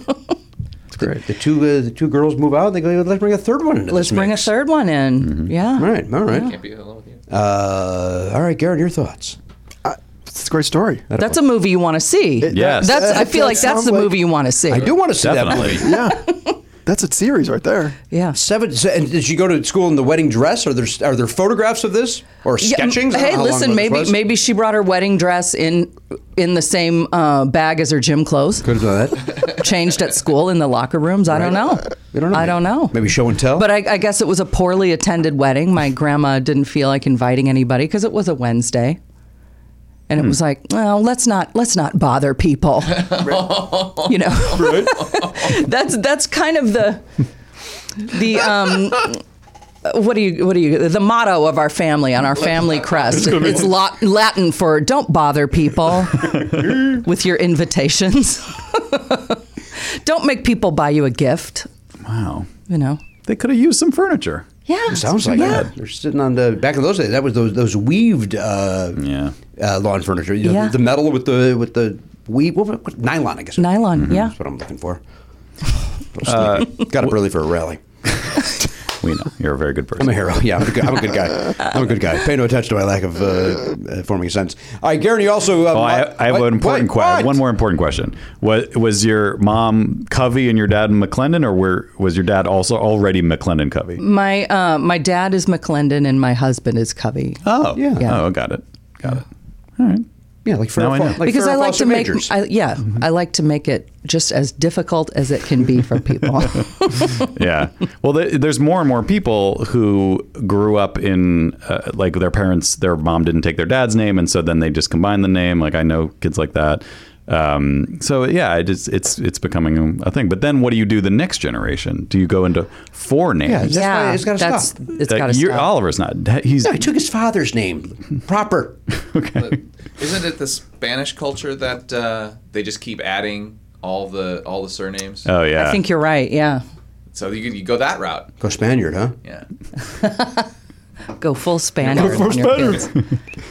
[SPEAKER 1] It's great. The two uh, the two girls move out. And they go, let's bring a third one. Into
[SPEAKER 9] Let's
[SPEAKER 1] this
[SPEAKER 9] bring
[SPEAKER 1] mix."
[SPEAKER 9] a third one in.
[SPEAKER 1] Mm-hmm.
[SPEAKER 9] Yeah.
[SPEAKER 1] All right. All right.
[SPEAKER 9] Yeah.
[SPEAKER 8] Can't be alone with you.
[SPEAKER 1] Uh, all right, Garrett, your thoughts?
[SPEAKER 7] It's a great story.
[SPEAKER 9] That's a movie you want to see.
[SPEAKER 1] Yes.
[SPEAKER 9] That's. I
[SPEAKER 7] It
[SPEAKER 9] feel like
[SPEAKER 7] does
[SPEAKER 9] that's
[SPEAKER 7] sound
[SPEAKER 9] the
[SPEAKER 7] like-
[SPEAKER 9] movie you want to see.
[SPEAKER 1] I do want to see that movie.
[SPEAKER 7] yeah, that's a series right there.
[SPEAKER 9] Yeah.
[SPEAKER 1] Seven. se- And did she go to school in the wedding dress? Are there are there photographs of this or
[SPEAKER 9] Yeah, m-
[SPEAKER 1] sketchings? I don't know
[SPEAKER 9] Hey,
[SPEAKER 1] how long
[SPEAKER 9] listen,
[SPEAKER 1] ago this
[SPEAKER 9] maybe
[SPEAKER 1] was.
[SPEAKER 9] maybe she brought her wedding dress in in the same uh, bag as her gym clothes.
[SPEAKER 1] Could have done that.
[SPEAKER 9] Changed at school in the locker rooms. I don't know.
[SPEAKER 1] We don't know.
[SPEAKER 9] I don't know.
[SPEAKER 1] Maybe show and tell.
[SPEAKER 9] But I, I guess it was a poorly attended wedding. My grandma didn't feel like inviting anybody because it was a Wednesday, and it was like, well, let's not let's not bother people. you know, that's that's kind of the the um. What do you? What do you? The motto of our family on our family crest. It's lot, Latin for "Don't bother people with your invitations. Don't make people buy you a gift."
[SPEAKER 2] Wow.
[SPEAKER 9] You know.
[SPEAKER 2] They could have used some furniture.
[SPEAKER 9] Yeah.
[SPEAKER 1] It sounds like
[SPEAKER 9] yeah.
[SPEAKER 1] that. They're sitting on the back of those days. That was those those weaved uh,
[SPEAKER 2] Yeah.
[SPEAKER 1] uh, lawn furniture. You know,
[SPEAKER 9] Yeah.
[SPEAKER 1] The metal with the with the weave what, what, nylon. I guess
[SPEAKER 9] Nylon. Yeah.
[SPEAKER 1] Mm-hmm. that's what I'm looking for.
[SPEAKER 2] Uh,
[SPEAKER 1] Got up early for a rally.
[SPEAKER 2] We know. You're a very good person.
[SPEAKER 1] I'm a hero. Yeah, I'm a good, I'm a good guy. I'm a good guy. Pay no attention to my lack of uh, uh, forming a sentence. All right, Garen, you also. Uh,
[SPEAKER 2] Oh, I, I have
[SPEAKER 1] what-
[SPEAKER 2] an important
[SPEAKER 1] what-
[SPEAKER 2] question.
[SPEAKER 1] what?
[SPEAKER 2] One more important question. What was your mom Covey and your dad McClendon, or were was your dad also already McClendon Covey?
[SPEAKER 9] My uh, my dad is McClendon and my husband is Covey.
[SPEAKER 2] Oh,
[SPEAKER 1] Yeah.
[SPEAKER 9] Yeah.
[SPEAKER 2] Oh, got it. Got it. All right.
[SPEAKER 1] Yeah, like Farrah
[SPEAKER 2] Now I
[SPEAKER 1] Fo-
[SPEAKER 2] know.
[SPEAKER 1] like
[SPEAKER 9] because
[SPEAKER 1] Farrah
[SPEAKER 9] I like
[SPEAKER 1] Fawcett
[SPEAKER 9] to make
[SPEAKER 1] Majors. Mm-hmm.
[SPEAKER 9] I, yeah I like to make it just as difficult as it can be for people.
[SPEAKER 2] yeah. Well, th- there's more and more people who grew up in uh, like their parents, their mom didn't take their dad's name, and so then they just combine the name. Like I know kids like that. Um, so yeah, it is, it's it's becoming a thing. But then, what do you do the next generation? Do you go into four names?
[SPEAKER 1] Yeah, that's
[SPEAKER 9] Yeah,
[SPEAKER 1] why it's got to
[SPEAKER 9] that's-
[SPEAKER 1] stop.
[SPEAKER 9] it's
[SPEAKER 2] That
[SPEAKER 9] got to
[SPEAKER 2] you're-
[SPEAKER 9] stop.
[SPEAKER 2] Oliver's not. that- He's
[SPEAKER 1] No, he took his father's name proper.
[SPEAKER 8] Isn't it the Spanish culture that uh, they just keep adding all the all the surnames?
[SPEAKER 2] oh yeah.
[SPEAKER 9] I think you're right. Yeah,
[SPEAKER 8] So you, you go that route.
[SPEAKER 1] Go Spaniard, huh?
[SPEAKER 8] Yeah.
[SPEAKER 9] go full Spaniard.
[SPEAKER 1] Go full
[SPEAKER 9] on your
[SPEAKER 1] Spaniard.
[SPEAKER 9] kids.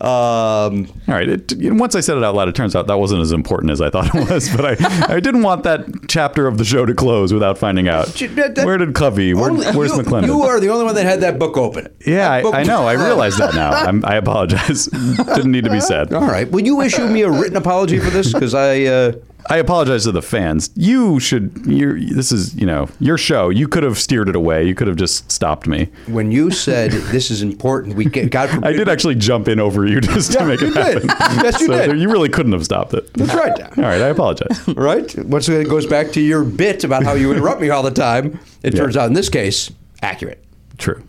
[SPEAKER 1] Um,
[SPEAKER 2] All right. It, you know, once I said it out loud, it turns out that wasn't as important as I thought it was. But I, I didn't want that chapter of the show to close without finding out
[SPEAKER 1] that- that-
[SPEAKER 2] where did Covey, where,
[SPEAKER 1] only-
[SPEAKER 2] where's
[SPEAKER 1] you,
[SPEAKER 2] McClendon.
[SPEAKER 1] You are the only one that had that book open.
[SPEAKER 2] yeah,
[SPEAKER 1] That book-
[SPEAKER 2] I, I know. I realize that now. I'm, I apologize. didn't need to be said.
[SPEAKER 1] All right. Will you issue me a written apology for this? Because I. Uh,
[SPEAKER 2] I apologize to the fans. You should. You're, this is you know your show. You could have steered it away. You could have just stopped me.
[SPEAKER 1] when you said this is important, we get, God forbid.
[SPEAKER 2] I did actually jump in over you just to
[SPEAKER 1] Yeah,
[SPEAKER 2] make
[SPEAKER 1] you
[SPEAKER 2] it happen.
[SPEAKER 1] did. Yes, you
[SPEAKER 2] So
[SPEAKER 1] did.
[SPEAKER 2] there- You really couldn't have stopped it.
[SPEAKER 1] That's right.
[SPEAKER 2] All right. I apologize.
[SPEAKER 1] Right? Once again, it goes back to your bit about how you interrupt me all the time. It
[SPEAKER 2] Yeah.
[SPEAKER 1] turns out in this case, accurate.
[SPEAKER 2] True.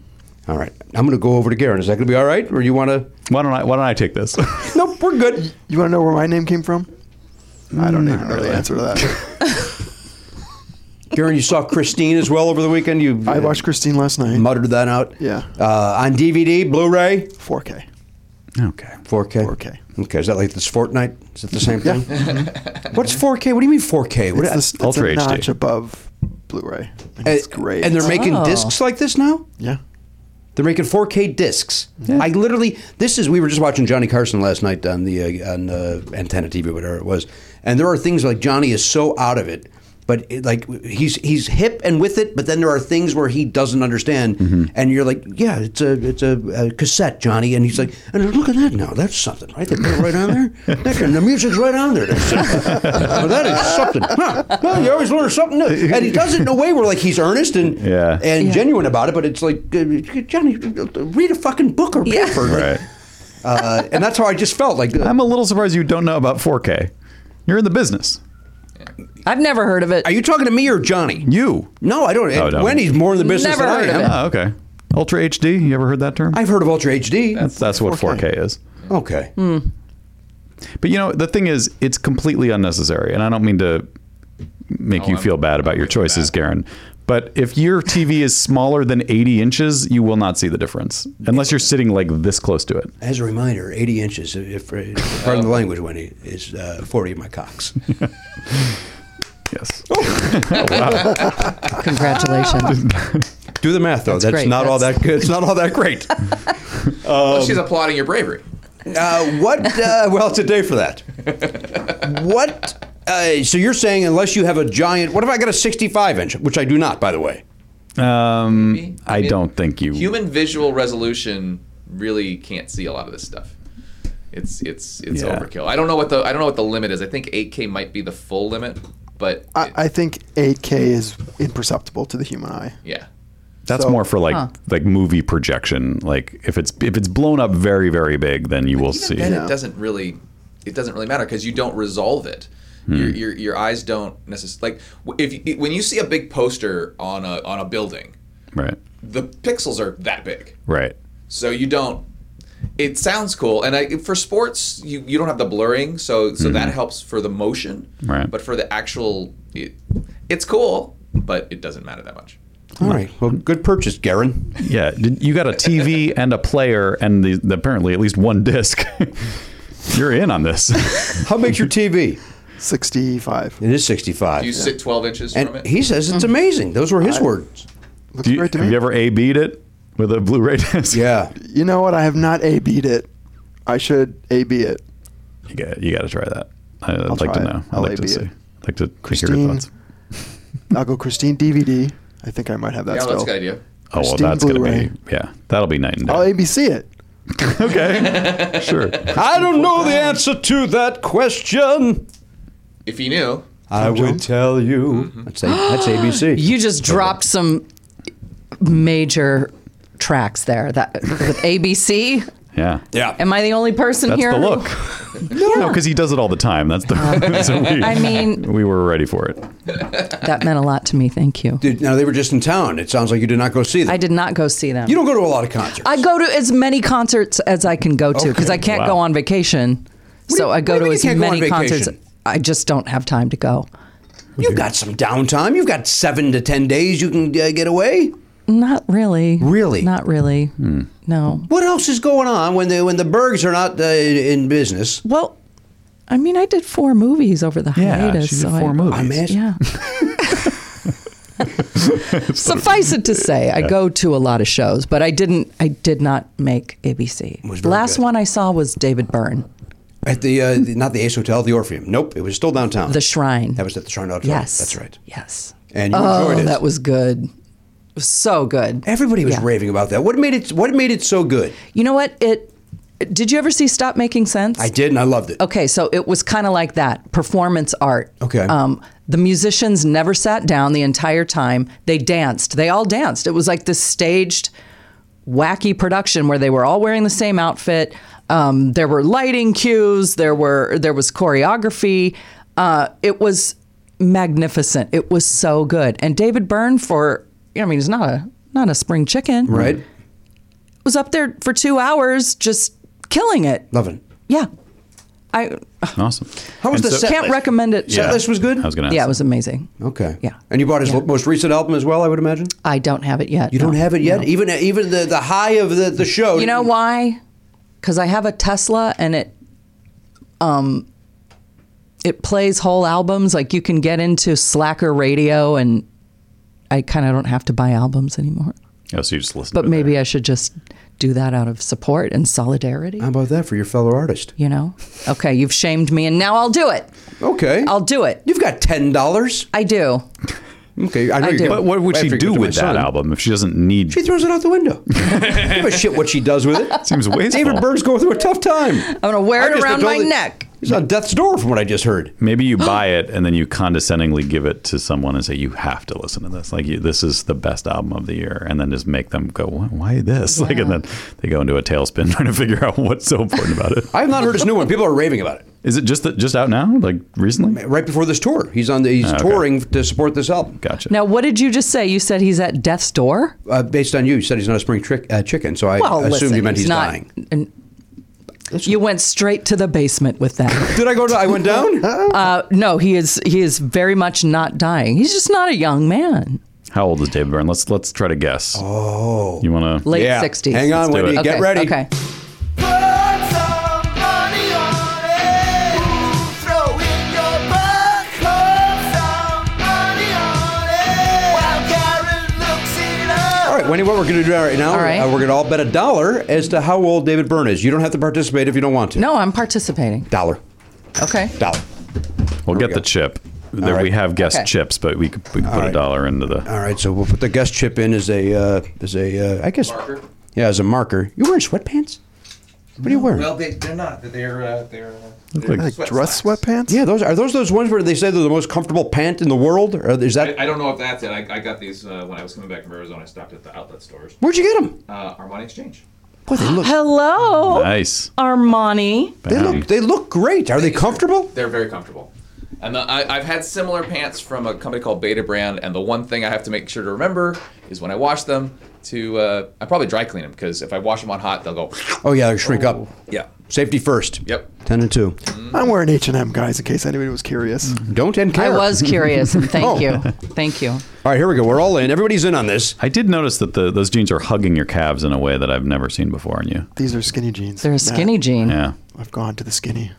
[SPEAKER 1] All right. I'm going to go over to Garen. Is that going to be all right? Or you want to?
[SPEAKER 2] Why don't I? Why don't I take this?
[SPEAKER 1] Nope, we're good.
[SPEAKER 7] You want to know where my name came from? I don't even know the answer to that.
[SPEAKER 1] Garen, you saw Christine as well over the weekend. You
[SPEAKER 7] I watched Christine last night.
[SPEAKER 1] muttered that out.
[SPEAKER 7] Yeah.
[SPEAKER 1] Uh, on DVD, Blu-ray,
[SPEAKER 7] 4K.
[SPEAKER 2] okay.
[SPEAKER 1] 4K.
[SPEAKER 7] 4K.
[SPEAKER 1] Okay. Is that like this Fortnite? Is it the same thing? What's 4K? What do you mean 4K? What
[SPEAKER 7] It's, this, it's
[SPEAKER 2] Ultra HD.
[SPEAKER 7] a notch above Blu-ray. And
[SPEAKER 1] and,
[SPEAKER 7] it's great.
[SPEAKER 1] And they're making
[SPEAKER 9] Oh.
[SPEAKER 1] discs like this now.
[SPEAKER 7] yeah.
[SPEAKER 1] They're making 4K discs. I literally, this is, we were just watching Johnny Carson last night on the uh, on uh, antenna TV, whatever it was, and there are things like Johnny is so out of it, but it, like he's he's hip and with it, but then there are things where he doesn't understand, and you're like, yeah, it's a it's a, a cassette, Johnny, and he's like, and look at that now, that's something, right? They put it right on there, That- and the music's right on there. That's well, that is something. Huh. Well, you always learn something new, and he does it in a way where like he's earnest and
[SPEAKER 2] Yeah.
[SPEAKER 1] and and genuine about it, but it's like uh, Johnny, read a fucking book or
[SPEAKER 9] Yeah.
[SPEAKER 1] paper,
[SPEAKER 2] Right.
[SPEAKER 1] uh, and that's how I just felt. Like uh,
[SPEAKER 2] I'm a little surprised you don't know about 4K. You're in the business.
[SPEAKER 9] I've never heard of it.
[SPEAKER 1] are you talking to me or Johnny?
[SPEAKER 2] You.
[SPEAKER 1] No, I don't.
[SPEAKER 2] Oh, no.
[SPEAKER 1] Wendy's more in the business
[SPEAKER 9] Never
[SPEAKER 1] than
[SPEAKER 9] heard
[SPEAKER 1] I
[SPEAKER 9] of
[SPEAKER 1] am.
[SPEAKER 9] it.
[SPEAKER 2] Oh, okay. Ultra HD. You ever heard that term?
[SPEAKER 1] I've heard of Ultra HD.
[SPEAKER 2] that's that's what 4K, is.
[SPEAKER 1] okay.
[SPEAKER 9] Hmm.
[SPEAKER 2] But you know, the thing is,
[SPEAKER 8] Oh,
[SPEAKER 2] it's completely unnecessary, and I don't mean to make you feel bad about your choices, Garen. But if your TV is smaller than 80 inches, you will not see the difference unless you're sitting like this close to it.
[SPEAKER 1] As a reminder, 80 inches, if, if pardon the
[SPEAKER 2] Oh.
[SPEAKER 1] language, Wendy, is uh, 40 of my cocks.
[SPEAKER 2] yes.
[SPEAKER 9] Congratulations.
[SPEAKER 1] Do the math though.
[SPEAKER 9] That's
[SPEAKER 1] That's,
[SPEAKER 9] great.
[SPEAKER 1] not all
[SPEAKER 9] That's-
[SPEAKER 1] that good. It's not all that great.
[SPEAKER 8] Well, she's applauding your bravery.
[SPEAKER 1] Uh, what? Uh, well, it's a day for that. What? Uh, so you're saying unless you have a giant? What if I got a 65 inch, which I do not, by the way.
[SPEAKER 2] Um, I
[SPEAKER 8] mean,
[SPEAKER 2] don't think you.
[SPEAKER 8] Human visual resolution really can't see a lot of this stuff. It's it's it's
[SPEAKER 2] Yeah.
[SPEAKER 8] overkill. I don't know what the I don't know what the limit is. I think 8K might be the full limit, but
[SPEAKER 7] I, I think 8K is imperceptible to the human eye.
[SPEAKER 8] yeah.
[SPEAKER 2] That's
[SPEAKER 7] So-
[SPEAKER 2] more for like
[SPEAKER 7] Huh.
[SPEAKER 2] like movie projection. Like if it's if it's blown up very very big, then you will see.
[SPEAKER 8] then it doesn't really it doesn't really matter because you don't resolve it.
[SPEAKER 2] Hmm.
[SPEAKER 8] Your, your your eyes don't necessarily like w- if you, when you see a big poster on a on a building,
[SPEAKER 2] Right.
[SPEAKER 8] the pixels are that big.
[SPEAKER 2] Right.
[SPEAKER 8] So you don't. It sounds cool, and I, for sports, you, you don't have the blurring, so so that helps for the motion.
[SPEAKER 2] Right.
[SPEAKER 8] But for the actual, it, it's cool, but it doesn't matter that much.
[SPEAKER 1] All right. Well, good purchase, Garen.
[SPEAKER 2] Yeah, did- you got a TV and a player and the, the- apparently at least one disc. You're in on this.
[SPEAKER 1] How big's your TV?
[SPEAKER 7] 65.
[SPEAKER 1] It is 65.
[SPEAKER 8] Do you sit twelve inches from
[SPEAKER 1] and
[SPEAKER 8] it?
[SPEAKER 1] he says it's amazing. Those were his words.
[SPEAKER 2] Do you, have you ever A B'd it with a Blu-ray disc?
[SPEAKER 1] Yeah.
[SPEAKER 7] You know what? I have not A B'd it. I should A B it.
[SPEAKER 2] You got you got to try that. I, would
[SPEAKER 7] I'll
[SPEAKER 2] like to
[SPEAKER 7] try it.
[SPEAKER 2] know. I'd
[SPEAKER 7] I'll
[SPEAKER 2] like to
[SPEAKER 7] A B it.
[SPEAKER 2] see. I'd like to to hear your
[SPEAKER 7] Christine.
[SPEAKER 2] thoughts. Oh,
[SPEAKER 7] I'll go Christine DVD. I think I might have that
[SPEAKER 8] yeah,
[SPEAKER 7] still.
[SPEAKER 8] that's a good idea.
[SPEAKER 2] Oh well,
[SPEAKER 7] Christine
[SPEAKER 2] that's gonna
[SPEAKER 7] Blu-ray.
[SPEAKER 2] be yeah. That'll be night and day.
[SPEAKER 7] I'll ABC it.
[SPEAKER 2] okay, sure.
[SPEAKER 1] I don't know the answer to that question.
[SPEAKER 8] If you knew,
[SPEAKER 1] I would tell you.
[SPEAKER 8] Mm-hmm.
[SPEAKER 1] That's, a, that's ABC.
[SPEAKER 9] you just dropped some major tracks there. That with ABC.
[SPEAKER 2] Yeah.
[SPEAKER 1] Yeah.
[SPEAKER 9] Am I the only person
[SPEAKER 2] That's
[SPEAKER 9] here?
[SPEAKER 2] the
[SPEAKER 9] who-
[SPEAKER 2] look. No, because he does it all the time. That's the. so we,
[SPEAKER 9] I mean-
[SPEAKER 2] we were ready for it.
[SPEAKER 9] That meant a lot to me. Thank you.
[SPEAKER 1] Dude, now they were just in town. It sounds like you did not go see them.
[SPEAKER 9] I did not go see them.
[SPEAKER 1] You don't go to a lot of concerts.
[SPEAKER 9] I go to as many concerts as I can go to because I can't go
[SPEAKER 1] wow.
[SPEAKER 9] on vacation. So I go
[SPEAKER 1] what do
[SPEAKER 9] to
[SPEAKER 1] you
[SPEAKER 9] as
[SPEAKER 1] mean you can't go on
[SPEAKER 9] many concerts.
[SPEAKER 1] vacation?
[SPEAKER 9] I just don't have time to go.
[SPEAKER 1] You've got some downtime. You've got seven to ten days you can uh, get away.
[SPEAKER 9] Not really.
[SPEAKER 1] Really? Hmm.
[SPEAKER 9] Not really. No.
[SPEAKER 1] What else is going on when the when the Bergs are not uh, in business?
[SPEAKER 9] Well, I mean, I did four movies over the
[SPEAKER 2] Yeah,
[SPEAKER 9] hiatus.
[SPEAKER 2] she did
[SPEAKER 9] so
[SPEAKER 2] four
[SPEAKER 9] I,
[SPEAKER 2] movies.
[SPEAKER 1] I'm asking.
[SPEAKER 9] Yeah. Suffice it to say, I go to a lot of shows, but I didn't. I did not make ABC.
[SPEAKER 1] Was very
[SPEAKER 9] Last
[SPEAKER 1] good.
[SPEAKER 9] one I saw was David Byrne,
[SPEAKER 1] At the, uh, the- not the Ace Hotel, the Orpheum. Nope, it was still downtown.
[SPEAKER 9] The Shrine.
[SPEAKER 1] that was at the Shrine Auditorium.
[SPEAKER 9] yes,
[SPEAKER 1] that's right.
[SPEAKER 9] Yes.
[SPEAKER 1] And you
[SPEAKER 9] oh,
[SPEAKER 1] enjoyed it.
[SPEAKER 9] that was good. It was so good.
[SPEAKER 1] Everybody was
[SPEAKER 9] Yeah.
[SPEAKER 1] raving about that. What made it? What made it so good?
[SPEAKER 9] You know what? It. Did you ever see Stop Making Sense?
[SPEAKER 1] I did, and I loved it.
[SPEAKER 9] Okay, so it was kind of like that performance art.
[SPEAKER 1] Okay.
[SPEAKER 9] Um, the musicians never sat down the entire time. They danced. They all danced. It was like this staged, wacky production where they were all wearing the same outfit. Um, there were lighting cues. There were there was choreography. Uh, it was magnificent. It was so good. And David Byrne for I mean he's not a not a spring chicken.
[SPEAKER 1] Right,
[SPEAKER 9] Was up there for two hours just killing it.
[SPEAKER 1] loving. it.
[SPEAKER 9] Yeah. I
[SPEAKER 2] Awesome.
[SPEAKER 1] How was
[SPEAKER 2] And
[SPEAKER 1] the
[SPEAKER 2] so-
[SPEAKER 1] set?
[SPEAKER 9] can't
[SPEAKER 1] list?
[SPEAKER 9] recommend it.
[SPEAKER 1] Set list was good.
[SPEAKER 2] I was gonna. Ask.
[SPEAKER 9] Yeah, it was amazing.
[SPEAKER 1] Okay.
[SPEAKER 9] Yeah.
[SPEAKER 1] And you bought his
[SPEAKER 9] Yeah.
[SPEAKER 1] most recent album as well, I would imagine.
[SPEAKER 9] I don't have it yet.
[SPEAKER 1] You don't have it yet. Even even the, the high of the, the show.
[SPEAKER 9] You know why? Because I have a Tesla and it, um, it plays whole albums. Like you can get into Slacker radio, and I kind of don't have to buy albums anymore.
[SPEAKER 2] Yeah, Oh, so you just listen.
[SPEAKER 9] But
[SPEAKER 2] to it
[SPEAKER 9] maybe
[SPEAKER 2] there.
[SPEAKER 9] I should just do that out of support and solidarity.
[SPEAKER 1] How about that for your fellow artist?
[SPEAKER 9] you know? Okay, you've shamed me, and now I'll do it.
[SPEAKER 1] Okay.
[SPEAKER 9] I'll do it.
[SPEAKER 1] You've got ten dollars.
[SPEAKER 9] I do.
[SPEAKER 1] Okay. I, know
[SPEAKER 9] I
[SPEAKER 1] you're
[SPEAKER 9] do.
[SPEAKER 1] gonna-
[SPEAKER 2] But what would
[SPEAKER 1] I have
[SPEAKER 2] she
[SPEAKER 1] to
[SPEAKER 2] do
[SPEAKER 1] give it to my
[SPEAKER 2] with that
[SPEAKER 1] son.
[SPEAKER 2] album if she doesn't need?
[SPEAKER 1] She throws it out the window. I don't give a shit what she does with it.
[SPEAKER 2] Seems wasteful.
[SPEAKER 1] David Byrne's going through a tough time.
[SPEAKER 9] I'm gonna wear
[SPEAKER 1] I
[SPEAKER 9] it
[SPEAKER 1] just
[SPEAKER 9] around my
[SPEAKER 1] totally-
[SPEAKER 9] neck.
[SPEAKER 1] He's on death's door, from what I just heard.
[SPEAKER 2] Maybe you buy it and then you condescendingly give it to someone and say you have to listen to this. Like you, this is the best album of the year, and then just make them go, "Why, why this?" Like, and then they go into a tailspin trying to figure out what's so important about it.
[SPEAKER 1] I have not heard his new one. People are raving about it.
[SPEAKER 2] Is it just that just out now? Like recently?
[SPEAKER 1] Right before this tour, he's on. The, he's
[SPEAKER 2] okay.
[SPEAKER 1] touring to support this album.
[SPEAKER 2] Gotcha.
[SPEAKER 9] Now, what did you just say? You said he's at death's door.
[SPEAKER 1] Uh, based on you, you said he's not a spring trick, uh, chicken, so I
[SPEAKER 9] Well,
[SPEAKER 1] assumed
[SPEAKER 9] listen,
[SPEAKER 1] you meant
[SPEAKER 9] it's
[SPEAKER 1] he's
[SPEAKER 9] not-
[SPEAKER 1] dying.
[SPEAKER 9] and- you went straight to the basement with that.
[SPEAKER 1] Did I go? To, I went down.
[SPEAKER 9] uh, no, he is he is very much not dying. He's just not a young man.
[SPEAKER 2] How old is David Byrne? Let's let's try to guess.
[SPEAKER 1] Oh,
[SPEAKER 2] you want to
[SPEAKER 9] Late Yeah. 60s.
[SPEAKER 1] Hang on, Wendy, get ready.
[SPEAKER 9] Okay.
[SPEAKER 1] All right, Wendy, what we're going to do right now,
[SPEAKER 9] All right.
[SPEAKER 1] uh, we're going to all bet a dollar as to how old David Byrne is. You don't have to participate if you don't want to.
[SPEAKER 9] No, I'm participating.
[SPEAKER 1] Dollar.
[SPEAKER 9] Okay.
[SPEAKER 1] Dollar.
[SPEAKER 2] We'll get the chip. There we have guest chips, but we could, we could put a dollar into the.
[SPEAKER 1] All right, so we'll put the guest chip in as a, uh, as a uh, I guess. Marker. Yeah, as a marker. You wearing sweatpants? What are you wearing?
[SPEAKER 10] Well, they, they're not. They're uh, they're. Uh,
[SPEAKER 1] Like, dress sweatpants? Yeah, those are those those ones where they say they're the most comfortable pant in the world. Or is that?
[SPEAKER 8] I, I don't know if that's it. I, I got these uh, when I was coming back from Arizona. I stopped at the outlet stores.
[SPEAKER 1] Where'd you get them?
[SPEAKER 8] Uh, Armani Exchange.
[SPEAKER 9] Hello.
[SPEAKER 2] Nice.
[SPEAKER 9] Armani.
[SPEAKER 1] They
[SPEAKER 2] Um,
[SPEAKER 1] look they look great. Are they comfortable?
[SPEAKER 8] They're very comfortable. And the, I, I've had similar pants from a company called Beta Brand, and the one thing I have to make sure to remember is when I wash them to uh, I probably dry clean them because if I wash them on hot, they'll
[SPEAKER 1] Oh
[SPEAKER 8] go.
[SPEAKER 1] Mm-hmm. yeah, they shrink up.
[SPEAKER 8] Yeah.
[SPEAKER 1] Safety first.
[SPEAKER 8] Yep.
[SPEAKER 1] Ten and two.
[SPEAKER 7] I'm wearing H and M, guys, in case anybody was curious.
[SPEAKER 1] Don't end
[SPEAKER 9] I was curious, and thank
[SPEAKER 1] Oh.
[SPEAKER 9] you. Thank you.
[SPEAKER 1] All right, here we go. We're all in. Everybody's in on this.
[SPEAKER 2] I did notice that the those jeans are hugging your calves in a way that I've never seen before in you.
[SPEAKER 7] These are skinny jeans.
[SPEAKER 9] They're a skinny jean.
[SPEAKER 2] Yeah.
[SPEAKER 7] I've gone to the skinny.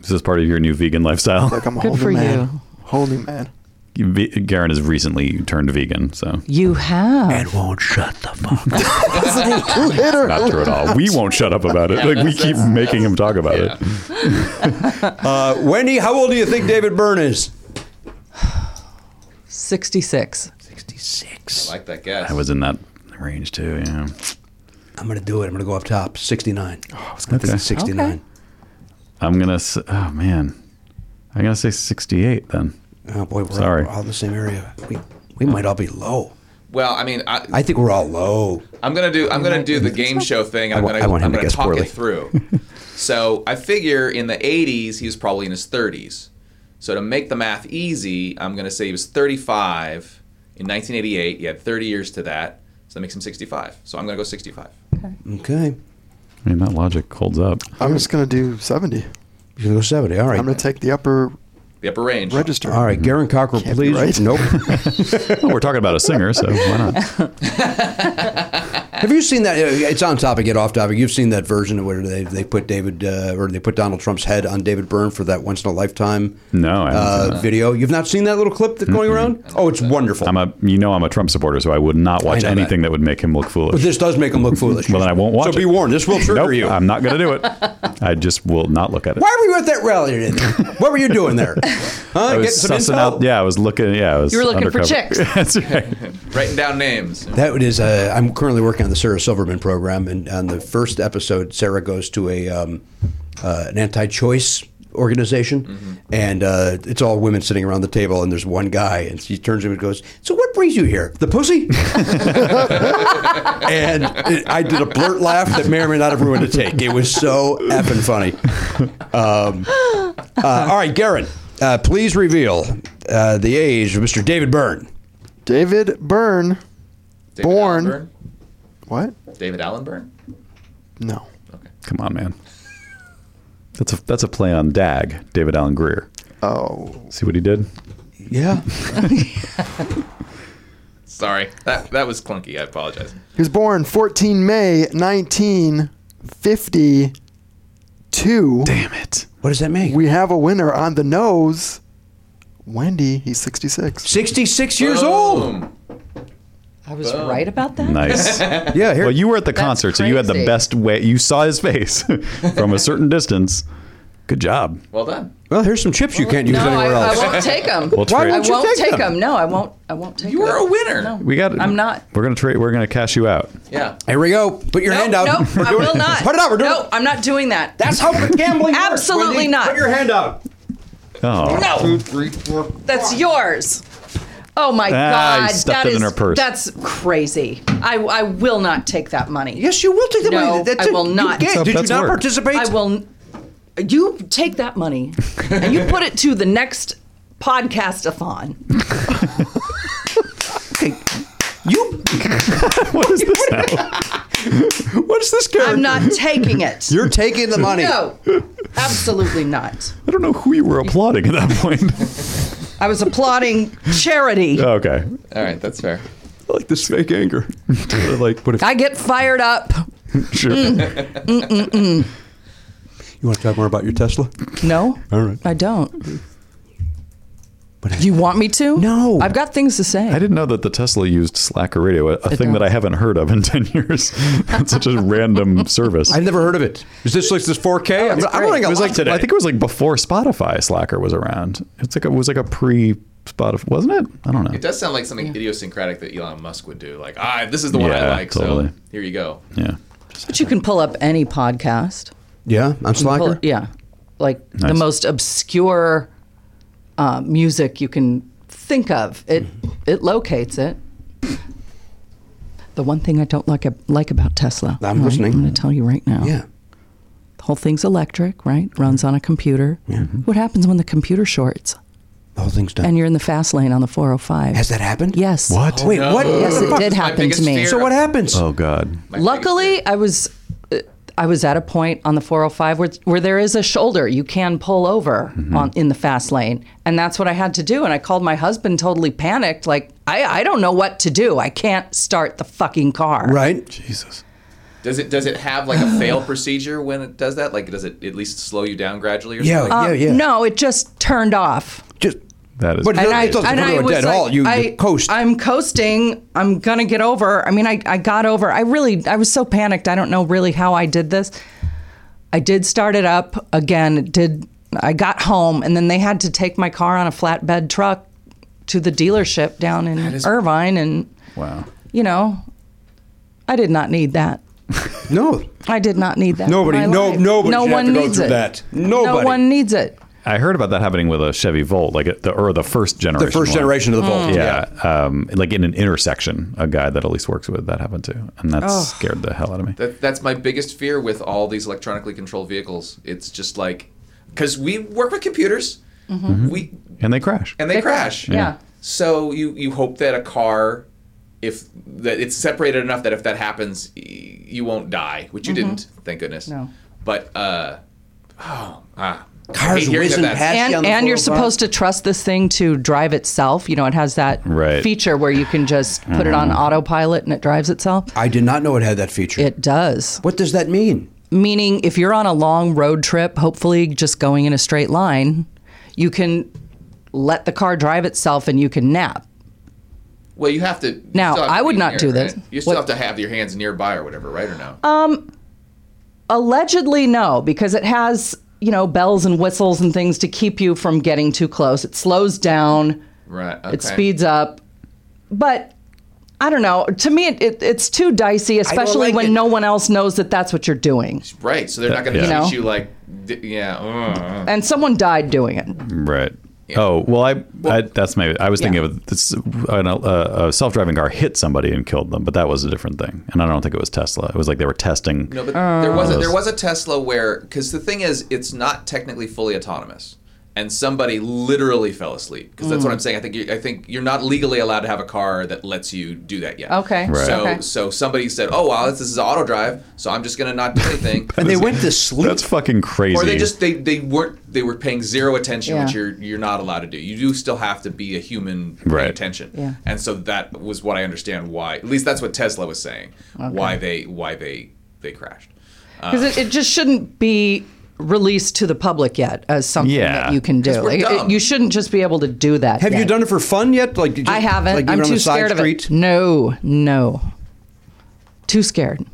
[SPEAKER 2] Is this part of your new vegan lifestyle?
[SPEAKER 7] Like I'm a whole new man. Whole new man.
[SPEAKER 2] you. Ve- Garen has recently turned vegan, so
[SPEAKER 9] You have.
[SPEAKER 1] And won't shut the fuck
[SPEAKER 2] not true at all. We won't shut up about it. Like we keep making him talk about it.
[SPEAKER 1] Uh, Wendy, how old do you think David Byrne is?
[SPEAKER 9] 66.
[SPEAKER 1] 66.
[SPEAKER 8] I like that guess.
[SPEAKER 2] I was in that range too. Yeah.
[SPEAKER 1] I'm gonna do it. I'm gonna go up top. Sixty nine. Oh, I was
[SPEAKER 2] gonna Okay. think
[SPEAKER 1] sixty nine.
[SPEAKER 2] I'm gonna. s- Oh man, I'm gonna say 68 then.
[SPEAKER 1] Oh boy, we're
[SPEAKER 2] sorry.
[SPEAKER 1] all in the same area. We we might all be low.
[SPEAKER 8] Well, I mean, I,
[SPEAKER 1] I think we're all low.
[SPEAKER 8] I'm gonna do I'm gonna do the game show thing. I'm
[SPEAKER 1] I want-
[SPEAKER 8] gonna
[SPEAKER 1] I want him
[SPEAKER 8] I'm
[SPEAKER 1] to
[SPEAKER 8] gonna
[SPEAKER 1] guess
[SPEAKER 8] talk
[SPEAKER 1] poorly.
[SPEAKER 8] it through. so I figure in the 80s he was probably in his 30s. So to make the math easy, I'm gonna say he was 35 in 1988. He had 30 years to that, so that makes him 65. So I'm gonna go 65.
[SPEAKER 1] Okay.
[SPEAKER 2] I mean that logic holds up.
[SPEAKER 7] I'm just gonna do 70. You're
[SPEAKER 1] gonna go 70. All right.
[SPEAKER 7] I'm gonna take the upper
[SPEAKER 8] The upper range.
[SPEAKER 7] register.
[SPEAKER 1] All right, Garen Cockrell,
[SPEAKER 7] Can't be
[SPEAKER 1] please.
[SPEAKER 7] right.
[SPEAKER 1] Nope.
[SPEAKER 2] Well, we're talking about a singer, so why not?
[SPEAKER 1] Have you seen that? uh, It's on topic, yet off topic. You've seen that version of where they they put David uh, or they put Donald Trump's head on David Byrne for that once in a lifetime
[SPEAKER 2] No, I haven't seen
[SPEAKER 1] uh,
[SPEAKER 2] that.
[SPEAKER 1] video. You've not seen that little clip that's going around? Oh, it's wonderful.
[SPEAKER 2] I'm a you know I'm a Trump supporter, so I would not watch
[SPEAKER 1] know that.
[SPEAKER 2] anything that. would make him look
[SPEAKER 1] But
[SPEAKER 2] foolish.
[SPEAKER 1] this does make him look foolish.
[SPEAKER 2] well, then I won't watch.
[SPEAKER 1] So
[SPEAKER 2] it.
[SPEAKER 1] be warned, this will trigger
[SPEAKER 2] Nope,
[SPEAKER 1] you.
[SPEAKER 2] I'm not gonna do it. I just will not look at it.
[SPEAKER 1] Why were you at that rally today? what were you doing there? Huh?
[SPEAKER 2] I was
[SPEAKER 1] Getting some
[SPEAKER 2] sussing
[SPEAKER 1] intel?
[SPEAKER 2] out. Yeah, I was looking. Yeah, I was.
[SPEAKER 9] You were looking for
[SPEAKER 2] undercover.
[SPEAKER 9] chicks.
[SPEAKER 2] That's right.
[SPEAKER 8] Writing down names.
[SPEAKER 1] That is, uh, I'm currently working on the Sarah Silverman program, and on the first episode, Sarah goes to a um, uh, an anti-choice organization, and uh, it's all women sitting around the table, and there's one guy, and she turns to him and goes, "So what brings you here? The pussy?" and it, I did a blurt laugh that may or may not have ruined a take. It was so effing funny. Um, uh, all right, Garrett, uh, please reveal uh, the age of Mr. David Byrne.
[SPEAKER 7] David Byrne.
[SPEAKER 8] David
[SPEAKER 7] born.
[SPEAKER 8] Allen
[SPEAKER 7] What?
[SPEAKER 8] Byrne? David Allen Byrne.
[SPEAKER 7] No.
[SPEAKER 2] Come on, man. That's a that's a play on Dag, David Allen Greer.
[SPEAKER 7] Oh.
[SPEAKER 2] See what he did?
[SPEAKER 1] Yeah.
[SPEAKER 8] Sorry, that that was clunky. I apologize.
[SPEAKER 7] He was born 14 May 1952.
[SPEAKER 2] Damn it.
[SPEAKER 1] What does that mean?
[SPEAKER 7] We have a winner on the nose. Wendy, he's 66.
[SPEAKER 1] 66 years old.
[SPEAKER 8] Boom.
[SPEAKER 9] I was right about that.
[SPEAKER 2] Nice.
[SPEAKER 1] Yeah, here.
[SPEAKER 2] Well, you were at the concert, so you had the
[SPEAKER 9] crazy.
[SPEAKER 2] best way. You saw his face from a certain distance. Good job.
[SPEAKER 8] Well done.
[SPEAKER 1] Well, here's some chips you can't use
[SPEAKER 9] No, I,
[SPEAKER 1] anywhere
[SPEAKER 9] I
[SPEAKER 1] else.
[SPEAKER 9] won't take them.
[SPEAKER 2] We'll trade.
[SPEAKER 9] I
[SPEAKER 1] won't you
[SPEAKER 9] won't
[SPEAKER 1] take
[SPEAKER 9] take
[SPEAKER 1] 'em?
[SPEAKER 9] them. No, I won't. I won't take
[SPEAKER 8] You
[SPEAKER 9] them.
[SPEAKER 8] were a winner.
[SPEAKER 9] No.
[SPEAKER 2] We got.
[SPEAKER 9] I'm not.
[SPEAKER 2] We're gonna trade. We're gonna cash you out.
[SPEAKER 8] Yeah.
[SPEAKER 1] Here we go. Put your
[SPEAKER 9] No,
[SPEAKER 1] hand out.
[SPEAKER 9] no,
[SPEAKER 1] We're
[SPEAKER 9] I
[SPEAKER 1] doing
[SPEAKER 9] will
[SPEAKER 1] it.
[SPEAKER 9] not.
[SPEAKER 1] Put it out. We're doing
[SPEAKER 9] no,
[SPEAKER 1] it.
[SPEAKER 9] I'm not doing that.
[SPEAKER 1] That's how gambling works.
[SPEAKER 9] Absolutely
[SPEAKER 1] Wendy.
[SPEAKER 9] not.
[SPEAKER 1] Put your hand out.
[SPEAKER 2] Oh,
[SPEAKER 9] no,
[SPEAKER 10] two, three, four.
[SPEAKER 9] that's yours. Oh my
[SPEAKER 2] Ah, you
[SPEAKER 9] God!
[SPEAKER 2] stuffed
[SPEAKER 9] That
[SPEAKER 2] it
[SPEAKER 9] is
[SPEAKER 2] in her purse.
[SPEAKER 9] that's crazy. I, I will not take that money.
[SPEAKER 1] Yes, you will take the
[SPEAKER 9] No,
[SPEAKER 1] money. That's
[SPEAKER 9] I
[SPEAKER 1] it.
[SPEAKER 9] will
[SPEAKER 1] You
[SPEAKER 9] not.
[SPEAKER 1] gave-
[SPEAKER 2] That's
[SPEAKER 1] Did you
[SPEAKER 2] how
[SPEAKER 1] not
[SPEAKER 2] pets work.
[SPEAKER 1] participate?
[SPEAKER 9] I will. n- You take that money and you put it to the next podcast-a-thon.
[SPEAKER 1] You.
[SPEAKER 2] what is this now?
[SPEAKER 1] What's this guy?
[SPEAKER 9] I'm not taking it.
[SPEAKER 1] You're taking the money.
[SPEAKER 9] no, absolutely not.
[SPEAKER 2] I don't know who you were applauding at that point.
[SPEAKER 9] I was applauding charity.
[SPEAKER 2] Okay.
[SPEAKER 8] All right, that's fair.
[SPEAKER 5] I like this fake anger. like, what if
[SPEAKER 9] I get fired up.
[SPEAKER 5] Sure.
[SPEAKER 9] Mm, mm, mm, mm.
[SPEAKER 11] You want to talk more about your Tesla?
[SPEAKER 9] No.
[SPEAKER 11] All right.
[SPEAKER 9] I don't. you want me to? No. I've got things to say.
[SPEAKER 2] I didn't know that the Tesla used Slacker radio, a, a
[SPEAKER 9] It
[SPEAKER 2] thing that I haven't heard of in 10 years. That's such a random service.
[SPEAKER 11] I've never heard of it. Is this like this 4K? I'm, I'm running
[SPEAKER 2] it
[SPEAKER 11] a
[SPEAKER 2] was
[SPEAKER 11] lot
[SPEAKER 2] like I think it was like before Spotify Slacker was around. It's like it was like a pre Spotify, wasn't it? I don't know.
[SPEAKER 8] It does sound like something idiosyncratic that Elon Musk would do. Like, ah, this is the one I
[SPEAKER 2] Yeah,
[SPEAKER 8] like,
[SPEAKER 2] totally.
[SPEAKER 8] so here you go.
[SPEAKER 2] Yeah.
[SPEAKER 9] But you can pull up any podcast.
[SPEAKER 11] Yeah, on
[SPEAKER 9] You can pull-
[SPEAKER 11] Slacker.
[SPEAKER 9] yeah. Like the
[SPEAKER 11] Nice.
[SPEAKER 9] most obscure uh, music you can think of. It it locates it. The one thing I don't like like about Tesla.
[SPEAKER 11] I'm
[SPEAKER 9] right?
[SPEAKER 11] listening.
[SPEAKER 9] I'm going to tell you right now.
[SPEAKER 11] Yeah.
[SPEAKER 9] The whole thing's electric, right? Runs on a computer. What happens when the computer shorts?
[SPEAKER 11] The whole thing's done.
[SPEAKER 9] And you're in the fast lane on the 405.
[SPEAKER 11] Has that happened?
[SPEAKER 9] Yes.
[SPEAKER 11] What? Wait, what?
[SPEAKER 9] Yes, it
[SPEAKER 11] Fuck.
[SPEAKER 9] did
[SPEAKER 11] My
[SPEAKER 9] happen to
[SPEAKER 11] biggest
[SPEAKER 9] me.
[SPEAKER 11] fear. So what happens?
[SPEAKER 2] Oh God.
[SPEAKER 9] Luckily, I was uh, I was at a point on the 405 where where there is a shoulder you can pull over
[SPEAKER 11] Mm-hmm.
[SPEAKER 9] on in the fast lane, and that's what I had to do. And I called my husband, totally panicked, like I I don't know what to do. I can't start the fucking car.
[SPEAKER 11] Right.
[SPEAKER 2] Jesus.
[SPEAKER 8] Does it does it have like a fail procedure when it does that? Like, does it at least slow you down gradually or something?
[SPEAKER 9] Um, No, it just turned off.
[SPEAKER 2] That is.
[SPEAKER 11] But
[SPEAKER 9] and
[SPEAKER 11] it
[SPEAKER 9] I,
[SPEAKER 11] doesn't
[SPEAKER 9] and
[SPEAKER 11] go to
[SPEAKER 9] I
[SPEAKER 11] a
[SPEAKER 9] was
[SPEAKER 11] dead
[SPEAKER 9] like,
[SPEAKER 11] halt. You- you
[SPEAKER 9] I,
[SPEAKER 11] coast.
[SPEAKER 9] I'm coasting. I'm gonna get over. I mean, I, I got over. I really, I was so panicked. I don't know really how I did this. I did start it up again. It did I got home, and then they had to take my car on a flatbed truck to the dealership down in Irvine, and
[SPEAKER 2] Wow.
[SPEAKER 9] you know, I did not need that.
[SPEAKER 11] No.
[SPEAKER 9] I did not need that. in
[SPEAKER 11] Nobody-
[SPEAKER 9] my
[SPEAKER 11] no-
[SPEAKER 9] life.
[SPEAKER 11] nobody
[SPEAKER 9] No
[SPEAKER 11] should have
[SPEAKER 9] one
[SPEAKER 11] to go
[SPEAKER 9] needs
[SPEAKER 11] through
[SPEAKER 9] it.
[SPEAKER 11] that.
[SPEAKER 9] No
[SPEAKER 11] Nobody.
[SPEAKER 9] one needs it.
[SPEAKER 2] I heard about that happening with a Chevy Volt, like the or the first generation,
[SPEAKER 11] first
[SPEAKER 2] one.
[SPEAKER 11] generation of the
[SPEAKER 9] Hmm.
[SPEAKER 11] Volt, Mm.
[SPEAKER 2] yeah, Um, like in an intersection. A guy that at least works with that happened to, and that
[SPEAKER 8] Oh.
[SPEAKER 2] scared the hell out of me.
[SPEAKER 8] That, that's my biggest fear with all these electronically controlled vehicles. It's just like, because we work with computers, we
[SPEAKER 2] And they crash.
[SPEAKER 8] and they,
[SPEAKER 2] They
[SPEAKER 8] crash.
[SPEAKER 2] crash, yeah. Yeah.
[SPEAKER 8] So you you hope that a car, if that it's separated enough that if that happens, y- you won't die, which you
[SPEAKER 9] Mhm.
[SPEAKER 8] didn't, thank goodness.
[SPEAKER 9] No.
[SPEAKER 8] But uh, oh, ah, I
[SPEAKER 11] Cars
[SPEAKER 8] hate hearing
[SPEAKER 11] whizzing
[SPEAKER 8] that that's-
[SPEAKER 1] E
[SPEAKER 9] and, and you're supposed to trust this thing to drive itself. You know, it has that
[SPEAKER 11] Right.
[SPEAKER 9] feature where you can just put it on
[SPEAKER 11] Mhm.
[SPEAKER 9] autopilot and it drives itself.
[SPEAKER 11] I did not know it had that feature.
[SPEAKER 9] It does.
[SPEAKER 11] What does that mean?
[SPEAKER 9] Meaning, if you're on a long road trip, hopefully just going in a straight line, you can let the car drive itself and you can nap.
[SPEAKER 8] Well, you have to. you
[SPEAKER 9] Now,
[SPEAKER 8] still have to
[SPEAKER 9] I would
[SPEAKER 8] be
[SPEAKER 9] not
[SPEAKER 8] near,
[SPEAKER 9] do
[SPEAKER 8] right?
[SPEAKER 9] this.
[SPEAKER 8] You still have to have your hands nearby or whatever, right or no?
[SPEAKER 9] Um, allegedly, no, because it has you know bells and whistles and things to keep you from getting too close. It slows down.
[SPEAKER 8] Right.
[SPEAKER 9] It speeds up, but I don't know. To me, it, it, it's too dicey,
[SPEAKER 8] don't
[SPEAKER 9] especially
[SPEAKER 8] like
[SPEAKER 9] when no one else knows that that's what you're doing.
[SPEAKER 8] Right. So they're not going to
[SPEAKER 9] Yeah.
[SPEAKER 8] teach
[SPEAKER 9] You know?
[SPEAKER 8] you like, d- yeah. uh, uh.
[SPEAKER 9] And someone died doing it.
[SPEAKER 2] Right. Oh well, I, I that's my. I was thinking of this. An, uh, a self-driving car hit somebody and killed them, but that was a different thing, and I don't think it was Tesla. It was like they were testing.
[SPEAKER 8] No, but there was a,
[SPEAKER 2] those.
[SPEAKER 8] there was a Tesla where because the thing is, it's not technically fully autonomous, and somebody literally fell asleep because that's what
[SPEAKER 9] Mm.
[SPEAKER 8] I'm saying. I think you, I think you're not legally allowed to have a car that lets you do that yet.
[SPEAKER 9] Okay. Right.
[SPEAKER 8] So
[SPEAKER 9] Okay.
[SPEAKER 8] so somebody said, oh wow, this is auto drive, so I'm just gonna not do anything.
[SPEAKER 2] and they went to sleep. That's fucking crazy.
[SPEAKER 8] Or they just they, they weren't they were paying zero attention, which
[SPEAKER 2] Yeah.
[SPEAKER 8] you're you're not allowed to do. You do still have to be a human paying
[SPEAKER 2] Right.
[SPEAKER 8] attention.
[SPEAKER 2] Yeah.
[SPEAKER 8] And so that was what I understand why at least that's what Tesla was saying.
[SPEAKER 9] Okay.
[SPEAKER 8] Why they why they they crashed. Uh,
[SPEAKER 9] Because it, it just shouldn't be released to the public yet as something
[SPEAKER 11] Yeah.
[SPEAKER 9] that you can do.
[SPEAKER 11] 'Cause we're
[SPEAKER 9] Like, it-
[SPEAKER 11] dumb.
[SPEAKER 9] you shouldn't just be able to do that.
[SPEAKER 11] Have you
[SPEAKER 9] yet.
[SPEAKER 11] done it for fun yet? Like you just,
[SPEAKER 9] I haven't.
[SPEAKER 11] Like you
[SPEAKER 9] I'm
[SPEAKER 11] were on
[SPEAKER 9] too
[SPEAKER 11] the side
[SPEAKER 9] scared
[SPEAKER 11] street?
[SPEAKER 9] of it. No, no. Too scared.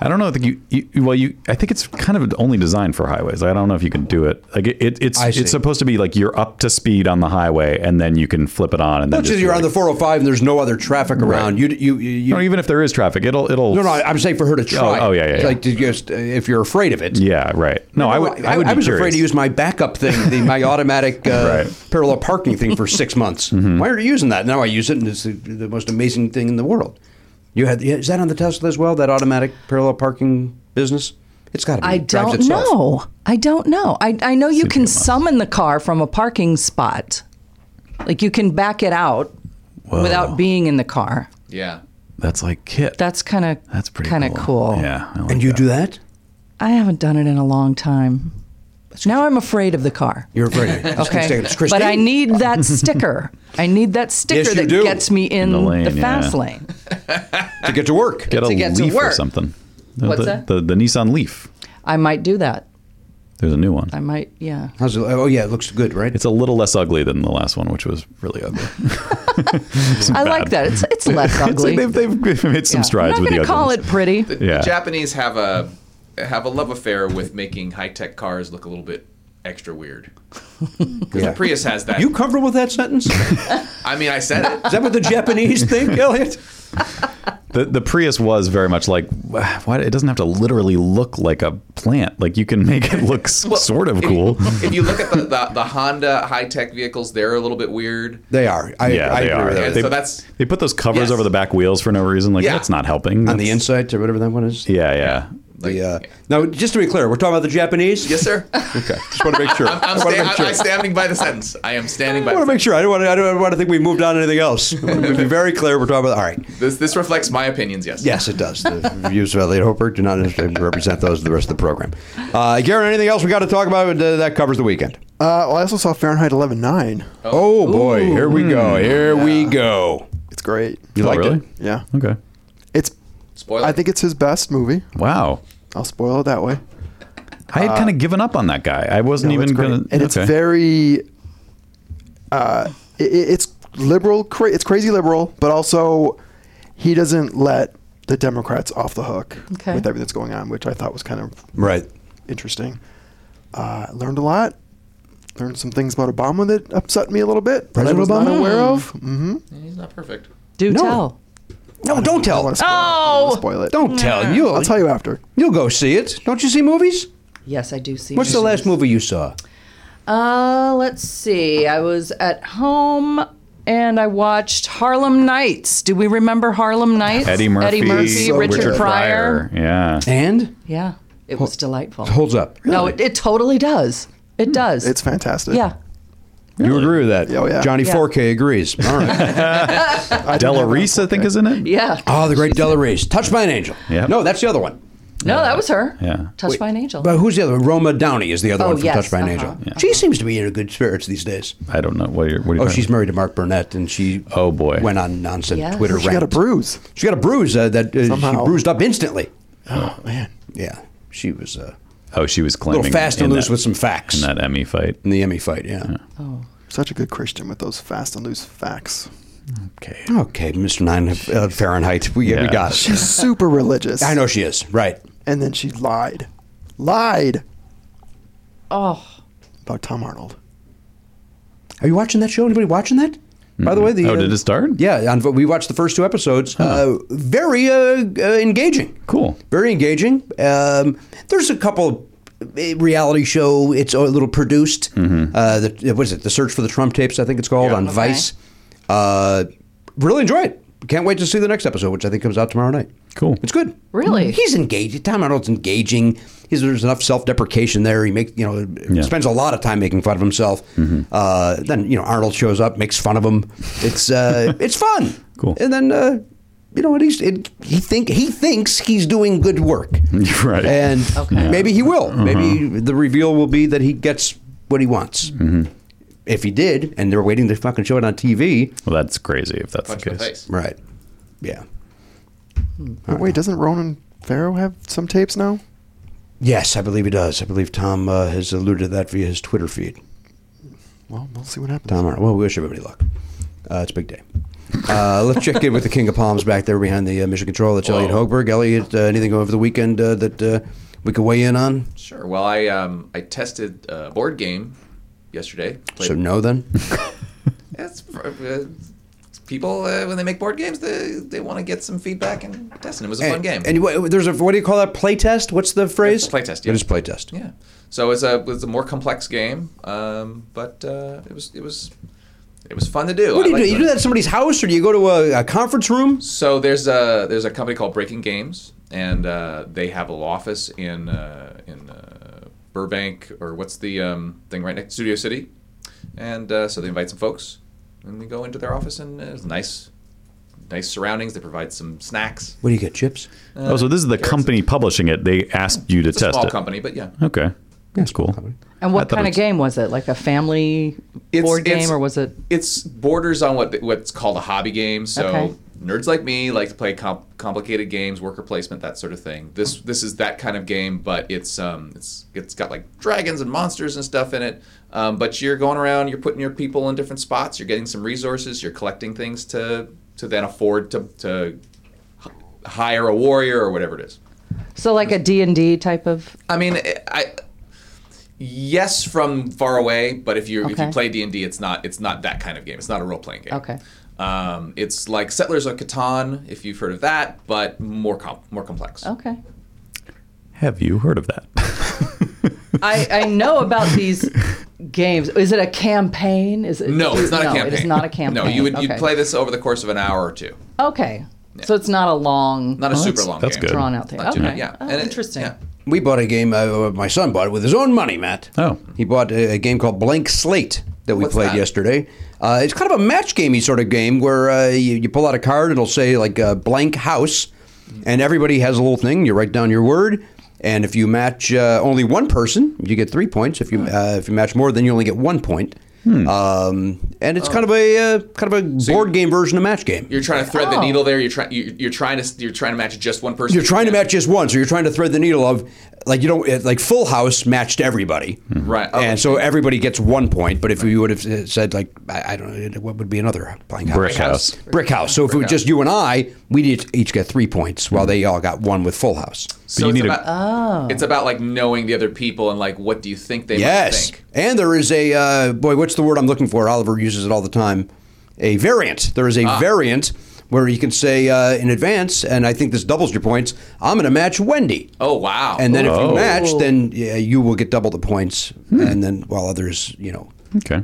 [SPEAKER 2] I don't know. I think you, you. Well, you. I think it's kind of only designed for highways. I don't know if you can do it. Like it, it it's
[SPEAKER 11] I see.
[SPEAKER 2] it's supposed to be like you're up to speed on the highway, and then you can flip it on, and then
[SPEAKER 11] Which is
[SPEAKER 2] just
[SPEAKER 11] you're on the 405 and there's no other traffic around. You, you, you, you
[SPEAKER 2] no, even if there is traffic, it'll it'll.
[SPEAKER 11] No, no, I'm saying for her to try.
[SPEAKER 2] Oh, oh, yeah, yeah,
[SPEAKER 11] It's
[SPEAKER 2] yeah.
[SPEAKER 11] Like to just uh, if you're afraid of it.
[SPEAKER 2] Yeah, right. No, I would. I, would be
[SPEAKER 11] was
[SPEAKER 2] curious.
[SPEAKER 11] afraid to use my backup thing, the, my automatic uh, parallel parking thing for six months.
[SPEAKER 2] Mm-hmm.
[SPEAKER 11] Why are you using that? Now I use it, and it's the, the most amazing thing in the world. You had yeah, is that on the Tesla as well? That automatic parallel parking business? It's got to be.
[SPEAKER 9] I
[SPEAKER 11] It drives
[SPEAKER 9] don't
[SPEAKER 11] itself.
[SPEAKER 9] know. I don't know. I, I know you can summon the car from a parking spot. Like you can back it out
[SPEAKER 2] Whoa.
[SPEAKER 9] without being in the car.
[SPEAKER 8] yeah.
[SPEAKER 2] That's like kit.
[SPEAKER 9] That's kind of
[SPEAKER 2] That's pretty
[SPEAKER 9] kind of cool.
[SPEAKER 2] Yeah.
[SPEAKER 11] and you do that?
[SPEAKER 9] I haven't done it in a long time. Now I'm afraid of the car.
[SPEAKER 1] You're afraid of it.
[SPEAKER 9] Okay.
[SPEAKER 1] It's Christine.
[SPEAKER 9] But I need that sticker. I need that sticker
[SPEAKER 1] Yes, you
[SPEAKER 9] that
[SPEAKER 1] do.
[SPEAKER 9] gets me in,
[SPEAKER 1] In
[SPEAKER 9] the,
[SPEAKER 1] the lane,
[SPEAKER 9] fast
[SPEAKER 2] yeah.
[SPEAKER 9] lane.
[SPEAKER 1] to get to work.
[SPEAKER 2] Get a
[SPEAKER 9] To get to
[SPEAKER 2] leaf or
[SPEAKER 9] work.
[SPEAKER 2] something. The,
[SPEAKER 9] What's
[SPEAKER 2] the,
[SPEAKER 9] that?
[SPEAKER 2] The, the Nissan Leaf.
[SPEAKER 9] I might do that.
[SPEAKER 2] There's a new one.
[SPEAKER 9] I might, yeah.
[SPEAKER 1] How's it? Oh yeah, it looks good, right?
[SPEAKER 2] It's a little less ugly than the last one, which was really ugly. It's
[SPEAKER 9] I
[SPEAKER 2] bad.
[SPEAKER 9] like that. It's it's less
[SPEAKER 2] It's-
[SPEAKER 9] ugly.
[SPEAKER 2] they've, they've made some
[SPEAKER 9] Yeah.
[SPEAKER 2] strides
[SPEAKER 9] I'm
[SPEAKER 2] with
[SPEAKER 9] not
[SPEAKER 2] the
[SPEAKER 9] gonna
[SPEAKER 2] ugly
[SPEAKER 9] call
[SPEAKER 2] ones.
[SPEAKER 9] it pretty.
[SPEAKER 8] The,
[SPEAKER 2] Yeah.
[SPEAKER 8] the Japanese have a have a love affair with making high tech cars look a little bit extra weird. Because
[SPEAKER 1] Yeah.
[SPEAKER 8] the Prius has that.
[SPEAKER 1] You comfortable with that sentence? Is
[SPEAKER 8] I mean, I said it.
[SPEAKER 1] that what the Japanese think, Elliot?
[SPEAKER 2] The, the Prius was very much like why it doesn't have to literally look like a plant. Like you can make it look s
[SPEAKER 8] Well,
[SPEAKER 2] sort of
[SPEAKER 8] if-
[SPEAKER 2] cool.
[SPEAKER 8] If you look at the, the, the Honda high tech vehicles, they're a little bit weird.
[SPEAKER 1] They are. I,
[SPEAKER 2] yeah,
[SPEAKER 1] I
[SPEAKER 2] they
[SPEAKER 1] agree
[SPEAKER 2] are.
[SPEAKER 1] with that.
[SPEAKER 8] Yeah,
[SPEAKER 2] They,
[SPEAKER 8] so that's-
[SPEAKER 2] they put those covers
[SPEAKER 8] Yes.
[SPEAKER 2] over the back wheels for no reason. Like
[SPEAKER 1] Yeah.
[SPEAKER 2] that's not helping.
[SPEAKER 1] on the
[SPEAKER 2] That's-
[SPEAKER 1] insights or whatever that one is.
[SPEAKER 2] yeah, yeah.
[SPEAKER 1] the, uh, Now, just to be clear, we're talking about the Japanese.
[SPEAKER 8] Yes, sir.
[SPEAKER 1] Okay, just want to make sure.
[SPEAKER 8] I'm, I'm,
[SPEAKER 1] I want
[SPEAKER 8] sta-
[SPEAKER 1] to make
[SPEAKER 8] I'm,
[SPEAKER 1] sure.
[SPEAKER 8] I'm standing by the sentence. I am standing
[SPEAKER 1] I
[SPEAKER 8] by. The
[SPEAKER 1] want to
[SPEAKER 8] sentence.
[SPEAKER 1] make sure. I don't want to. I don't want to think we moved on to anything else. We'll be very clear. We're talking about. All right.
[SPEAKER 8] This this reflects my opinions. Yes.
[SPEAKER 1] Yes, it does. The views of Elliot Hopper do not represent those of the rest of the program. Uh, Garen, anything else we got to talk about uh, that covers the weekend?
[SPEAKER 7] Uh, well, I also saw Fahrenheit 11.9.
[SPEAKER 1] Oh, boy, here we go. Here we go.
[SPEAKER 7] It's great.
[SPEAKER 1] You liked
[SPEAKER 2] really?
[SPEAKER 1] it?
[SPEAKER 7] Yeah.
[SPEAKER 2] Okay.
[SPEAKER 7] It's.
[SPEAKER 8] Spoiler.
[SPEAKER 7] I think it's his best movie.
[SPEAKER 2] Wow.
[SPEAKER 7] I'll spoil it that way.
[SPEAKER 2] I had kind of given up on that guy. I wasn't
[SPEAKER 7] No,
[SPEAKER 2] even
[SPEAKER 7] it's great.
[SPEAKER 2] gonna.
[SPEAKER 7] And it's
[SPEAKER 2] okay.
[SPEAKER 7] very. Uh, i i- it's liberal. Cra- it's crazy liberal, but also he doesn't let the Democrats off the hook
[SPEAKER 9] Okay.
[SPEAKER 7] with everything that's going on, which I thought was kind of
[SPEAKER 1] Right.
[SPEAKER 7] interesting. Uh, learned a lot. Learned some things about Obama that upset me a little bit. That I
[SPEAKER 1] President
[SPEAKER 7] was not
[SPEAKER 1] Obama?
[SPEAKER 7] aware of. Mm-hmm.
[SPEAKER 8] He's not perfect.
[SPEAKER 9] Do
[SPEAKER 1] No.
[SPEAKER 9] tell.
[SPEAKER 1] No, don't
[SPEAKER 7] I
[SPEAKER 1] tell.
[SPEAKER 7] want to spoil, oh! spoil it.
[SPEAKER 1] Don't tell. You.
[SPEAKER 7] I'll tell you after.
[SPEAKER 1] You'll go see it. Don't you see movies?
[SPEAKER 9] Yes, I do see.
[SPEAKER 1] What's the
[SPEAKER 9] movies.
[SPEAKER 1] last movie you saw?
[SPEAKER 9] Uh, let's see. I was at home and I watched Harlem Nights. Do we remember Harlem Nights?
[SPEAKER 2] Eddie Murphy,
[SPEAKER 7] So
[SPEAKER 9] Richard,
[SPEAKER 7] good.
[SPEAKER 9] Pryor.
[SPEAKER 2] Yeah.
[SPEAKER 1] And
[SPEAKER 9] Yeah, it was delightful.
[SPEAKER 1] holds up.
[SPEAKER 9] No, it, it totally does.
[SPEAKER 1] Hmm,
[SPEAKER 9] It does.
[SPEAKER 7] It's fantastic.
[SPEAKER 9] yeah.
[SPEAKER 1] You agree with that?
[SPEAKER 7] Oh, yeah.
[SPEAKER 1] Johnny
[SPEAKER 9] Yeah.
[SPEAKER 1] 4K agrees. All right.
[SPEAKER 2] Della Reese, I think, is in it.
[SPEAKER 9] Yeah.
[SPEAKER 1] oh, the great Della Reese. Touched by an Angel.
[SPEAKER 2] Yep.
[SPEAKER 1] No, that's the other one.
[SPEAKER 9] No, that was her.
[SPEAKER 2] Yeah.
[SPEAKER 9] Touched by an angel.
[SPEAKER 1] But who's the other one? Roma Downey is the other
[SPEAKER 9] Oh,
[SPEAKER 1] one from
[SPEAKER 9] yes,
[SPEAKER 1] Touched by an
[SPEAKER 9] uh-huh,
[SPEAKER 1] Angel.
[SPEAKER 9] uh-huh.
[SPEAKER 1] She seems to be in good spirits these days.
[SPEAKER 2] I don't know what you're. What are you
[SPEAKER 1] Oh,
[SPEAKER 2] talking
[SPEAKER 1] she's married to Mark Burnett, and she
[SPEAKER 2] Oh, boy.
[SPEAKER 1] went on nonsense
[SPEAKER 9] Yes.
[SPEAKER 1] Twitter
[SPEAKER 7] She got a
[SPEAKER 1] rant.
[SPEAKER 7] bruise.
[SPEAKER 1] She got a bruise uh, that uh, she
[SPEAKER 7] Somehow.
[SPEAKER 1] bruised up instantly.
[SPEAKER 7] Oh man.
[SPEAKER 1] Yeah, she was uh,
[SPEAKER 2] Oh, she was
[SPEAKER 1] a
[SPEAKER 2] claiming
[SPEAKER 1] little fast and
[SPEAKER 2] in
[SPEAKER 1] loose
[SPEAKER 2] that-
[SPEAKER 1] with some facts
[SPEAKER 2] in that Emmy fight.
[SPEAKER 1] in the Emmy fight. Yeah.
[SPEAKER 7] Such a good Christian with those fast and loose facts.
[SPEAKER 2] Okay.
[SPEAKER 1] Okay, Mr. Nine uh, Fahrenheit, we, we
[SPEAKER 2] Yeah.
[SPEAKER 1] got it.
[SPEAKER 7] She's super religious.
[SPEAKER 1] I know she is right.
[SPEAKER 7] And then she lied. Lied
[SPEAKER 9] Oh,
[SPEAKER 7] about Tom Arnold.
[SPEAKER 1] Are you watching that show? Anybody watching that? By the way, the
[SPEAKER 2] Oh,
[SPEAKER 1] uh,
[SPEAKER 2] did it start?
[SPEAKER 1] Yeah, on, we watched the first two episodes. Uh, very uh, uh, engaging.
[SPEAKER 2] Cool.
[SPEAKER 1] Very engaging. Um, there's a couple uh, reality show. It's a little produced. Uh, the, what is it? The Search for the Trump Tapes, I think it's called, on Vice. Uh, really enjoy it. Can't wait to see the next episode, which I think comes out tomorrow night.
[SPEAKER 2] Cool.
[SPEAKER 1] It's good.
[SPEAKER 9] Really?
[SPEAKER 1] He's engaged. Tom Arnold's engaging. He's, there's enough self deprecation there. He makes, you know,
[SPEAKER 2] Yeah. Mm-hmm.
[SPEAKER 1] spends a lot of time making fun of himself. Uh, then, you know, Arnold shows up, makes fun of him. It's uh, it's fun.
[SPEAKER 2] Cool.
[SPEAKER 1] And then, uh, you know, at least it, he think he thinks he's doing good work.
[SPEAKER 2] Right. Uh-huh.
[SPEAKER 1] And
[SPEAKER 9] Okay.
[SPEAKER 1] maybe he will. Maybe the reveal will be that he gets what he wants.
[SPEAKER 2] Mm-hmm.
[SPEAKER 1] If he did, and they're waiting to fucking show it on TV,
[SPEAKER 2] Well, that's crazy if that's
[SPEAKER 8] Punch
[SPEAKER 2] the
[SPEAKER 8] in the
[SPEAKER 2] case.
[SPEAKER 8] face.
[SPEAKER 1] right? Yeah.
[SPEAKER 7] But wait, doesn't Ronan Farrow have some tapes now?
[SPEAKER 1] Yes, I believe he does. I believe Tom uh, has alluded to that via his Twitter feed.
[SPEAKER 7] Well, we'll see what happens.
[SPEAKER 1] Tom Arnold. Well, we wish everybody luck. Uh, it's a big day. Uh, let's check in with the King of Palms back there behind the uh, Mission Control. That's Elliot
[SPEAKER 8] Whoa.
[SPEAKER 1] Hogberg. Elliot, uh, anything over the weekend uh, that uh, we could weigh in on?
[SPEAKER 8] Sure. Well, I um I tested a board game yesterday. Played-
[SPEAKER 1] So no, then.
[SPEAKER 8] That's uh, people uh, when they make board games, they they want to get some feedback and testing. It was a fun
[SPEAKER 1] and,
[SPEAKER 8] game.
[SPEAKER 1] And what, there's a what do you call that? Play test? What's the phrase?
[SPEAKER 8] play test,
[SPEAKER 1] It
[SPEAKER 8] yeah.
[SPEAKER 1] is play test.
[SPEAKER 8] yeah. So it's a it's a more complex game, um, but uh, it was it was it was fun to do.
[SPEAKER 1] What do
[SPEAKER 8] I
[SPEAKER 1] you do?
[SPEAKER 8] liked
[SPEAKER 1] You
[SPEAKER 8] it.
[SPEAKER 1] do that at somebody's house, or do you go to a, a conference room?
[SPEAKER 8] So there's a there's a company called Breaking Games, and uh, they have a little office in uh, in uh, Burbank or what's the um, thing right next Studio City, and uh, so they invite some folks, and we go into their office, and uh, it's nice, nice surroundings. They provide some snacks.
[SPEAKER 1] What do you get? Chips?
[SPEAKER 2] oh, so this is the company publishing it. They asked you to
[SPEAKER 8] It's a
[SPEAKER 2] test
[SPEAKER 8] small
[SPEAKER 2] it.
[SPEAKER 8] company, but yeah,
[SPEAKER 2] Okay. That's cool.
[SPEAKER 12] And
[SPEAKER 2] I
[SPEAKER 12] what
[SPEAKER 2] thought
[SPEAKER 12] kind
[SPEAKER 2] it
[SPEAKER 12] of game was it? Like a family board game, or was it?
[SPEAKER 8] It's borders on what what's called a hobby game. So
[SPEAKER 12] Okay.
[SPEAKER 8] nerds like me like to play comp- complicated games, worker placement, that sort of thing. This this is that kind of game, but it's um it's it's got like dragons and monsters and stuff in it. Um, but you're going around, you're putting your people in different spots, you're getting some resources, you're collecting things to to then afford to to h- hire a warrior or whatever it is.
[SPEAKER 12] So like a D and D type of?
[SPEAKER 8] I mean, I yes from far away, but if you if you
[SPEAKER 12] Okay.
[SPEAKER 8] play D and D, it's not it's not that kind of game. It's not a role playing game.
[SPEAKER 12] Okay.
[SPEAKER 8] Um, it's like Settlers of Catan, if you've heard of that, but more comp- more complex.
[SPEAKER 12] Okay.
[SPEAKER 2] Have you heard of that?
[SPEAKER 12] I, I know about these games. Is it a campaign? Is it?
[SPEAKER 8] No, it's not a campaign.
[SPEAKER 12] It is not a campaign.
[SPEAKER 8] No, you would
[SPEAKER 12] okay.
[SPEAKER 8] you'd play this over the course of an hour or two.
[SPEAKER 12] Okay. So it's not a long,
[SPEAKER 9] Oh,
[SPEAKER 8] Not a super long game.
[SPEAKER 12] drawn out thing.
[SPEAKER 8] Not too
[SPEAKER 12] okay.
[SPEAKER 8] bad, yeah.
[SPEAKER 12] Oh,
[SPEAKER 8] And it-
[SPEAKER 12] interesting.
[SPEAKER 1] We bought a game. Uh, my son bought it with his own money, Matt.
[SPEAKER 2] Oh,
[SPEAKER 1] he bought a, a game called Blank Slate that we played yesterday. Uh, it's kind of a match gamey sort of game where uh, you, you pull out a card. It'll say like uh, blank house, and everybody has a little thing. You write down your word, and if you match uh, only one person, you get three points. If you uh, if you match more, then you only get one point. Um, and it's kind of a uh, kind of a board game version of match game.
[SPEAKER 8] You're trying to thread the
[SPEAKER 1] Oh.
[SPEAKER 8] needle there. You're trying you're, you're trying to you're trying to match just one person.
[SPEAKER 1] You're trying to match just one, so you're trying to thread the needle of like you don't it- like Full House matched everybody,
[SPEAKER 8] Mm-hmm. right? Oh.
[SPEAKER 1] And so everybody gets one point. But if you would have uh, said like I, I don't know what would be another blank house?
[SPEAKER 2] Brick House.
[SPEAKER 1] brick house. So if it was
[SPEAKER 8] Brick
[SPEAKER 1] just you and I, we did each get three points, while they all got one with Full House.
[SPEAKER 8] So it's about
[SPEAKER 12] Oh.
[SPEAKER 8] it's about like knowing the other people and like what do you think they might
[SPEAKER 1] yes,
[SPEAKER 8] think.
[SPEAKER 1] and there is a uh, boy. What's the word I'm looking for? Oliver uses it all the time. A variant. There is a
[SPEAKER 8] Ah.
[SPEAKER 1] variant where you can say uh, in advance, and I think this doubles your points. I'm going to match Wendy.
[SPEAKER 8] Oh wow!
[SPEAKER 1] And then if you match, then yeah, you will get double the points, and then while others, you know,
[SPEAKER 2] Okay.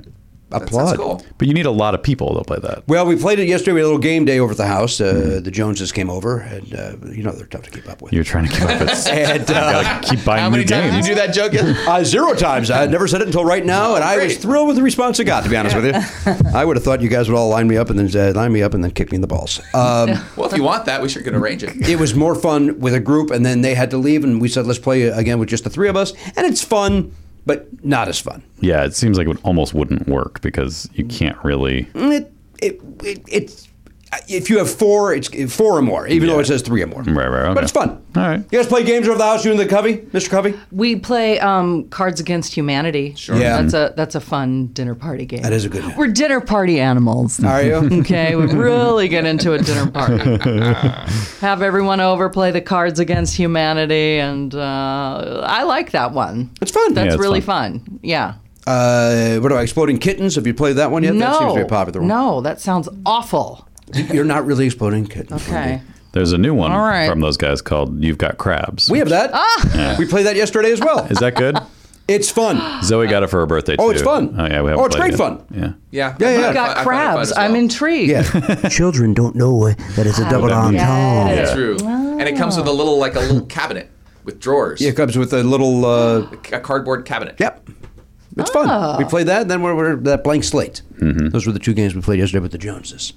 [SPEAKER 1] applaud.
[SPEAKER 2] But you need a lot of people to play that.
[SPEAKER 1] Well, we played it yesterday. We had a little game day over at the house. Uh, The Joneses came over, and uh, you know they're tough to keep up with.
[SPEAKER 2] You're trying to keep up with.
[SPEAKER 1] And,
[SPEAKER 2] You gotta keep buying How many new times did games. you do
[SPEAKER 8] that joke?
[SPEAKER 1] Uh, zero times. I had never said it until right now, and I was thrilled with the response I got. To be honest with you, I would have thought you guys would all line me up and then uh, line me up and then kick me in the balls. Um,
[SPEAKER 8] Well, if you want that, we sure could arrange it.
[SPEAKER 1] it was more fun with a group, and then they had to leave, and we said let's play again with just the three of us, and it's fun, but not as fun.
[SPEAKER 2] Yeah, it seems like it would- almost wouldn't work because you can't really.
[SPEAKER 1] It, it, it, it's if you have four, it's four or more, even though it says three or more.
[SPEAKER 2] Right, right. Okay.
[SPEAKER 1] But it's fun.
[SPEAKER 2] All right.
[SPEAKER 1] You guys play games over the house, you and the Covey, Mr. Covey?
[SPEAKER 12] We play um, Cards Against Humanity. Sure.
[SPEAKER 1] Yeah.
[SPEAKER 12] That's a that's a fun dinner party game.
[SPEAKER 1] That is a good one.
[SPEAKER 12] We're dinner party animals.
[SPEAKER 1] Are you?
[SPEAKER 12] Okay, we really get into a dinner party. Have everyone over, play the Cards Against Humanity, and uh, I like that one.
[SPEAKER 1] It's fun.
[SPEAKER 12] That's
[SPEAKER 1] Yeah, it's
[SPEAKER 12] really
[SPEAKER 1] fun.
[SPEAKER 12] fun. Yeah.
[SPEAKER 1] Uh, what about Exploding Kittens? Have you played that one yet?
[SPEAKER 12] no.
[SPEAKER 1] That seems to be a popular one.
[SPEAKER 12] No, that sounds awful.
[SPEAKER 1] You're not really Exploding Kittens.
[SPEAKER 12] Okay.
[SPEAKER 2] There's a new one
[SPEAKER 12] All right.
[SPEAKER 2] from those guys called "You've Got Crabs."
[SPEAKER 1] We have that.
[SPEAKER 12] Ah.
[SPEAKER 2] Yeah.
[SPEAKER 1] We played that yesterday as well.
[SPEAKER 2] Is that good?
[SPEAKER 1] It's fun.
[SPEAKER 2] Zoe got it for her birthday.
[SPEAKER 1] Oh,
[SPEAKER 2] too.
[SPEAKER 1] it's fun.
[SPEAKER 2] Oh yeah, we haven't
[SPEAKER 1] Oh, it's
[SPEAKER 2] played it
[SPEAKER 1] great
[SPEAKER 2] yet.
[SPEAKER 1] fun.
[SPEAKER 2] Yeah.
[SPEAKER 8] Yeah.
[SPEAKER 1] Yeah, yeah.
[SPEAKER 12] You've got
[SPEAKER 1] I- I find it fun
[SPEAKER 12] crabs.
[SPEAKER 1] as
[SPEAKER 12] I'm intrigued.
[SPEAKER 1] Yeah. Children don't know uh, that it's a double
[SPEAKER 8] Yeah.
[SPEAKER 1] entendre.
[SPEAKER 8] That's true. And it comes with a little like a little cabinet with drawers.
[SPEAKER 1] Yeah, it comes with a little. Uh,
[SPEAKER 8] A cardboard cabinet.
[SPEAKER 1] Yep. It's fun. We
[SPEAKER 12] Ah.
[SPEAKER 1] played that, and then we're, we're that blank slate.
[SPEAKER 2] Mm-hmm.
[SPEAKER 1] Those were the two games we played yesterday with the Joneses.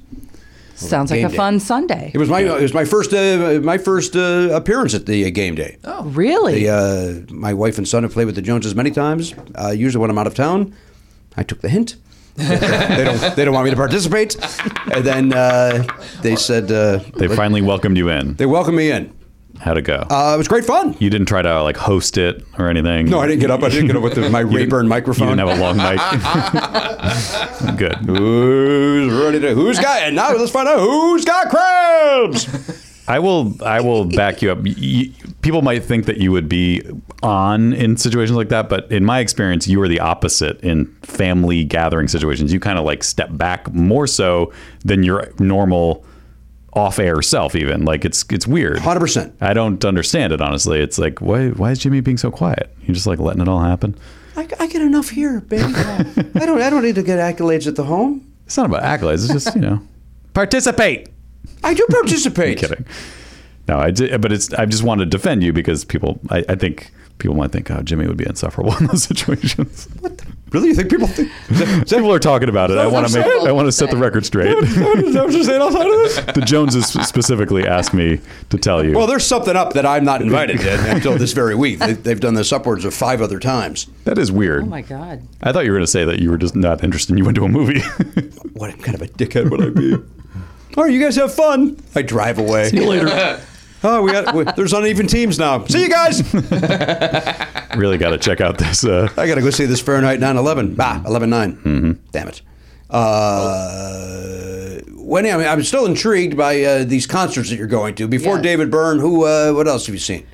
[SPEAKER 12] Sounds like
[SPEAKER 1] Game
[SPEAKER 12] a
[SPEAKER 1] day.
[SPEAKER 12] fun Sunday.
[SPEAKER 1] It was my it was my first uh, my first uh, appearance at the uh, game day.
[SPEAKER 12] Oh, really?
[SPEAKER 1] The, uh, my wife and son have played with the Joneses many times. Uh, usually when I'm out of town, I took the hint. they don't they don't want me to participate, and then uh, they said uh,
[SPEAKER 2] They finally welcomed you in.
[SPEAKER 1] They welcomed me in.
[SPEAKER 2] How'd it go?
[SPEAKER 1] Uh, it was great fun.
[SPEAKER 2] You didn't try to like host it or anything.
[SPEAKER 1] No, I didn't get up. I didn't get up with the- my
[SPEAKER 2] You didn't-
[SPEAKER 1] Rayburn microphone.
[SPEAKER 2] You didn't have a long mic. Good.
[SPEAKER 1] Who's ready to? Who's got? And now let's find out who's got crabs.
[SPEAKER 2] I will. I will back you up. Y- y- people might think that you would be on in situations like that, but in my experience, you are the opposite in family gathering situations. You kind of like step back more so than your normal off-air self. Even like it's it's weird. Hundred
[SPEAKER 1] percent.
[SPEAKER 2] I don't understand it honestly. It's like why why is Jimmy being so quiet? You're just like letting it all happen.
[SPEAKER 1] I, I get enough here, baby. I don't I don't need to get accolades at the home.
[SPEAKER 2] It's not about accolades. It's just you know participate.
[SPEAKER 1] I do participate.
[SPEAKER 2] kidding. No, I did, but it's. I just want to defend you because people. I, I think people might think, oh, Jimmy would be insufferable in those situations.
[SPEAKER 1] Really, you think people think
[SPEAKER 2] people are talking about it? I want to make. I want to set the record straight. the Joneses specifically asked me to tell you.
[SPEAKER 1] Well, there's something up that I'm not invited to until this very week. They, they've done this upwards of five other times.
[SPEAKER 2] that is weird.
[SPEAKER 12] Oh my god.
[SPEAKER 2] I thought you were going to say that you were just not interested. and You went to a movie.
[SPEAKER 1] what kind of a dickhead would I be? All right, you guys have fun. I drive away.
[SPEAKER 2] See you later.
[SPEAKER 1] oh, we got we, there's uneven teams now. See you guys.
[SPEAKER 2] really got to check out this. Uh,
[SPEAKER 1] I got to go see this Fahrenheit 9/11. Bah, 11/9. Damn it. Uh, well, anyway, I'm still intrigued by uh, these concerts that you're going to. Before
[SPEAKER 12] Yeah.
[SPEAKER 1] David Byrne, who? Uh, what else have you seen?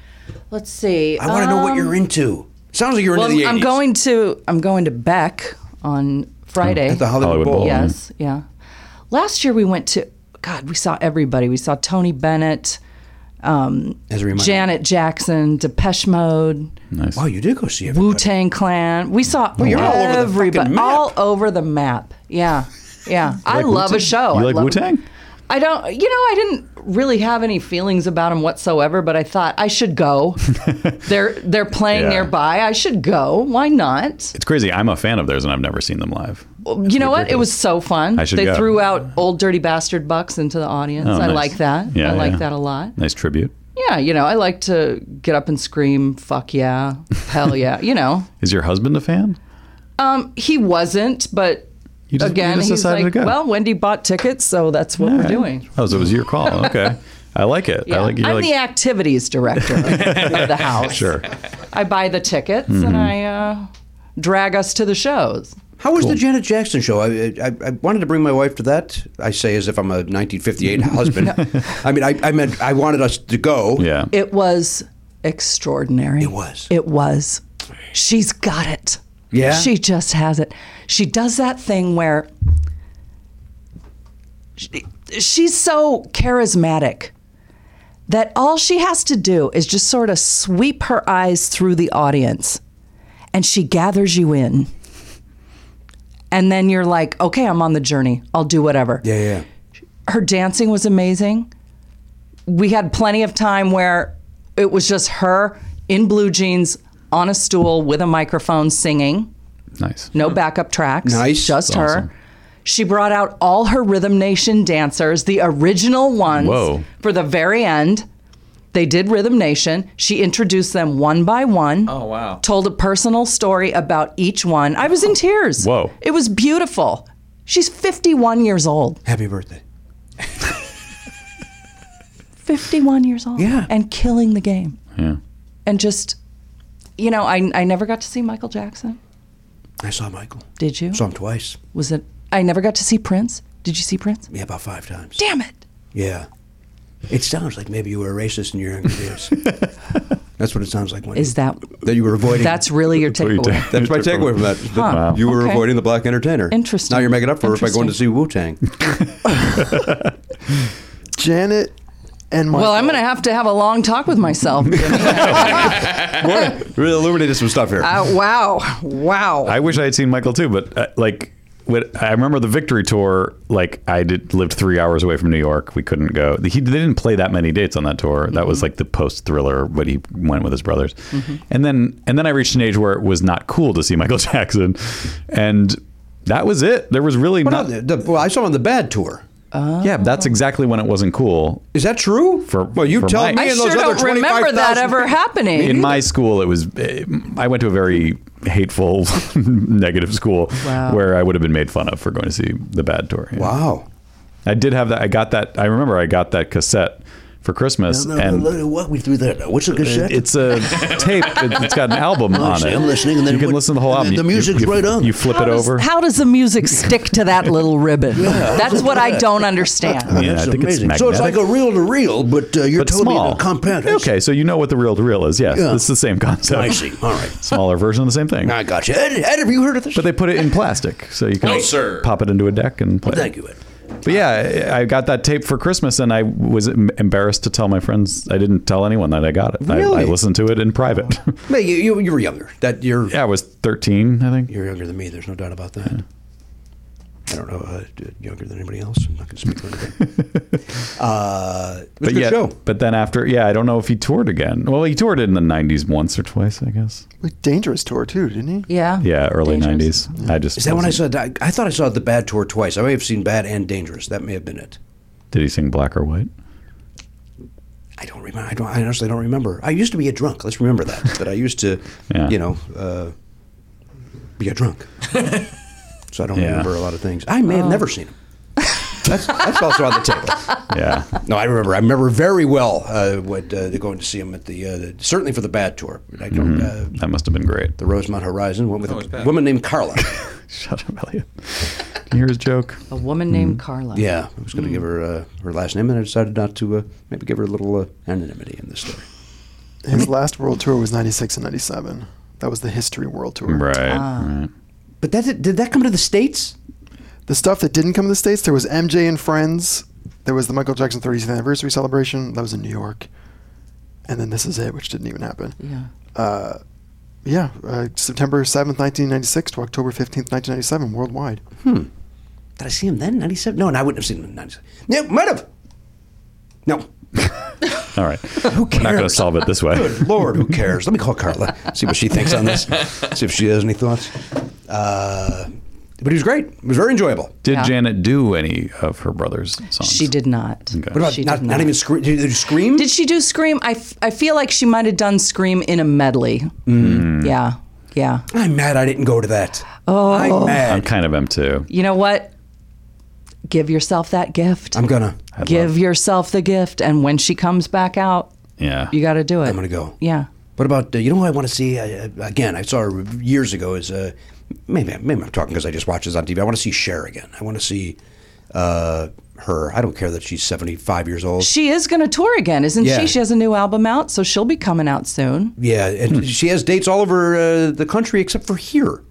[SPEAKER 12] Let's see. Uh,
[SPEAKER 1] I want to know what you're into. Sounds like you're
[SPEAKER 12] Um, well,
[SPEAKER 1] into the 80s.
[SPEAKER 12] I'm going to I'm going to Beck on Friday
[SPEAKER 1] At the Hollywood Hollywood Bowl. Bowl.
[SPEAKER 12] Yes, yeah. Last year we went to God. We saw everybody. We saw Tony Bennett, um,
[SPEAKER 1] As a reminder.
[SPEAKER 12] Janet Jackson, Depeche Mode.
[SPEAKER 2] Nice.
[SPEAKER 1] Wow, you did go see
[SPEAKER 12] Wu Tang Clan. We saw
[SPEAKER 1] Well, you're all over the
[SPEAKER 12] everybody
[SPEAKER 1] fucking map.
[SPEAKER 12] all over the map. Yeah, yeah. I
[SPEAKER 2] like
[SPEAKER 12] love
[SPEAKER 2] Wu-Tang?
[SPEAKER 12] a show.
[SPEAKER 2] You
[SPEAKER 12] I
[SPEAKER 2] like
[SPEAKER 12] love-
[SPEAKER 2] Wu Tang?
[SPEAKER 12] I don't, you know, I didn't really have any feelings about them whatsoever, but I thought I should go. they're they're playing
[SPEAKER 2] Yeah.
[SPEAKER 12] nearby. I should go. Why not?
[SPEAKER 2] It's crazy. I'm a fan of theirs, and I've never seen them live.
[SPEAKER 12] you know what? It was so fun.
[SPEAKER 2] I should
[SPEAKER 12] they
[SPEAKER 2] go.
[SPEAKER 12] threw out old dirty bastard bucks into the audience.
[SPEAKER 2] Oh,
[SPEAKER 12] I
[SPEAKER 2] nice.
[SPEAKER 12] like that.
[SPEAKER 2] Yeah,
[SPEAKER 12] I like
[SPEAKER 2] yeah.
[SPEAKER 12] that a lot.
[SPEAKER 2] Nice tribute.
[SPEAKER 12] Yeah, you know, I like to get up and scream, "Fuck yeah, hell yeah!" You know,
[SPEAKER 2] Is your husband a fan?
[SPEAKER 12] um, he wasn't, but
[SPEAKER 2] You just- you
[SPEAKER 12] again,
[SPEAKER 2] just
[SPEAKER 12] he's
[SPEAKER 2] decided
[SPEAKER 12] like,
[SPEAKER 2] to go.
[SPEAKER 12] "Well, Wendy bought tickets, so that's what we're doing."
[SPEAKER 2] Oh, so it was your call. Okay, I like it. I like. you
[SPEAKER 12] I'm
[SPEAKER 2] like,
[SPEAKER 12] the activities director of the house.
[SPEAKER 2] Sure.
[SPEAKER 12] I buy the tickets
[SPEAKER 2] Mhm.
[SPEAKER 12] and I uh, drag us to the shows.
[SPEAKER 1] How was the Janet Jackson show? I, I, I wanted to bring my wife to that. I say as if I'm a 1958 husband. I mean, I, I meant I wanted us to go.
[SPEAKER 2] Yeah.
[SPEAKER 12] It was extraordinary. It
[SPEAKER 1] was.
[SPEAKER 12] It was. She's got it.
[SPEAKER 1] Yeah?
[SPEAKER 12] She just has it. She does that thing where she, she's so charismatic that all she has to do is just sort of sweep her eyes through the audience and she gathers you in. And then you're like, okay, I'm on the journey. I'll do whatever.
[SPEAKER 1] Yeah, yeah.
[SPEAKER 12] Her dancing was amazing. We had plenty of time where it was just her in blue jeans on a stool with a microphone singing.
[SPEAKER 2] Nice.
[SPEAKER 12] No backup tracks.
[SPEAKER 1] Nice.
[SPEAKER 12] Just
[SPEAKER 1] That's
[SPEAKER 12] her.
[SPEAKER 1] awesome.
[SPEAKER 12] She brought out all her Rhythm Nation dancers, the original ones,
[SPEAKER 2] Whoa.
[SPEAKER 12] for the very end. They did Rhythm Nation. She introduced them one by one.
[SPEAKER 8] Oh, wow.
[SPEAKER 12] Told a personal story about each one. I was in tears.
[SPEAKER 2] Whoa.
[SPEAKER 12] It was beautiful. She's 51 years old.
[SPEAKER 1] Happy birthday.
[SPEAKER 12] 51 years old. Yeah. And killing the game.
[SPEAKER 2] Yeah.
[SPEAKER 12] And just, you know, I, I never got to see Michael Jackson.
[SPEAKER 1] I saw Michael.
[SPEAKER 12] Did you?
[SPEAKER 1] Saw him twice.
[SPEAKER 12] Was it? I never got to see Prince. Did you see Prince?
[SPEAKER 1] Yeah, about five times.
[SPEAKER 12] Damn it.
[SPEAKER 1] Yeah. It sounds like maybe you were a racist in your younger years. That's what it sounds like. Wendy.
[SPEAKER 12] Is that
[SPEAKER 1] that you were avoiding?
[SPEAKER 12] That's really your
[SPEAKER 1] what you
[SPEAKER 12] takeaway.
[SPEAKER 1] take- That's my takeaway from that. that
[SPEAKER 12] Huh,
[SPEAKER 1] You were
[SPEAKER 12] okay.
[SPEAKER 1] avoiding the black entertainer.
[SPEAKER 12] Interesting.
[SPEAKER 1] Now you're making up for it by going to see Wu Tang.
[SPEAKER 7] Janet and Michael.
[SPEAKER 12] Well, I'm going to have to have a long talk with myself.
[SPEAKER 1] Really illuminated some stuff here.
[SPEAKER 12] Uh, wow. Wow.
[SPEAKER 2] I wish I had seen Michael too, but uh, like when, I remember the Victory Tour. Like I did, lived three hours away from New York. We couldn't go. He, they didn't play that many dates on that tour. That
[SPEAKER 12] Mm-hmm.
[SPEAKER 2] was like the post Thriller, but he went with his brothers. And then and then I reached an age where it was not cool to see Michael Jackson, and that was it. There was really
[SPEAKER 1] Well,
[SPEAKER 2] not.
[SPEAKER 1] no, the, well, I saw him on the Bad Tour.
[SPEAKER 12] Oh.
[SPEAKER 2] Yeah, that's exactly when it wasn't cool.
[SPEAKER 1] Is that true?
[SPEAKER 2] For well,
[SPEAKER 1] you tell me
[SPEAKER 12] I
[SPEAKER 1] and those
[SPEAKER 12] sure
[SPEAKER 1] other
[SPEAKER 12] don't remember
[SPEAKER 1] 25,000
[SPEAKER 12] that ever happening.
[SPEAKER 2] in my school it was eh, i went to a very hateful negative school
[SPEAKER 12] Wow.
[SPEAKER 2] where i would have been made fun of for going to see the bad tour yeah.
[SPEAKER 1] Wow.
[SPEAKER 2] i did have that i got that i remember i got that cassette for christmas
[SPEAKER 1] No, no,
[SPEAKER 2] and
[SPEAKER 1] no, no, what we threw that. now. What's a cassette?
[SPEAKER 2] It's a tape. It- It's got an album
[SPEAKER 1] Oh,
[SPEAKER 2] on
[SPEAKER 1] see,
[SPEAKER 2] it.
[SPEAKER 1] I'm listening, and then
[SPEAKER 2] you can
[SPEAKER 1] what-
[SPEAKER 2] listen to the whole
[SPEAKER 1] and
[SPEAKER 2] album.
[SPEAKER 1] then the
[SPEAKER 2] You- you-
[SPEAKER 1] music's
[SPEAKER 2] you,
[SPEAKER 1] right on.
[SPEAKER 2] You flip it over.
[SPEAKER 12] How does the music stick to that little ribbon? That's what I don't understand.
[SPEAKER 2] yeah, I think it's
[SPEAKER 1] so it's like
[SPEAKER 2] magnetic.
[SPEAKER 1] a reel to reel, but uh, you're
[SPEAKER 2] but
[SPEAKER 1] totally
[SPEAKER 2] small.
[SPEAKER 1] compact.
[SPEAKER 2] Okay, so you know what the reel to reel is. Yes,
[SPEAKER 1] Yeah.
[SPEAKER 2] it's the same concept.
[SPEAKER 1] I see. All right.
[SPEAKER 2] Smaller version of the same thing.
[SPEAKER 1] I got you. Ed, Ed, have you heard of this?
[SPEAKER 2] But they put it in plastic, so you can
[SPEAKER 1] No,
[SPEAKER 2] like,
[SPEAKER 1] sir.
[SPEAKER 2] pop it into a deck and play.
[SPEAKER 1] Well,
[SPEAKER 2] it.
[SPEAKER 1] thank you, Ed.
[SPEAKER 2] But yeah, I I got that tape for Christmas, and I was em- embarrassed to tell my friends. I didn't tell anyone that I got it. I, I
[SPEAKER 1] Really?
[SPEAKER 2] listened to it in private.
[SPEAKER 1] Man, you, you, you were younger. That you're
[SPEAKER 2] yeah, I was 13, I think.
[SPEAKER 1] you're younger than me. There's no doubt about that. I don't know, uh, younger than anybody else. I'm not going to speak for anybody. uh, it was a
[SPEAKER 2] But
[SPEAKER 1] good
[SPEAKER 2] yeah,
[SPEAKER 1] show.
[SPEAKER 2] but then after, yeah, I don't know if he toured again. Well, he toured in the '90s once or twice, I guess.
[SPEAKER 7] Like Dangerous tour too, didn't he?
[SPEAKER 12] Yeah.
[SPEAKER 2] Yeah, early '90s. I just
[SPEAKER 1] Oh, Is that when I
[SPEAKER 2] wasn't-
[SPEAKER 1] saw? I I thought I saw the Bad tour twice. I may have seen Bad and Dangerous. That may have been it.
[SPEAKER 2] Did he sing Black or White?
[SPEAKER 1] I don't remember. I don't. I honestly don't remember. I used to be a drunk. Let's remember that. that I used to,
[SPEAKER 2] Yeah.
[SPEAKER 1] you know, uh, be a drunk. so I don't
[SPEAKER 2] Yeah.
[SPEAKER 1] remember a lot of things. I may have never seen him. That's, that's also on the table.
[SPEAKER 2] Yeah.
[SPEAKER 1] No, I remember. I remember very well uh, what, uh, going to see him at the uh, certainly for the Bad tour. I don't. Uh,
[SPEAKER 2] that must have been great.
[SPEAKER 1] The Rosemont Horizon went with
[SPEAKER 2] Oh, it's
[SPEAKER 1] a
[SPEAKER 2] bad.
[SPEAKER 1] woman named Carla.
[SPEAKER 2] Shut up, Elliot. Can you hear his joke?
[SPEAKER 12] A
[SPEAKER 1] Oh.
[SPEAKER 12] woman named Carla.
[SPEAKER 1] Yeah, I was
[SPEAKER 2] Mm.
[SPEAKER 1] going to give her uh, her last name, and I decided not to. Uh, maybe give her a little uh, anonymity in this story.
[SPEAKER 7] His last world tour was '96 and '97. That was the History World Tour.
[SPEAKER 2] Right.
[SPEAKER 1] Ah.
[SPEAKER 2] right.
[SPEAKER 1] But that did that come to the states?
[SPEAKER 7] The stuff that didn't come to the states, there was MJ and Friends. There was the Michael Jackson 30th anniversary celebration. That was in New York. And then this is it, which didn't even happen.
[SPEAKER 12] Yeah.
[SPEAKER 7] Uh, yeah, uh, September 7th, 1996 to October 15th, 1997, worldwide.
[SPEAKER 1] Hmm. Did I see him then? Ninety-seven? No, and I wouldn't have seen him in ninety-seven. No, might have. No.
[SPEAKER 2] All right. We're not going to solve it this way.
[SPEAKER 1] Good Lord, who cares? Let me call Carla. See what she thinks on this. See if she has any thoughts. Uh, but he was great. It was very enjoyable.
[SPEAKER 2] Did
[SPEAKER 12] Yeah.
[SPEAKER 2] Janet do any of her brother's songs?
[SPEAKER 12] She did not.
[SPEAKER 2] Okay.
[SPEAKER 1] What about
[SPEAKER 12] She
[SPEAKER 1] not,
[SPEAKER 12] did
[SPEAKER 1] not
[SPEAKER 12] not.
[SPEAKER 1] even scream? Did you scream?
[SPEAKER 12] Did she do Scream? I, f- I feel like she might have done Scream in a medley.
[SPEAKER 1] Mm.
[SPEAKER 12] Yeah. Yeah.
[SPEAKER 1] I'm mad I didn't go to that.
[SPEAKER 12] Oh.
[SPEAKER 1] I'm
[SPEAKER 2] I
[SPEAKER 1] mad.
[SPEAKER 2] kind of am too.
[SPEAKER 12] You know what? Give yourself that gift.
[SPEAKER 1] I'm gonna.
[SPEAKER 12] Give yourself the gift. And when she comes back out,
[SPEAKER 2] Yeah.
[SPEAKER 12] you got to do it.
[SPEAKER 1] I'm gonna go.
[SPEAKER 12] Yeah.
[SPEAKER 1] What about uh, you know who I want to see uh, again? I saw her years ago. Is uh, maybe maybe I'm talking because I just watched this on TV. I want to see Cher again. I want to see uh, her. I don't care that she's 75 years old.
[SPEAKER 12] She is going to tour again, isn't
[SPEAKER 1] Yeah.
[SPEAKER 12] she? She has a new album out, so she'll be coming out soon.
[SPEAKER 1] Yeah, and she has dates all over uh, the country except for here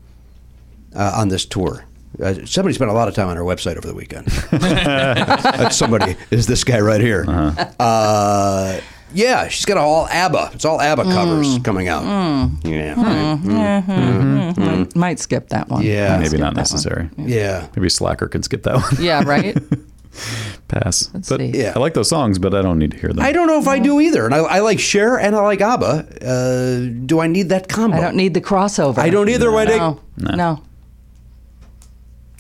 [SPEAKER 1] uh, on this tour. Uh, somebody spent a lot of time on her website over the weekend. That somebody is this guy right here. uh yeah, she's got all ABBA. It's all
[SPEAKER 12] Mm.
[SPEAKER 1] ABBA covers coming out. Yeah.
[SPEAKER 12] Yeah, Might, might skip that one.
[SPEAKER 1] Mm-hmm. Yeah.
[SPEAKER 2] Maybe not necessary.
[SPEAKER 1] Yeah.
[SPEAKER 2] Maybe Slacker can skip that one.
[SPEAKER 12] Yeah, right?
[SPEAKER 2] Pass. but
[SPEAKER 12] see.
[SPEAKER 2] I like those songs, but I don't need to hear them.
[SPEAKER 1] I don't know if I do either. And I, I like Cher and I like ABBA. Uh, do I need that combo?
[SPEAKER 12] I don't need the crossover.
[SPEAKER 1] I don't either, Wendy.
[SPEAKER 12] No. No.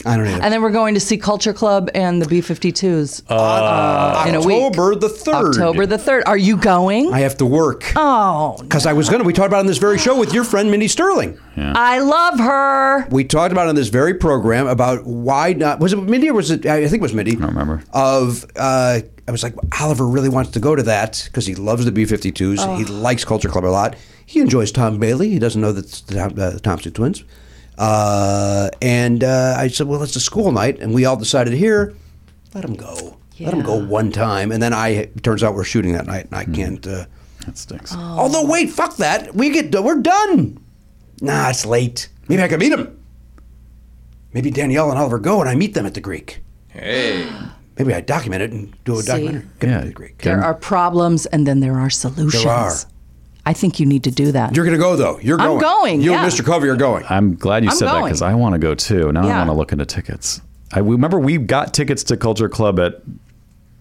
[SPEAKER 1] I don't either.
[SPEAKER 12] And then we're going to see Culture Club and the B 52s uh, in a week.
[SPEAKER 1] October the 3rd.
[SPEAKER 12] October the 3rd. Are you going?
[SPEAKER 1] I have to work.
[SPEAKER 12] oh,
[SPEAKER 1] Because I was going to, we talked about it on this very show with your friend Minnie Sterling.
[SPEAKER 12] I love her.
[SPEAKER 1] We talked about it on this very program about why not, was it Minnie or was it, I think it was Minnie. I don't
[SPEAKER 2] remember.
[SPEAKER 1] Of, uh, I was like, Oliver really wants to go to that because he loves the B 52s.
[SPEAKER 12] Oh.
[SPEAKER 1] He likes Culture Club a lot. He enjoys Tom Bailey. He doesn't know that it's the, Tom- uh, the Thompson twins. Uh, and uh, I said, well, it's a school night. And we all decided here, let him go. Let him
[SPEAKER 12] Yeah.
[SPEAKER 1] go one time. And then I, it turns out we're shooting that night and I can't. Uh,
[SPEAKER 2] That stinks.
[SPEAKER 12] Oh.
[SPEAKER 1] Although, Oh, wait, fuck that. We get we're done. Nah, it's late. Maybe I can meet him. Maybe Danielle and Oliver go and I meet them at the Greek.
[SPEAKER 13] Hey.
[SPEAKER 1] Maybe I document it and do a
[SPEAKER 12] See?
[SPEAKER 1] documentary. Get
[SPEAKER 2] Yeah.
[SPEAKER 1] to the Greek.
[SPEAKER 12] There are problems and then there are solutions.
[SPEAKER 1] are.
[SPEAKER 12] I think you need to do that.
[SPEAKER 1] You're gonna go though. You're
[SPEAKER 12] I'm
[SPEAKER 1] going.
[SPEAKER 12] going,
[SPEAKER 1] You
[SPEAKER 12] yeah.
[SPEAKER 1] and Mr. Covey are going.
[SPEAKER 2] I'm glad you
[SPEAKER 12] I'm
[SPEAKER 2] said that
[SPEAKER 12] going.
[SPEAKER 2] because I want to go too. Now I
[SPEAKER 12] Yeah.
[SPEAKER 2] want to look into tickets. I we- remember we got tickets to Culture Club at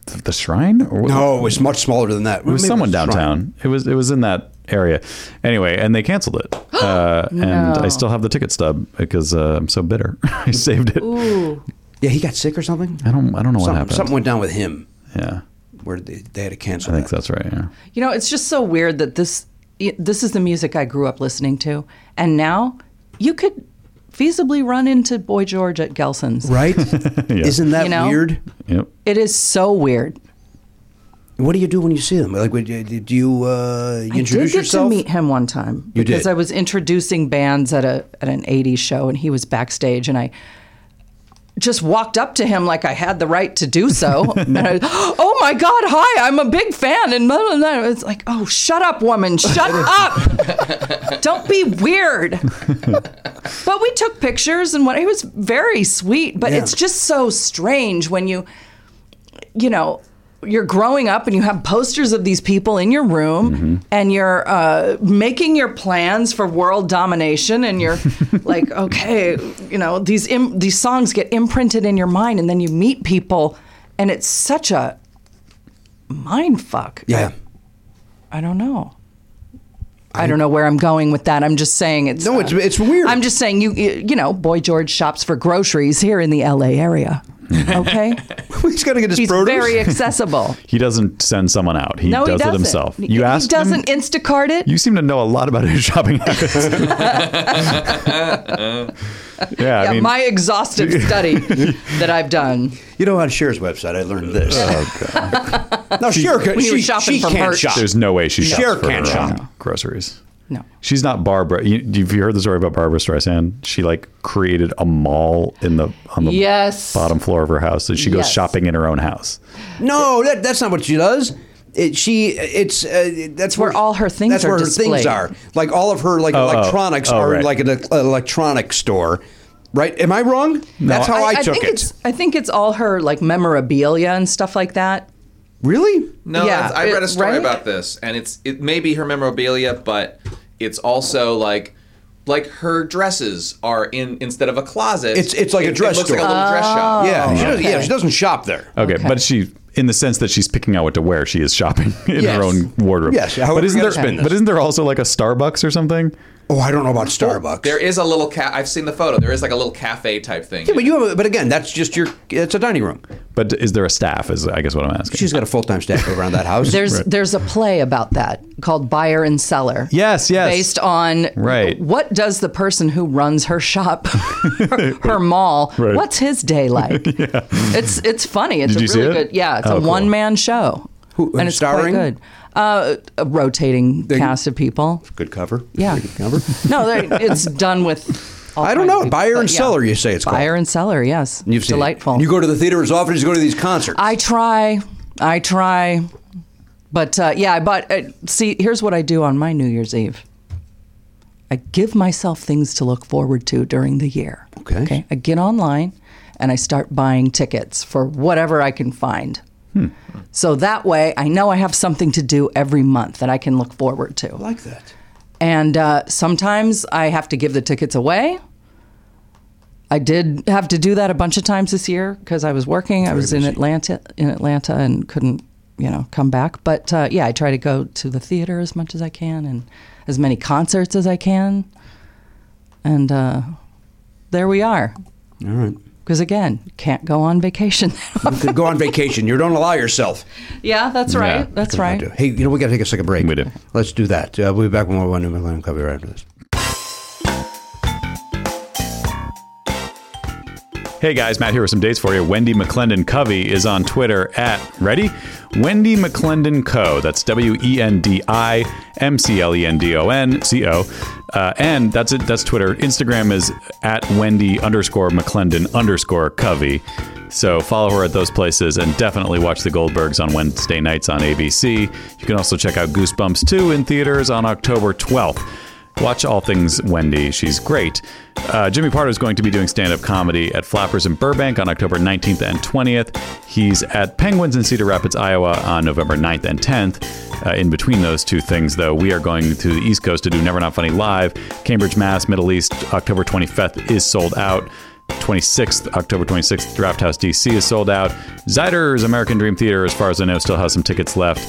[SPEAKER 2] th- the Shrine. Or what-
[SPEAKER 1] No, it was much smaller than that.
[SPEAKER 2] it was someone downtown. It was it was in that area. Anyway, and they canceled it. uh, And I still have the ticket stub because uh, I'm so bitter. I saved it.
[SPEAKER 1] Yeah, he got sick or something.
[SPEAKER 2] I don't I don't know what
[SPEAKER 1] something,
[SPEAKER 2] happened.
[SPEAKER 1] something went down with him
[SPEAKER 2] yeah,
[SPEAKER 1] where they, they had to
[SPEAKER 2] I
[SPEAKER 1] cancel.
[SPEAKER 2] think
[SPEAKER 1] that.
[SPEAKER 2] that's right. Yeah.
[SPEAKER 12] You know, it's just so weird that this this is the music I grew up listening to, and now you could feasibly run into Boy George at Gelson's.
[SPEAKER 1] Right?
[SPEAKER 2] Yeah.
[SPEAKER 1] Isn't that
[SPEAKER 12] You know?
[SPEAKER 1] weird?
[SPEAKER 2] Yep.
[SPEAKER 12] It is so weird.
[SPEAKER 1] What do you do when you see them? Like, would you- do you, uh, you
[SPEAKER 12] I
[SPEAKER 1] introduce
[SPEAKER 12] did get
[SPEAKER 1] yourself?
[SPEAKER 12] to meet him one time
[SPEAKER 1] You
[SPEAKER 12] because
[SPEAKER 1] did.
[SPEAKER 12] I was introducing bands at a at an '80s show, and he was backstage, and I just walked up to him like I had the right to do so. and I, oh my God, hi, I'm a big fan, and blah, blah, blah. it's like, oh, shut up, woman, shut up, don't be weird. but we took pictures and what. He was very sweet, but
[SPEAKER 1] Yeah.
[SPEAKER 12] it's just so strange when you, you know. you're growing up and you have posters of these people in your room
[SPEAKER 11] Mm-hmm.
[SPEAKER 12] and you're uh, making your plans for world domination and you're like okay you know these Im- these songs get imprinted in your mind and then you meet people and it's such a mind fuck
[SPEAKER 11] Yeah.
[SPEAKER 12] I don't know. I don't know where I'm going with that. I'm just saying it's
[SPEAKER 11] No, it's- it's weird.
[SPEAKER 12] I'm just saying you you know, Boy George shops for groceries here in the LA area. Okay?
[SPEAKER 11] He's got to get his
[SPEAKER 12] He's
[SPEAKER 2] produce.
[SPEAKER 12] very accessible.
[SPEAKER 2] He doesn't send someone out. He
[SPEAKER 12] no,
[SPEAKER 2] does
[SPEAKER 12] he doesn't.
[SPEAKER 2] it himself.
[SPEAKER 12] He-
[SPEAKER 2] You asked
[SPEAKER 12] He doesn't
[SPEAKER 2] him.
[SPEAKER 12] Instacart it.
[SPEAKER 2] You seem to know a lot about his shopping habits.
[SPEAKER 12] yeah,
[SPEAKER 2] yeah, I mean,
[SPEAKER 12] my exhaustive study that I've done.
[SPEAKER 11] You know how to share his website. I learned this. no, Cher can,
[SPEAKER 12] When you were
[SPEAKER 11] Oh, she,
[SPEAKER 12] shopping
[SPEAKER 11] she
[SPEAKER 12] for
[SPEAKER 11] can't
[SPEAKER 12] merch.
[SPEAKER 11] shop.
[SPEAKER 2] There's no way she shops
[SPEAKER 11] Cher
[SPEAKER 2] for
[SPEAKER 11] can't
[SPEAKER 2] her
[SPEAKER 11] shop.
[SPEAKER 2] own groceries.
[SPEAKER 12] No.
[SPEAKER 2] She's not Barbara. You, you've heard the story about Barbara Streisand. She like created a mall in the on the
[SPEAKER 12] Yes.
[SPEAKER 2] bottom floor of her house, and she goes
[SPEAKER 12] Yes.
[SPEAKER 2] shopping in her own house.
[SPEAKER 11] No, that, that's not what she does. It, she, it's uh, that's where, all
[SPEAKER 12] her things
[SPEAKER 11] That's
[SPEAKER 12] are
[SPEAKER 11] where her
[SPEAKER 12] displayed.
[SPEAKER 11] things are. Like all of her like
[SPEAKER 2] Oh, oh.
[SPEAKER 11] electronics
[SPEAKER 2] Oh,
[SPEAKER 11] are
[SPEAKER 2] right.
[SPEAKER 11] like an, e- electronics store, right? Am I wrong? that's how I, took
[SPEAKER 12] think
[SPEAKER 11] it.
[SPEAKER 12] It's, I think it's all her like memorabilia and stuff like that.
[SPEAKER 11] Really?
[SPEAKER 8] No,
[SPEAKER 12] Yeah,
[SPEAKER 8] that's- I read
[SPEAKER 12] it-
[SPEAKER 8] a story
[SPEAKER 12] right?
[SPEAKER 8] about this, and it's it may be her memorabilia, but it's also like like her dresses are in instead of a closet.
[SPEAKER 11] It's it's like
[SPEAKER 8] it-
[SPEAKER 11] a dress
[SPEAKER 8] it looks
[SPEAKER 11] store.
[SPEAKER 8] Like a little dress
[SPEAKER 12] Oh.
[SPEAKER 8] shop.
[SPEAKER 11] Yeah, she doesn't, yeah,
[SPEAKER 8] okay.
[SPEAKER 11] she doesn't shop there.
[SPEAKER 2] Okay, but she, in the sense that she's picking out what to wear, she is shopping in
[SPEAKER 11] Yes.
[SPEAKER 2] her own wardrobe.
[SPEAKER 11] Yes, however
[SPEAKER 2] but
[SPEAKER 11] we
[SPEAKER 2] isn't
[SPEAKER 11] gotta
[SPEAKER 2] there?
[SPEAKER 11] spin this.
[SPEAKER 2] But isn't there also like a Starbucks or something?
[SPEAKER 11] Oh, I don't know about Starbucks.
[SPEAKER 8] There is a little cat. I've seen the photo. There is like a little cafe type thing.
[SPEAKER 11] Yeah, but you have. A, but again, that's just your. It's a dining room.
[SPEAKER 2] But is there a staff? Is I guess what I'm asking.
[SPEAKER 11] She's got a full time staff around that house.
[SPEAKER 12] There's there's a play about that called Buyer and Seller.
[SPEAKER 2] Yes, yes.
[SPEAKER 12] Based on
[SPEAKER 2] Right.
[SPEAKER 12] what does the person who runs her shop, her, her mall,
[SPEAKER 2] Right.
[SPEAKER 12] what's his day like? It's it's funny. It's
[SPEAKER 2] Did
[SPEAKER 12] a
[SPEAKER 2] you see
[SPEAKER 12] really
[SPEAKER 2] it?
[SPEAKER 12] good yeah, it's
[SPEAKER 2] Oh,
[SPEAKER 12] a
[SPEAKER 2] cool.
[SPEAKER 12] one man show.
[SPEAKER 11] Who-
[SPEAKER 12] and it's
[SPEAKER 11] starring?
[SPEAKER 12] quite good. Uh, a rotating cast of people.
[SPEAKER 11] good cover.
[SPEAKER 12] Yeah.
[SPEAKER 11] Good cover.
[SPEAKER 12] No, they- it's done with all
[SPEAKER 11] I don't
[SPEAKER 12] kinds of
[SPEAKER 11] know.
[SPEAKER 12] people,
[SPEAKER 11] Buyer
[SPEAKER 12] but
[SPEAKER 11] and
[SPEAKER 12] yeah.
[SPEAKER 11] seller, you say it's called.
[SPEAKER 12] Buyer and seller, yes.
[SPEAKER 11] You've seen it.
[SPEAKER 12] Delightful.
[SPEAKER 11] You go to the theater as often as you go to these concerts.
[SPEAKER 12] I try. I try. But uh, yeah, I bought. Uh, see, here's what I do on my New Year's Eve I give myself things to look forward to during the year.
[SPEAKER 11] Okay.
[SPEAKER 12] I get online and I start buying tickets for whatever I can find. So that way, I know I have something to do every month that I can look forward to.
[SPEAKER 11] like that.
[SPEAKER 12] And uh, sometimes I have to give the tickets away. I did have to do that a bunch of times this year because I was working. I was in Atlanta, in Atlanta, and couldn't, you know, come back. But uh, yeah, I try to go to the theater as much as I can and as many concerts as I can. And uh, there we are.
[SPEAKER 11] All right.
[SPEAKER 12] Because again, can't go on vacation.
[SPEAKER 11] You could go on vacation. You don't allow yourself.
[SPEAKER 12] yeah, that's right. that's right.
[SPEAKER 11] Hey, you know, we got to take a second break.
[SPEAKER 2] We do.
[SPEAKER 11] Let's do that. Uh, we'll be back when we're one new Millennium Cover right after this.
[SPEAKER 2] Hey guys, Matt here with some dates for you. Wendy McClendon Covey is on Twitter at ready Wendy McClendon Co. That's W E N D I M C L E N D O N C O, Uh, and that's it. That's Twitter. Instagram is at Wendy underscore McClendon underscore Covey. So follow her at those places and definitely watch The Goldbergs on Wednesday nights on ABC. You can also check out Goosebumps 2 in theaters on October 12th. Watch all things Wendy. She's great. Uh, Jimmy Pardo is going to be doing stand up comedy at Flappers in Burbank on October 19th and 20th. He's at Penguins in Cedar Rapids, Iowa on November 9th and 10th. Uh, in between those two things, though, we are going to the East Coast to do Never Not Funny Live. Cambridge, Mass, Middle East, October 25th is sold out. 26th, October 26th, Draft House DC is sold out. Zyder's American Dream Theater, as far as I know, still has some tickets left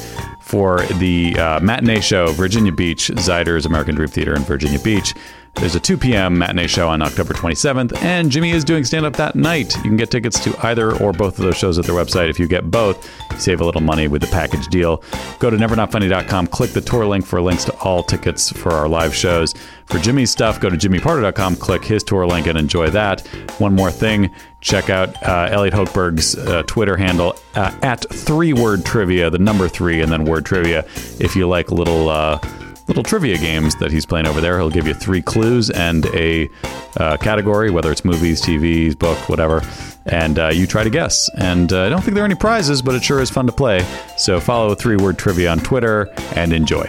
[SPEAKER 2] for the uh, matinee show, Virginia Beach, Zyder's American Dream Theater in Virginia Beach. There's a 2 p.m. matinee show on October 27th, and Jimmy is doing stand up that night. You can get tickets to either or both of those shows at their website. If you get both, you save a little money with the package deal. Go to nevernotfunny.com, click the tour link for links to all tickets for our live shows. For Jimmy's stuff, go to jimmyparter.com, click his tour link, and enjoy that. One more thing check out uh, Elliot Hochberg's uh, Twitter handle uh, at three word trivia, the number three, and then word trivia. If you like little. Uh, little trivia games that he's playing over there. He'll give you three clues and a uh, category, whether it's movies, TVs, book, whatever, and uh, you try to guess. And uh, I don't think there are any prizes, but it sure is fun to play. So follow Three Word Trivia on Twitter and enjoy.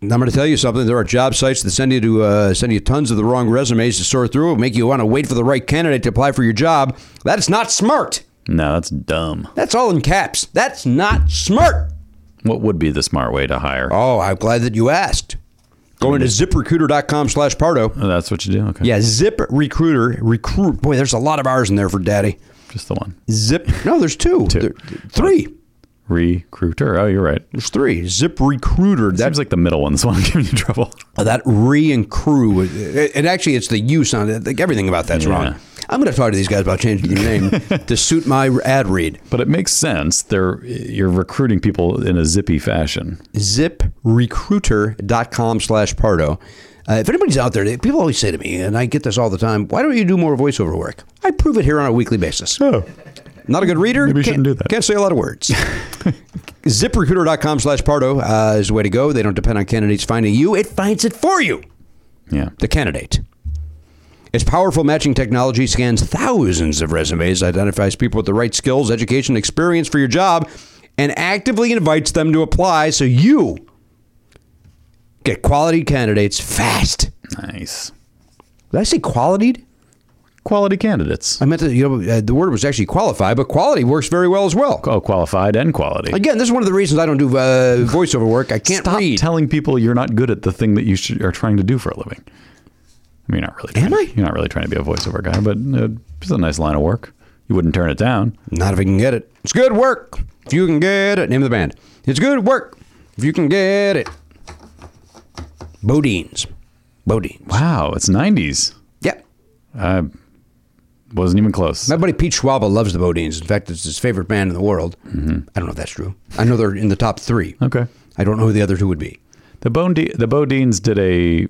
[SPEAKER 11] And I'm going to tell you something. There are job sites that send you to uh, send you tons of the wrong resumes to sort through, make you want to wait for the right candidate to apply for your job. That's not smart.
[SPEAKER 2] No, that's dumb.
[SPEAKER 11] That's all in caps. That's not smart.
[SPEAKER 2] What would be the smart way to hire?
[SPEAKER 11] Oh, I'm glad that you asked. Go into ziprecruiter.com slash Pardo.
[SPEAKER 2] Oh, that's what you do. Okay.
[SPEAKER 11] Yeah, ZipRecruiter. Recruit. Boy, there's a lot of R's in there for daddy.
[SPEAKER 2] Just the one.
[SPEAKER 11] Zip. No, there's two. There- three.
[SPEAKER 2] Recruiter. Oh, you're right.
[SPEAKER 11] There's three. Zip Recruiter. That,
[SPEAKER 2] Seems like the middle one. This one giving you trouble.
[SPEAKER 11] that re and crew. And actually, it's the use on it. Like, Everything about that's
[SPEAKER 2] Yeah.
[SPEAKER 11] wrong.
[SPEAKER 1] I'm going to talk to these guys about changing your name to suit my ad read.
[SPEAKER 2] But it makes sense. They're you're recruiting people in a zippy fashion.
[SPEAKER 1] ZipRecruiter.com slash Pardo. Uh, if anybody's out there, people always say to me, and I get this all the time, why don't you do more voiceover work? I prove it here on a weekly basis.
[SPEAKER 2] Oh.
[SPEAKER 1] Not a good reader.
[SPEAKER 2] Maybe you
[SPEAKER 1] can't-
[SPEAKER 2] shouldn't do that.
[SPEAKER 1] Can't say a lot of words. ZipRecruiter.com slash Pardo uh, is the way to go. They don't depend on candidates finding you, it finds it for you.
[SPEAKER 2] Yeah.
[SPEAKER 1] The candidate. Its powerful matching technology scans thousands of resumes, identifies people with the right skills, education, experience for your job, and actively invites them to apply so you get quality candidates fast.
[SPEAKER 2] Nice.
[SPEAKER 1] Did I say qualityed?
[SPEAKER 2] Quality candidates.
[SPEAKER 1] I meant that you know uh, the word was actually qualified, but quality works very well as well.
[SPEAKER 2] Oh, qualified and quality.
[SPEAKER 1] Again, this is one of the reasons I don't do uh, voiceover work. I can't
[SPEAKER 2] Stop
[SPEAKER 1] read.
[SPEAKER 2] telling people you're not good at the thing that you should, are trying to do for a living. I mean, you're not really. Trying,
[SPEAKER 1] Am I?
[SPEAKER 2] You're not really trying to be a voiceover guy, but uh, it's a nice line of work. You wouldn't turn it down.
[SPEAKER 1] Not if I can get it. It's good work. If you can get it. Name of the band. It's good work. If you can get it. Bodines. Bodines.
[SPEAKER 2] Wow, it's '90s.
[SPEAKER 1] Yeah.
[SPEAKER 2] I wasn't even close.
[SPEAKER 1] My buddy Pete Schwaba loves the Bodines. In fact, it's his favorite band in the world. I don't know if that's true. I know they're in the top three.
[SPEAKER 2] Mm-hmm. Okay.
[SPEAKER 1] I don't know who the other two would be.
[SPEAKER 2] The Bone De- the Bodines did a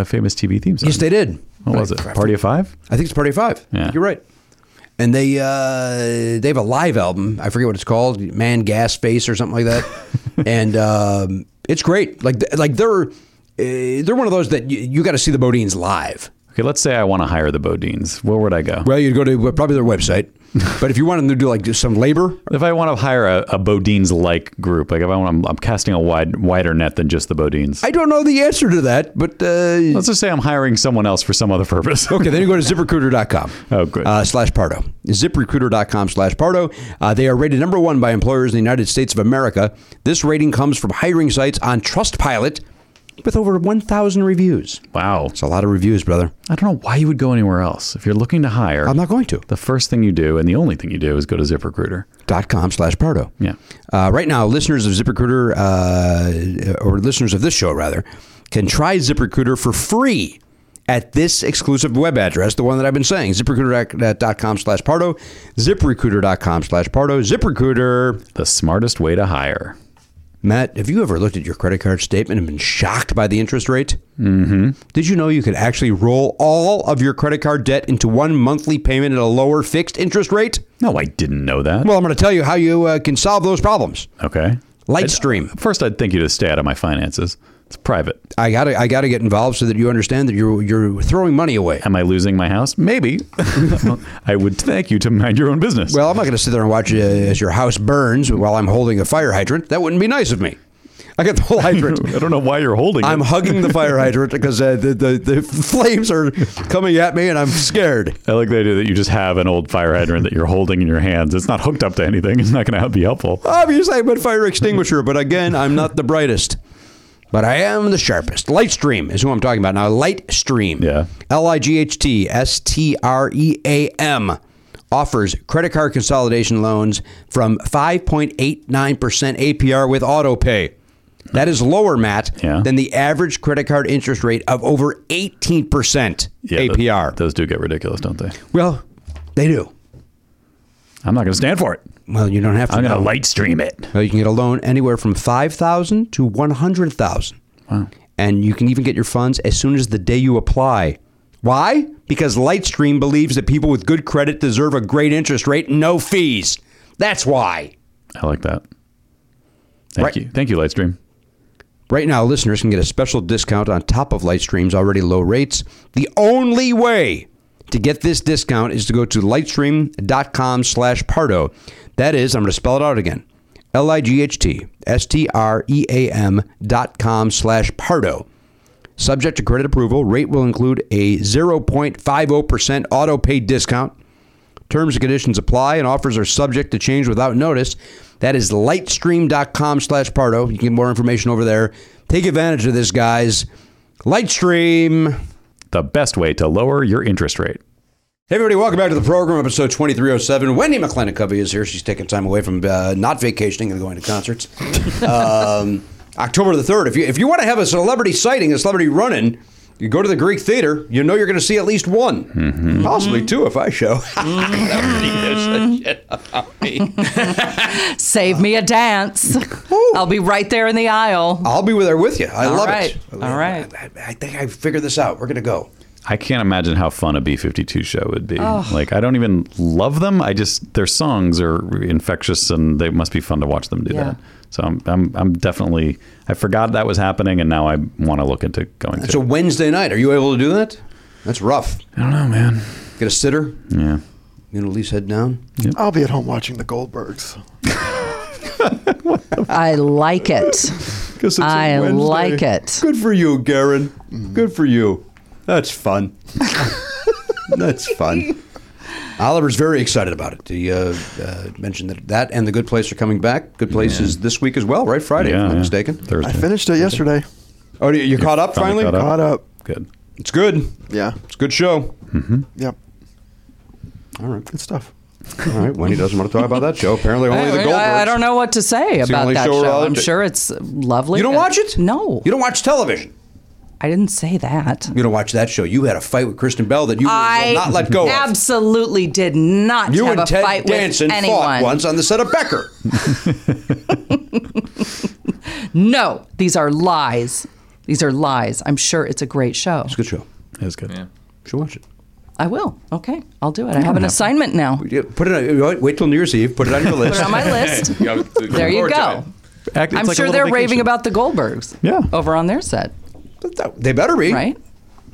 [SPEAKER 2] a famous TV theme song.
[SPEAKER 1] Yes, they did.
[SPEAKER 2] What was it? Party of Five.
[SPEAKER 1] I think it's Party of Five.
[SPEAKER 2] Yeah.
[SPEAKER 1] You're right. And they uh, they have a live album. I forget what it's called, Man Gas Face or something like that. and um, it's great. Like th- like they're uh, they're one of those that y- you got to see the Bodines live.
[SPEAKER 2] Okay, let's say I want to hire the Bodines. Where would I go?
[SPEAKER 1] Well, you'd go to uh, probably their website. but if you wanted them to do like do some labor,
[SPEAKER 2] If I want to hire a, a Bodines like group, like if I want, I'm, I'm casting a wide wider net than just the Bodines.
[SPEAKER 1] I don't know the answer to that. But uh,
[SPEAKER 2] let's just say I'm hiring someone else for some other purpose.
[SPEAKER 1] okay, then you go to ziprecruiter.com.
[SPEAKER 2] Oh, good.
[SPEAKER 1] Uh, slash Pardo. ZipRecruiter.com slash Pardo. Uh, they are rated number one by employers in the United States of America. This rating comes from hiring sites on Trustpilot with over 1,000 reviews.
[SPEAKER 2] wow.
[SPEAKER 1] It's a lot of reviews, brother.
[SPEAKER 2] I don't know why you would go anywhere else. If you're looking to hire,
[SPEAKER 1] I'm not going to.
[SPEAKER 2] the first thing you do and the only thing you do is go to ZipRecruiter.
[SPEAKER 1] dot com slash Pardo.
[SPEAKER 2] Yeah.
[SPEAKER 1] Uh, right now, listeners of ZipRecruiter, uh, or listeners of this show rather, can try ZipRecruiter for free at this exclusive web address, the one that I've been saying, ziprecruiter.com slash Pardo, ziprecruiter.com slash Pardo, ZipRecruiter.
[SPEAKER 2] The smartest way to hire.
[SPEAKER 1] Matt, have you ever looked at your credit card statement and been shocked by the interest rate? Mm-hmm. Did you know you could actually roll all of your credit card debt into one monthly payment at a lower fixed interest rate?
[SPEAKER 2] No, I didn't know that.
[SPEAKER 1] Well, I'm going to tell you how you uh, can solve those problems.
[SPEAKER 2] okay.
[SPEAKER 1] Lightstream.
[SPEAKER 2] I'd- first, I'd think you to stay out of my finances. It's private.
[SPEAKER 1] I gotta, I gotta get involved so that you understand that you're, you're throwing money away.
[SPEAKER 2] Am I losing my house? Maybe. I would thank you to mind your own business.
[SPEAKER 1] Well, I'm not gonna sit there and watch uh, as your house burns while I'm holding a fire hydrant. That wouldn't be nice of me. I got the whole hydrant.
[SPEAKER 2] I don't know why you're holding
[SPEAKER 1] I'm
[SPEAKER 2] it.
[SPEAKER 1] hugging the fire hydrant because uh, the, the the flames are coming at me and I'm scared.
[SPEAKER 2] I like the idea that you just have an old fire hydrant that you're holding in your hands. It's not hooked up to anything. It's not going to be helpful.
[SPEAKER 1] Obviously, I'm a fire extinguisher, but again, I'm not the brightest. But I am the sharpest. Lightstream is who I'm talking about now. Lightstream.
[SPEAKER 2] Yeah.
[SPEAKER 1] L I G H T S T R E A M offers credit card consolidation loans from 5.89% APR with auto pay. That is lower, Matt,
[SPEAKER 2] Yeah.
[SPEAKER 1] than the average credit card interest rate of over 18%
[SPEAKER 2] th-
[SPEAKER 1] APR.
[SPEAKER 2] those do get ridiculous, don't they?
[SPEAKER 1] well, they do.
[SPEAKER 2] I'm not going to stand for it.
[SPEAKER 1] Well, you don't have to.
[SPEAKER 2] I'm going to
[SPEAKER 1] know.
[SPEAKER 2] light stream it.
[SPEAKER 1] Well, you can get a loan anywhere from five thousand to one hundred thousand. Wow! And you can even get your funds as soon as the day you apply. Why? Because Lightstream believes that people with good credit deserve a great interest rate and no fees. That's why.
[SPEAKER 2] I like that. Thank
[SPEAKER 1] Right.
[SPEAKER 2] you. Thank you, Lightstream.
[SPEAKER 1] Right now, listeners can get a special discount on top of Lightstream's already low rates. The only way to get this discount is to go to lightstream.com slash Pardo. That is, I'm going to spell it out again. L-I-G-H-T-S-T-R-E-A-M E dot com slash Pardo. Subject to credit approval, rate will include a 0.50% auto pay discount. Terms and conditions apply, and offers are subject to change without notice. That is lightstream.com slash Pardo. You can get more information over there. Take advantage of this, guys. Lightstream. Hey,
[SPEAKER 2] The best way to lower your interest rate.
[SPEAKER 1] everybody, welcome back to the program, episode 2307. Wendy McLennan Covey is here. She's taking time away from uh, not vacationing and going to concerts. um, October the 3rd. If you, if you want to have a celebrity sighting, a celebrity run in, You go to the Greek theater, you know you're going to see at least one, possibly two if I show.
[SPEAKER 12] Save me a dance. I'll be right there in the aisle.
[SPEAKER 1] I'll be there with you. I
[SPEAKER 12] All
[SPEAKER 1] love
[SPEAKER 12] right.
[SPEAKER 1] it.
[SPEAKER 12] All right.
[SPEAKER 1] I, I think I figured this out. We're going to go.
[SPEAKER 2] I can't imagine how fun a B 52 show would be.
[SPEAKER 1] Oh.
[SPEAKER 2] Like, I don't even love them. I just, their songs are infectious and they must be fun to watch them do
[SPEAKER 12] Yeah.
[SPEAKER 2] that. So I'm, I'm, I'm definitely, I forgot that was happening and now I want to look into going
[SPEAKER 1] It's
[SPEAKER 2] to.
[SPEAKER 1] a Wednesday night. Are you able to do that? That's rough.
[SPEAKER 2] I don't know, man.
[SPEAKER 1] Get a sitter.
[SPEAKER 2] Yeah.
[SPEAKER 1] You know, at least head down.
[SPEAKER 7] I'll be at home watching the Goldbergs.
[SPEAKER 12] I like it.
[SPEAKER 1] it's a
[SPEAKER 12] I
[SPEAKER 1] Wednesday.
[SPEAKER 12] like it.
[SPEAKER 1] Good for you, Garen.
[SPEAKER 2] Mm.
[SPEAKER 1] Good for you. That's fun. That's fun. Oliver's very excited about it. He uh, uh, mentioned that that and the Good Place are coming back. Good Place is this week as well, right? Friday, if I'm
[SPEAKER 2] Yeah,
[SPEAKER 1] not
[SPEAKER 2] yeah.
[SPEAKER 1] mistaken.
[SPEAKER 2] Thursday.
[SPEAKER 7] I finished it yesterday.
[SPEAKER 1] Oh, you, you caught up
[SPEAKER 2] finally
[SPEAKER 1] finally?
[SPEAKER 2] caught up?
[SPEAKER 7] Caught up.
[SPEAKER 2] Good.
[SPEAKER 1] It's good.
[SPEAKER 7] Yeah.
[SPEAKER 1] It's a good show.
[SPEAKER 7] Yep.
[SPEAKER 1] All right.
[SPEAKER 7] Good stuff.
[SPEAKER 1] All right. Wendy doesn't want to talk about that show. Apparently, only the
[SPEAKER 12] I-
[SPEAKER 1] Goldbergs.
[SPEAKER 12] I, I don't know what to say
[SPEAKER 1] It's the
[SPEAKER 12] about
[SPEAKER 1] only
[SPEAKER 12] that
[SPEAKER 1] show
[SPEAKER 12] show.
[SPEAKER 1] around
[SPEAKER 12] I'm
[SPEAKER 1] it.
[SPEAKER 12] sure it's lovely. Uh,
[SPEAKER 1] You don't watch it?
[SPEAKER 12] No.
[SPEAKER 1] You don't watch television.
[SPEAKER 12] I didn't say that.
[SPEAKER 1] You don't watch that show. You had a fight with Kristen Bell that you
[SPEAKER 12] I
[SPEAKER 1] will not let go of.
[SPEAKER 12] absolutely did not
[SPEAKER 1] You
[SPEAKER 12] have
[SPEAKER 1] and
[SPEAKER 12] a
[SPEAKER 1] Ted
[SPEAKER 12] fight
[SPEAKER 1] Danson
[SPEAKER 12] with
[SPEAKER 1] fought
[SPEAKER 12] anyone.
[SPEAKER 1] once on the set of Becker.
[SPEAKER 12] No, these are lies. These are lies. I'm sure it's a great show. It's
[SPEAKER 1] a good show.
[SPEAKER 2] It's good.
[SPEAKER 1] Should watch it.
[SPEAKER 12] I will. Okay, I'll do it. I
[SPEAKER 1] You
[SPEAKER 12] have
[SPEAKER 1] don't
[SPEAKER 12] an
[SPEAKER 1] have to.
[SPEAKER 12] assignment now.
[SPEAKER 1] Yeah, Put it. On, wait till New Year's Eve. Put it on your list.
[SPEAKER 12] Put it on my list. There you go.
[SPEAKER 2] Act- it's
[SPEAKER 12] I'm Oh.
[SPEAKER 2] like a
[SPEAKER 12] sure
[SPEAKER 2] little
[SPEAKER 12] they're
[SPEAKER 2] vacation.
[SPEAKER 12] raving about the Goldbergs.
[SPEAKER 2] Yeah.
[SPEAKER 12] Over on their set.
[SPEAKER 1] They better be
[SPEAKER 12] right.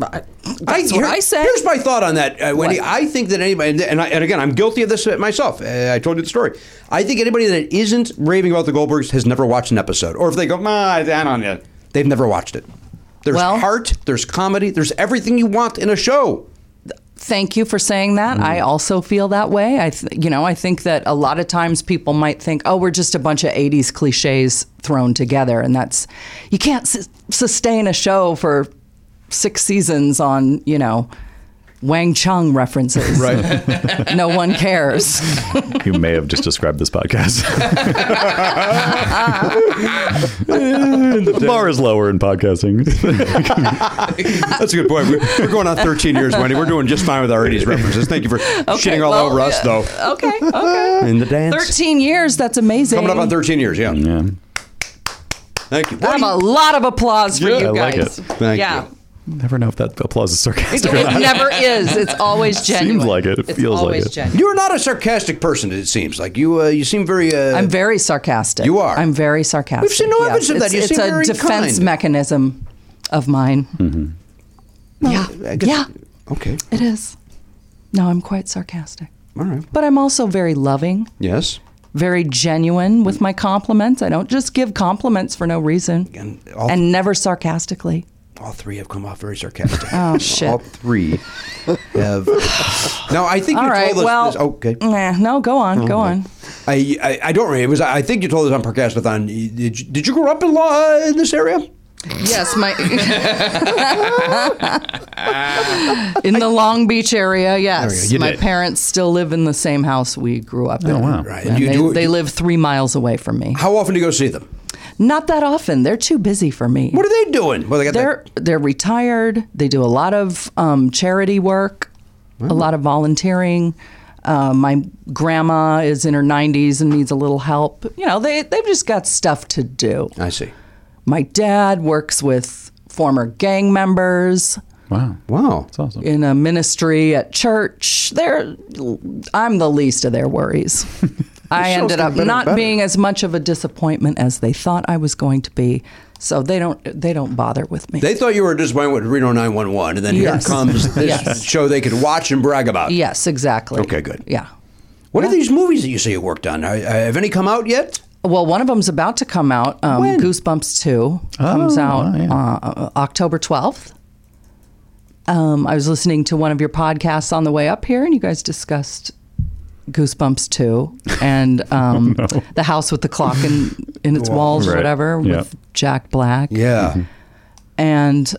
[SPEAKER 12] That's
[SPEAKER 1] here-
[SPEAKER 12] what I say.
[SPEAKER 1] Here's my thought on that, uh, Wendy. I think that anybody, and, I, and again, I'm guilty of this myself. Uh, I told you the story. I think anybody that isn't raving about the Goldbergs has never watched an episode, or if they go, "Ma, I don't know," they've never watched it. There's heart. There's comedy. There's everything you want in a show.
[SPEAKER 12] Thank you for saying that. I
[SPEAKER 2] Mm-hmm.
[SPEAKER 12] also feel that way. I, th- you know, I think that a lot of times people might think, "Oh, we're just a bunch of '80s cliches thrown together," and that's you can't sus- sustain a show for six seasons on, you know, Wang Chung references.
[SPEAKER 2] Right.
[SPEAKER 12] no one cares.
[SPEAKER 2] you may have just described this podcast. the bar is lower in podcasting.
[SPEAKER 1] That's a good point. We're, we're going on 13 years, Wendy. We're doing just fine with our 80s references. Thank you for shitting all
[SPEAKER 12] well,
[SPEAKER 1] over us, though.
[SPEAKER 12] okay. Okay.
[SPEAKER 1] In the dance.
[SPEAKER 12] Thirteen years. That's amazing.
[SPEAKER 1] Coming up on 13 years, yeah. Thank you.
[SPEAKER 12] I have a lot of applause for you
[SPEAKER 2] I like it.
[SPEAKER 12] guys. yeah.
[SPEAKER 2] Never know if that applause is
[SPEAKER 12] It,
[SPEAKER 2] sarcastic or
[SPEAKER 12] it
[SPEAKER 2] not.
[SPEAKER 12] never is. It's always genuine.
[SPEAKER 2] Seems like it. It
[SPEAKER 12] It's
[SPEAKER 2] feels like
[SPEAKER 12] always
[SPEAKER 2] it.
[SPEAKER 12] genuine.
[SPEAKER 1] You're not a sarcastic person. It seems like you. Uh, you seem very. Uh,
[SPEAKER 12] I'm very sarcastic.
[SPEAKER 1] You are.
[SPEAKER 12] I'm very sarcastic.
[SPEAKER 1] We've seen no evidence of
[SPEAKER 12] It's-
[SPEAKER 1] that. You
[SPEAKER 12] it's
[SPEAKER 1] seem
[SPEAKER 12] a
[SPEAKER 1] very
[SPEAKER 12] defense
[SPEAKER 1] kind.
[SPEAKER 12] mechanism of mine.
[SPEAKER 1] Mm-hmm.
[SPEAKER 12] yeah. Yeah,
[SPEAKER 1] Oh, Okay.
[SPEAKER 12] it is. No, I'm quite sarcastic.
[SPEAKER 1] All right.
[SPEAKER 12] But I'm also very loving,
[SPEAKER 1] Yes.
[SPEAKER 12] very genuine with my compliments. I don't just give compliments for no reason. And,
[SPEAKER 1] all-
[SPEAKER 12] never sarcastically.
[SPEAKER 1] All three have come off very sarcastic.
[SPEAKER 12] Oh, shit.
[SPEAKER 1] All three have. no, I think
[SPEAKER 12] All
[SPEAKER 1] you
[SPEAKER 12] right,
[SPEAKER 1] told us.
[SPEAKER 12] well-
[SPEAKER 1] this- Oh, okay.
[SPEAKER 12] Nah, no, go on, go on.
[SPEAKER 1] I, I I don't remember. It was. I think you told us on Parcastathon. you- Did you, did you grow up in law uh, in this area?
[SPEAKER 12] Yes, my in the Long Beach area.
[SPEAKER 1] There
[SPEAKER 12] Yes,
[SPEAKER 1] we go. You
[SPEAKER 12] my
[SPEAKER 1] did. Oh,
[SPEAKER 12] parents still live in the same house we grew up in.
[SPEAKER 1] wow. Right.
[SPEAKER 12] And
[SPEAKER 1] You
[SPEAKER 12] they,
[SPEAKER 1] do-
[SPEAKER 12] they live three miles away from me.
[SPEAKER 1] How often do you go see them?
[SPEAKER 12] Not that often. They're too busy for me.
[SPEAKER 1] What are they doing? Well, they got
[SPEAKER 12] They're they're retired. They do a lot of um, charity work, a lot of volunteering. Uh, my grandma is in her 90s and needs a little help. You know, they they've just got stuff to do.
[SPEAKER 1] I see.
[SPEAKER 12] My dad works with former gang members
[SPEAKER 2] Wow.
[SPEAKER 1] Wow.
[SPEAKER 2] That's awesome.
[SPEAKER 12] in a ministry at church. They're, I'm the least of their worries. I
[SPEAKER 14] show's
[SPEAKER 12] ended
[SPEAKER 14] getting
[SPEAKER 12] up
[SPEAKER 14] better and
[SPEAKER 12] not
[SPEAKER 14] better.
[SPEAKER 12] being as much of a disappointment as they thought I was going to be, so they don't they don't bother with me.
[SPEAKER 1] They thought you were disappointed with Reno 911, and then
[SPEAKER 12] Yes.
[SPEAKER 1] here comes this
[SPEAKER 12] Yes.
[SPEAKER 1] show they could watch and brag about.
[SPEAKER 12] yes, exactly.
[SPEAKER 1] Okay, good.
[SPEAKER 12] Yeah.
[SPEAKER 1] What are these movies that you say you worked on? Are- are- Have any come out yet?
[SPEAKER 12] Well, one of them's about to come out. Um, Goosebumps Two comes
[SPEAKER 14] Oh,
[SPEAKER 12] out uh, October twelfth. Um, I was listening to one of your podcasts on the way up here, and you guys discussed Goosebumps Two and um, the house with the clock in in its
[SPEAKER 14] Wall.
[SPEAKER 12] walls or
[SPEAKER 14] Right.
[SPEAKER 12] whatever
[SPEAKER 14] Yeah.
[SPEAKER 12] with Jack Black.
[SPEAKER 1] Yeah.
[SPEAKER 12] And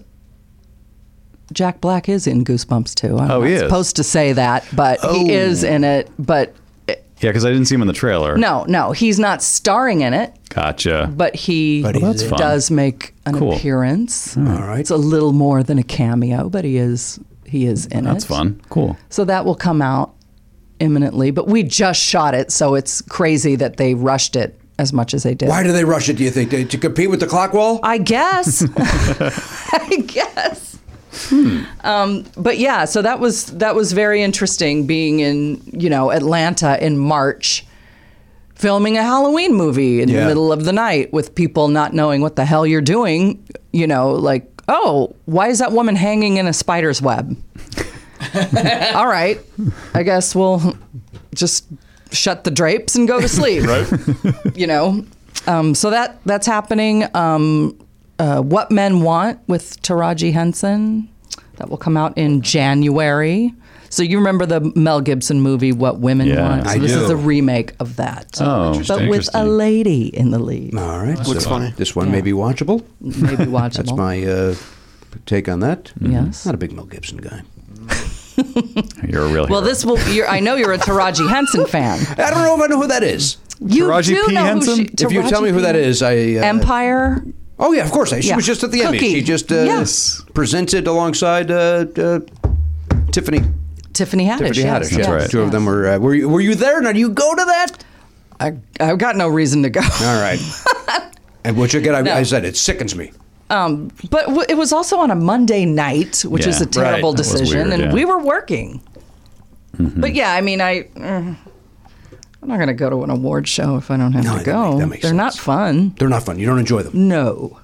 [SPEAKER 12] Jack Black is in Goosebumps too. I'm
[SPEAKER 2] Oh,
[SPEAKER 12] not
[SPEAKER 2] he is?
[SPEAKER 12] supposed to say that, but he
[SPEAKER 2] Oh.
[SPEAKER 12] is in it. But it,
[SPEAKER 2] Yeah, because I didn't see him in the trailer.
[SPEAKER 12] No, no, he's not starring in it,
[SPEAKER 2] Gotcha.
[SPEAKER 12] but he
[SPEAKER 2] But he's Well, that's in it. fun.
[SPEAKER 12] does make an
[SPEAKER 2] Cool.
[SPEAKER 12] appearance.
[SPEAKER 2] All
[SPEAKER 12] right, it's a little more than a cameo, but he is he is in
[SPEAKER 2] That's
[SPEAKER 12] it.
[SPEAKER 2] fun. Cool.
[SPEAKER 12] So that will come out imminently, but we just shot it, so it's crazy that they rushed it as much as they did.
[SPEAKER 1] Why do they rush it? Do you think to, to compete with the clock wall?
[SPEAKER 12] I guess. I guess. Um, but yeah, so that was that was very interesting being in you know Atlanta in March, filming a Halloween movie in
[SPEAKER 15] Yeah.
[SPEAKER 12] the middle of the night with people not knowing what the hell you're doing. You know, like oh, why is that woman hanging in a spider's web? All right, I guess we'll just shut the drapes and go to sleep you know. Um, so that that's happening. Um, uh, what men want with Taraji Henson that will come out in January. So you remember the Mel Gibson movie What Women
[SPEAKER 2] Yeah.
[SPEAKER 12] Want? So
[SPEAKER 2] I
[SPEAKER 12] this
[SPEAKER 2] do.
[SPEAKER 12] is a remake of that.
[SPEAKER 2] Oh,
[SPEAKER 12] but
[SPEAKER 2] interesting.
[SPEAKER 12] with a
[SPEAKER 2] Interesting.
[SPEAKER 12] lady in the lead.
[SPEAKER 1] All right.
[SPEAKER 12] Looks
[SPEAKER 1] this
[SPEAKER 12] funny.
[SPEAKER 1] This one
[SPEAKER 12] Yeah.
[SPEAKER 1] may be watchable.
[SPEAKER 12] Maybe watchable.
[SPEAKER 1] That's my uh, take on that.
[SPEAKER 12] Mm. Yes.
[SPEAKER 1] Not a big Mel Gibson guy.
[SPEAKER 2] You're a real
[SPEAKER 12] Well, this will. You're, I know you're a Taraji Henson fan.
[SPEAKER 1] I don't know if I know who that is.
[SPEAKER 12] You Taraji do P. know who Henson? she-
[SPEAKER 1] if you
[SPEAKER 12] Taraji
[SPEAKER 1] tell me who
[SPEAKER 12] P.
[SPEAKER 1] that is, I. Uh,
[SPEAKER 12] Empire.
[SPEAKER 1] Oh yeah, of course. I, she
[SPEAKER 12] Yeah.
[SPEAKER 1] was just at the Emmy.
[SPEAKER 12] Cookie.
[SPEAKER 1] She just uh,
[SPEAKER 12] Yes.
[SPEAKER 1] presented alongside uh, uh, Tiffany.
[SPEAKER 12] Tiffany Haddish.
[SPEAKER 1] Tiffany
[SPEAKER 12] yes,
[SPEAKER 1] Haddish.
[SPEAKER 12] yes,
[SPEAKER 1] Two of them were. Uh, were you? Were you there? Now do you go to that?
[SPEAKER 12] I I've got no reason to go.
[SPEAKER 1] All right. and which again, I,
[SPEAKER 12] No.
[SPEAKER 1] I said it sickens me.
[SPEAKER 12] Um, but w- it was also on a Monday night, which
[SPEAKER 1] Yeah.
[SPEAKER 12] is a
[SPEAKER 1] Right.
[SPEAKER 12] terrible
[SPEAKER 1] That was
[SPEAKER 12] decision,
[SPEAKER 1] weird,
[SPEAKER 12] and
[SPEAKER 1] yeah. Mm-hmm.
[SPEAKER 12] we were working. But yeah, I mean, I mm, I'm not going to go to an award show if I don't have to go. They're not fun.
[SPEAKER 1] They're not fun. You don't enjoy them.
[SPEAKER 12] No,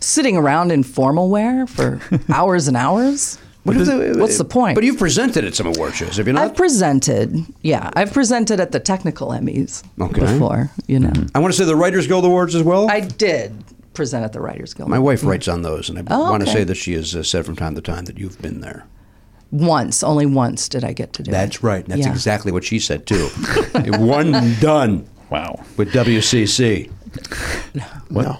[SPEAKER 12] sitting around in formal wear for hours and hours. What is
[SPEAKER 1] it-
[SPEAKER 12] What's the point?
[SPEAKER 1] But you've presented at some award shows, have you not?
[SPEAKER 12] I've presented. Yeah, I've presented at the technical Emmys before. You know.
[SPEAKER 1] I want to say the Writers Guild Awards as well.
[SPEAKER 12] I did present at the Writers Guild.
[SPEAKER 1] My wife writes on those, and I
[SPEAKER 12] Oh,
[SPEAKER 1] want to
[SPEAKER 12] okay.
[SPEAKER 1] say that she has uh, said from time to time that you've been there.
[SPEAKER 12] once, only once did I get to do it.
[SPEAKER 1] That's right. and That's
[SPEAKER 12] Yeah.
[SPEAKER 1] exactly what she said too. One and done. Wow. With WCC. What? No.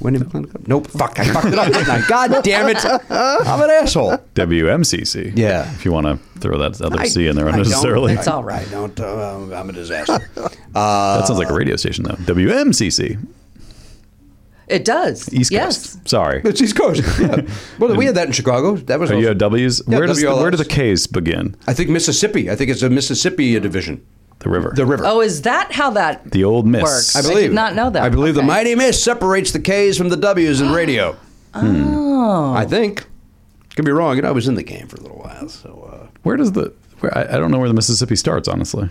[SPEAKER 1] When did- nope. Fuck. I fucked it up. didn't I? God damn it! I'm an asshole.
[SPEAKER 2] WMCC.
[SPEAKER 1] Yeah.
[SPEAKER 2] If you want to throw that other
[SPEAKER 1] I-
[SPEAKER 2] C in there
[SPEAKER 1] I don't-
[SPEAKER 2] unnecessarily.
[SPEAKER 1] I- I don't. Uh, I'm a disaster.
[SPEAKER 2] that sounds like a radio station, though. WMCC.
[SPEAKER 12] It does.
[SPEAKER 2] East
[SPEAKER 12] yes.
[SPEAKER 2] Coast. Sorry.
[SPEAKER 1] It's East Coast. Yeah. Well, we had that in Chicago. That was.
[SPEAKER 2] Are you
[SPEAKER 1] also-
[SPEAKER 2] at W's?
[SPEAKER 1] Yeah,
[SPEAKER 2] where, does the,
[SPEAKER 1] WLS.
[SPEAKER 2] where do the K's begin?
[SPEAKER 1] I think Mississippi. I think it's a Mississippi division.
[SPEAKER 2] The river.
[SPEAKER 1] The river.
[SPEAKER 12] Oh, is that how that?
[SPEAKER 2] The old miss.
[SPEAKER 12] Works.
[SPEAKER 1] I
[SPEAKER 12] I
[SPEAKER 1] believe.
[SPEAKER 12] did not know that.
[SPEAKER 1] I believe the
[SPEAKER 12] Okay.
[SPEAKER 1] mighty miss separates the K's from the W's in radio.
[SPEAKER 12] Oh,
[SPEAKER 1] I think. Could be wrong. You know, I was in the game for a little while. So,
[SPEAKER 2] Where does the? Where, I, I don't know where the Mississippi starts, honestly.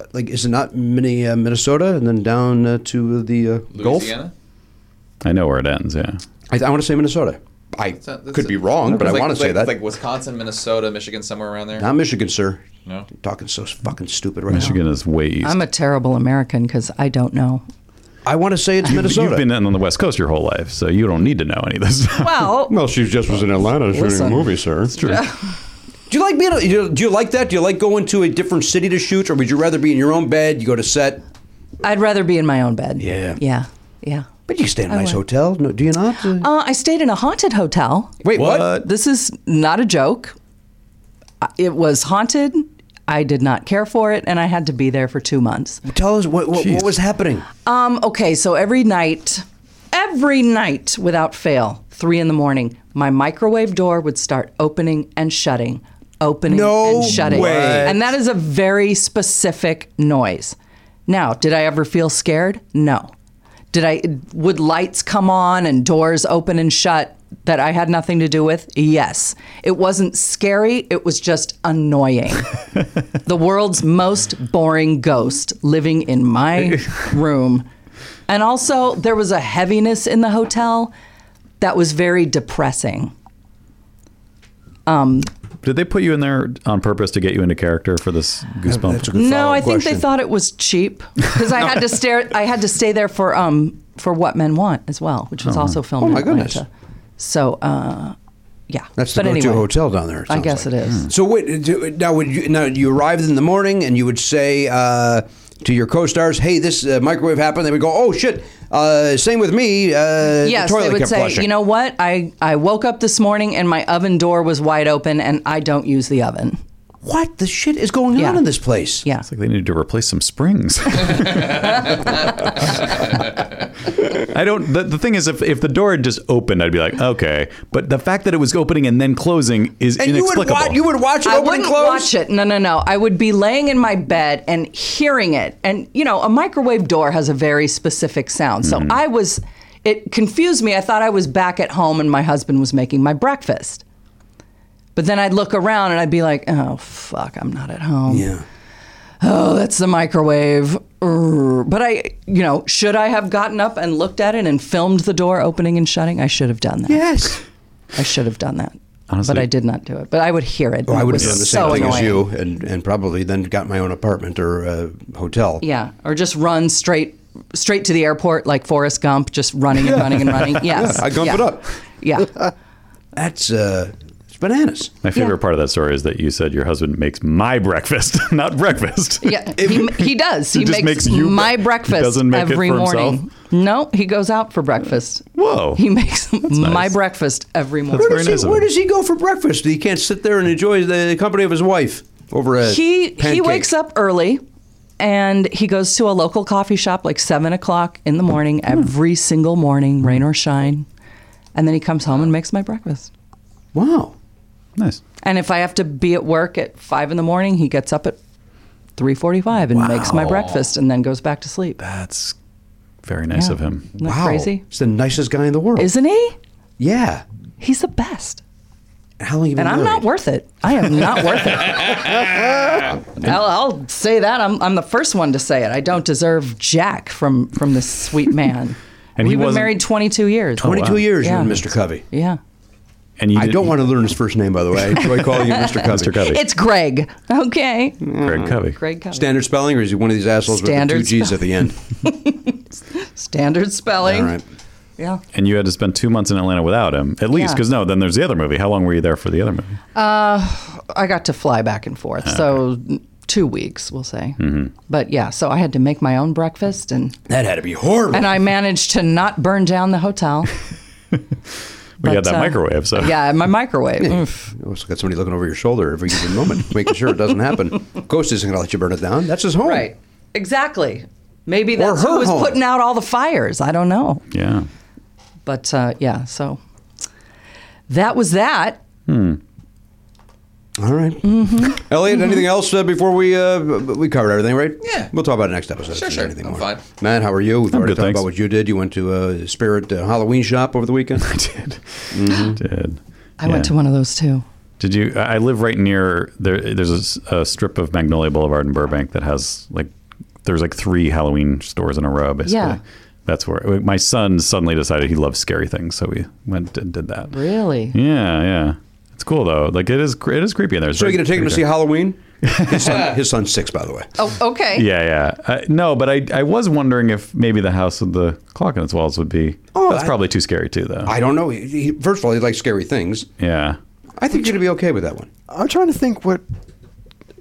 [SPEAKER 1] uh, like, is it not mini uh, Minnesota and then down uh, to the uh, Gulf?
[SPEAKER 8] Louisiana?
[SPEAKER 2] I know where it ends. Yeah.
[SPEAKER 1] I, I want to say Minnesota. I
[SPEAKER 8] It's not- that's
[SPEAKER 1] could
[SPEAKER 8] a-
[SPEAKER 1] be wrong, but
[SPEAKER 8] it's
[SPEAKER 1] I
[SPEAKER 8] like-
[SPEAKER 1] want to
[SPEAKER 8] it's
[SPEAKER 1] say
[SPEAKER 8] like-
[SPEAKER 1] that.
[SPEAKER 8] It's like Wisconsin, Minnesota, Michigan, somewhere around there.
[SPEAKER 1] not Michigan, sir.
[SPEAKER 8] No.
[SPEAKER 1] I'm talking so fucking stupid right
[SPEAKER 2] Michigan is way east.
[SPEAKER 12] I'm a terrible American because I don't know.
[SPEAKER 1] now. I want to say it's
[SPEAKER 2] But
[SPEAKER 1] Minnesota.
[SPEAKER 2] You've been in on the West Coast your whole life, so you don't need to know any of this. Stuff.
[SPEAKER 12] Well,
[SPEAKER 16] Well, she just was in Atlanta shooting a movie, sir. It's true.
[SPEAKER 1] do you like being? Do you, do you like that? Do you like going to a different city to shoot, or would you rather be in your own bed? You go to set.
[SPEAKER 12] I'd rather be in my own bed.
[SPEAKER 1] Yeah.
[SPEAKER 12] Yeah. Yeah.
[SPEAKER 1] But you stay in a
[SPEAKER 12] I
[SPEAKER 1] nice
[SPEAKER 12] would.
[SPEAKER 1] hotel, no, do you not? Uh,
[SPEAKER 12] Uh, I stayed in a haunted hotel.
[SPEAKER 1] Wait, what? What?
[SPEAKER 12] This is not a joke. I- It was haunted. I did not care for it, and I had to be there for two months.
[SPEAKER 1] Tell us what what, what was happening.
[SPEAKER 12] Um, okay, so every night, every night without fail, three in the morning, my microwave door would start opening and shutting, opening
[SPEAKER 1] No
[SPEAKER 12] and shutting.
[SPEAKER 1] way.
[SPEAKER 12] And that is a very specific noise. Now, did I ever feel scared? No. Did I would lights come on and doors open and shut that I had nothing to do with? Yes. It wasn't scary, it was just annoying. the world's most boring ghost living in my room. And also, there was a heaviness in the hotel that was very depressing. Um,
[SPEAKER 2] Did they put you in there on purpose to get you into character for this goosebump?
[SPEAKER 12] no, I think they thought it was cheap because I had to stare. I had to stay there for um for what men want as well, which was
[SPEAKER 1] Oh.
[SPEAKER 12] also filmed.
[SPEAKER 1] Oh, my
[SPEAKER 12] in Atlanta.
[SPEAKER 1] goodness.
[SPEAKER 12] So uh, yeah,
[SPEAKER 1] That's the
[SPEAKER 12] but
[SPEAKER 1] go-to
[SPEAKER 12] anyway,
[SPEAKER 1] hotel down there. it
[SPEAKER 12] I
[SPEAKER 1] sounds
[SPEAKER 12] guess
[SPEAKER 1] like. Hmm.
[SPEAKER 12] it is.
[SPEAKER 1] So wait, do- now would you now you arrived in the morning and you would say uh, to your co-stars, "Hey, this uh, microwave happened." They would go, "Oh shit!" Uh, same with me. Uh,
[SPEAKER 12] yes,
[SPEAKER 1] the toilet
[SPEAKER 12] they would
[SPEAKER 1] kept
[SPEAKER 12] say,
[SPEAKER 1] flushing.
[SPEAKER 12] you know what? I, I woke up this morning and my oven door was wide open and I don't use the oven.
[SPEAKER 1] what the shit is going on in this place?
[SPEAKER 12] Yeah.
[SPEAKER 2] It's like they need to replace some springs. I don't. The, the thing is, if, if the door had just opened, I'd be like, okay. But the fact that it was opening and then closing is
[SPEAKER 1] And you would
[SPEAKER 2] inexplicable.
[SPEAKER 1] wa- you would watch it
[SPEAKER 12] I
[SPEAKER 1] open and
[SPEAKER 12] wouldn't
[SPEAKER 1] close?
[SPEAKER 12] watch it. No, no, no. I would be laying in my bed and hearing it. And you know, a microwave door has a very specific sound.
[SPEAKER 1] Mm-hmm.
[SPEAKER 12] So I was. It confused me. I thought I was back at home and my husband was making my breakfast. But then I'd look around and I'd be like, oh fuck, I'm not at home. Yeah. Oh, that's the microwave. Urgh. But I, you know, should I have gotten up and looked at it and filmed the door opening and shutting? I should have done that.
[SPEAKER 1] Yes.
[SPEAKER 12] I should have done that.
[SPEAKER 2] Honestly.
[SPEAKER 12] but I did not do it. But I would hear it.
[SPEAKER 1] Well, Oh, I
[SPEAKER 12] It
[SPEAKER 1] would have
[SPEAKER 12] was
[SPEAKER 1] done the same
[SPEAKER 12] so
[SPEAKER 1] thing as
[SPEAKER 12] annoying.
[SPEAKER 1] you, and, and probably then got my own apartment or uh, hotel.
[SPEAKER 12] Yeah, or just run straight straight to the airport like Forrest Gump, just running and running and running. Yes,
[SPEAKER 1] I gump
[SPEAKER 12] yeah.
[SPEAKER 1] it up.
[SPEAKER 12] Yeah,
[SPEAKER 1] That's uh, it's bananas.
[SPEAKER 2] My favorite part of that story is that you said your husband makes my breakfast, not breakfast.
[SPEAKER 12] yeah. He, he does.
[SPEAKER 2] He
[SPEAKER 12] He,
[SPEAKER 2] just
[SPEAKER 12] makes,
[SPEAKER 2] makes you
[SPEAKER 12] my
[SPEAKER 2] bre-
[SPEAKER 12] breakfast
[SPEAKER 2] He doesn't make it
[SPEAKER 12] every
[SPEAKER 2] for himself? Oh.
[SPEAKER 12] morning. No, he goes out for breakfast.
[SPEAKER 2] Whoa.
[SPEAKER 12] He makes my breakfast every morning.
[SPEAKER 1] Where does, he, where does he go for breakfast? He can't sit there and enjoy the company of his wife over a
[SPEAKER 12] he he
[SPEAKER 1] pancake.
[SPEAKER 12] wakes up early and he goes to a local coffee shop like seven o'clock in the morning every single morning rain or shine and then he comes home and makes my breakfast
[SPEAKER 1] wow
[SPEAKER 2] nice
[SPEAKER 12] and if i have to be at work at five in the morning he gets up at 3.45 and makes my
[SPEAKER 2] Wow.
[SPEAKER 12] breakfast and then goes back to sleep
[SPEAKER 2] that's Very nice of him.
[SPEAKER 12] Isn't that crazy
[SPEAKER 1] He's the nicest guy in the world.
[SPEAKER 12] isn't he
[SPEAKER 1] Yeah.
[SPEAKER 12] he's the best
[SPEAKER 1] How long have you been
[SPEAKER 12] and i'm
[SPEAKER 1] married?
[SPEAKER 12] not worth it i am not worth it I'll, I'll say that I'm, I'm the first one to say it. I don't deserve jack from from this sweet man.
[SPEAKER 2] And he
[SPEAKER 12] We've been
[SPEAKER 2] wasn't-
[SPEAKER 12] married 22 years.
[SPEAKER 1] 22 years
[SPEAKER 12] yeah.
[SPEAKER 1] you and Mr. Covey.
[SPEAKER 12] Yeah.
[SPEAKER 2] And you
[SPEAKER 1] I
[SPEAKER 2] didn't-
[SPEAKER 1] don't want to learn his first name, by the way. Do I call you Mr. Covey?
[SPEAKER 2] Mr. Covey.
[SPEAKER 12] It's Greg. Okay.
[SPEAKER 2] Greg Covey.
[SPEAKER 12] Greg Covey.
[SPEAKER 1] Standard spelling, or is he one of these assholes
[SPEAKER 12] Standard
[SPEAKER 1] with the two G's at the end?
[SPEAKER 12] Standard spelling.
[SPEAKER 1] All right.
[SPEAKER 12] Yeah.
[SPEAKER 2] And you had to spend two months in Atlanta without him, at least.
[SPEAKER 12] Yeah.
[SPEAKER 2] Because no, then there's the other movie. How long were you there for the other movie?
[SPEAKER 12] Uh, I got to fly back and forth. So two weeks, we'll say.
[SPEAKER 2] Mm-hmm.
[SPEAKER 12] But yeah, so I had to make my own breakfast and
[SPEAKER 1] That had to be horrible.
[SPEAKER 12] and I managed to not burn down the hotel.
[SPEAKER 2] We had
[SPEAKER 12] But,
[SPEAKER 2] that
[SPEAKER 12] uh,
[SPEAKER 2] microwave, so
[SPEAKER 12] Yeah, my microwave.
[SPEAKER 1] Yeah.
[SPEAKER 12] Oof.
[SPEAKER 1] You also got somebody looking over your shoulder every given moment, making sure it doesn't happen. Ghost isn't going to let you burn it down. That's his home.
[SPEAKER 12] Right. Exactly. Maybe
[SPEAKER 1] Or
[SPEAKER 12] that's
[SPEAKER 1] her
[SPEAKER 12] who was
[SPEAKER 1] home.
[SPEAKER 12] putting out all the fires. I don't know.
[SPEAKER 2] yeah.
[SPEAKER 12] But uh, yeah, so that was that.
[SPEAKER 2] Hmm.
[SPEAKER 1] All right. Elliot, anything else uh, before we uh, we covered everything, right? Yeah. We'll talk about it next episode.
[SPEAKER 8] Sure,
[SPEAKER 1] if there's
[SPEAKER 8] sure.
[SPEAKER 1] Anything
[SPEAKER 8] I'm
[SPEAKER 1] more.
[SPEAKER 8] fine.
[SPEAKER 1] Matt, how are you? We've
[SPEAKER 2] I'm
[SPEAKER 1] already
[SPEAKER 2] good,
[SPEAKER 1] talked
[SPEAKER 2] thanks.
[SPEAKER 1] about what you did. You went to uh, Spirit uh, Halloween shop over the weekend. I
[SPEAKER 2] did.
[SPEAKER 12] Mm-hmm.
[SPEAKER 2] Did.
[SPEAKER 12] I went to one of those too.
[SPEAKER 2] Did you? I I live right near there. There's a s- a, strip of Magnolia Boulevard in Burbank that has like there's like three Halloween stores in a row. Basically,
[SPEAKER 12] Yeah.
[SPEAKER 2] that's where my son suddenly decided he loves scary things, so we went and did that.
[SPEAKER 12] Really?
[SPEAKER 2] Yeah, yeah. It's cool though. Like it is, cre- it is creepy in there. It's
[SPEAKER 1] So you're
[SPEAKER 2] very-
[SPEAKER 1] going to take him
[SPEAKER 2] pretty
[SPEAKER 1] to see
[SPEAKER 2] dark.
[SPEAKER 1] Halloween? His, son, his son's six, by the way.
[SPEAKER 12] Oh, okay.
[SPEAKER 2] Yeah, yeah. Uh, no, but I, I was wondering if maybe the house with the clock on its walls would be.
[SPEAKER 1] Oh,
[SPEAKER 2] that's
[SPEAKER 1] I-
[SPEAKER 2] probably too scary too, though.
[SPEAKER 1] I don't know. He, he, first of all, he likes scary things.
[SPEAKER 2] yeah.
[SPEAKER 1] I think you're going to be okay with that one.
[SPEAKER 7] I'm trying to think what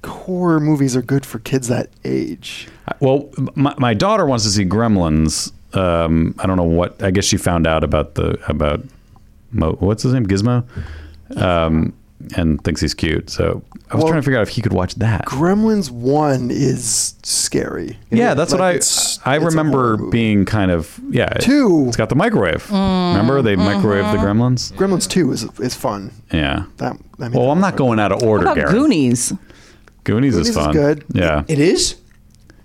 [SPEAKER 7] horror movies are good for kids that age.
[SPEAKER 2] I- Well, my, my daughter wants to see Gremlins. Um, I don't know what. I guess she found out about the about Mo, what's his name Gizmo, um, and thinks he's cute. So I was
[SPEAKER 7] Well-
[SPEAKER 2] trying to figure out if he could watch that.
[SPEAKER 7] Gremlins One is scary.
[SPEAKER 2] Yeah, that's
[SPEAKER 7] Like,
[SPEAKER 2] what
[SPEAKER 7] it's-
[SPEAKER 2] I I
[SPEAKER 7] it's a
[SPEAKER 2] remember being kind of yeah. it-
[SPEAKER 7] Two.
[SPEAKER 2] It's got the microwave. Remember they microwaved the Gremlins.
[SPEAKER 7] Gremlins Two is is fun.
[SPEAKER 2] Yeah.
[SPEAKER 7] That I mean,
[SPEAKER 2] well, I'm not going out of order,
[SPEAKER 12] What about
[SPEAKER 2] Garrett.
[SPEAKER 12] Goonies?
[SPEAKER 2] Goonies,
[SPEAKER 7] Goonies
[SPEAKER 2] is
[SPEAKER 7] is
[SPEAKER 2] fun.
[SPEAKER 7] good.
[SPEAKER 2] Yeah.
[SPEAKER 1] It is?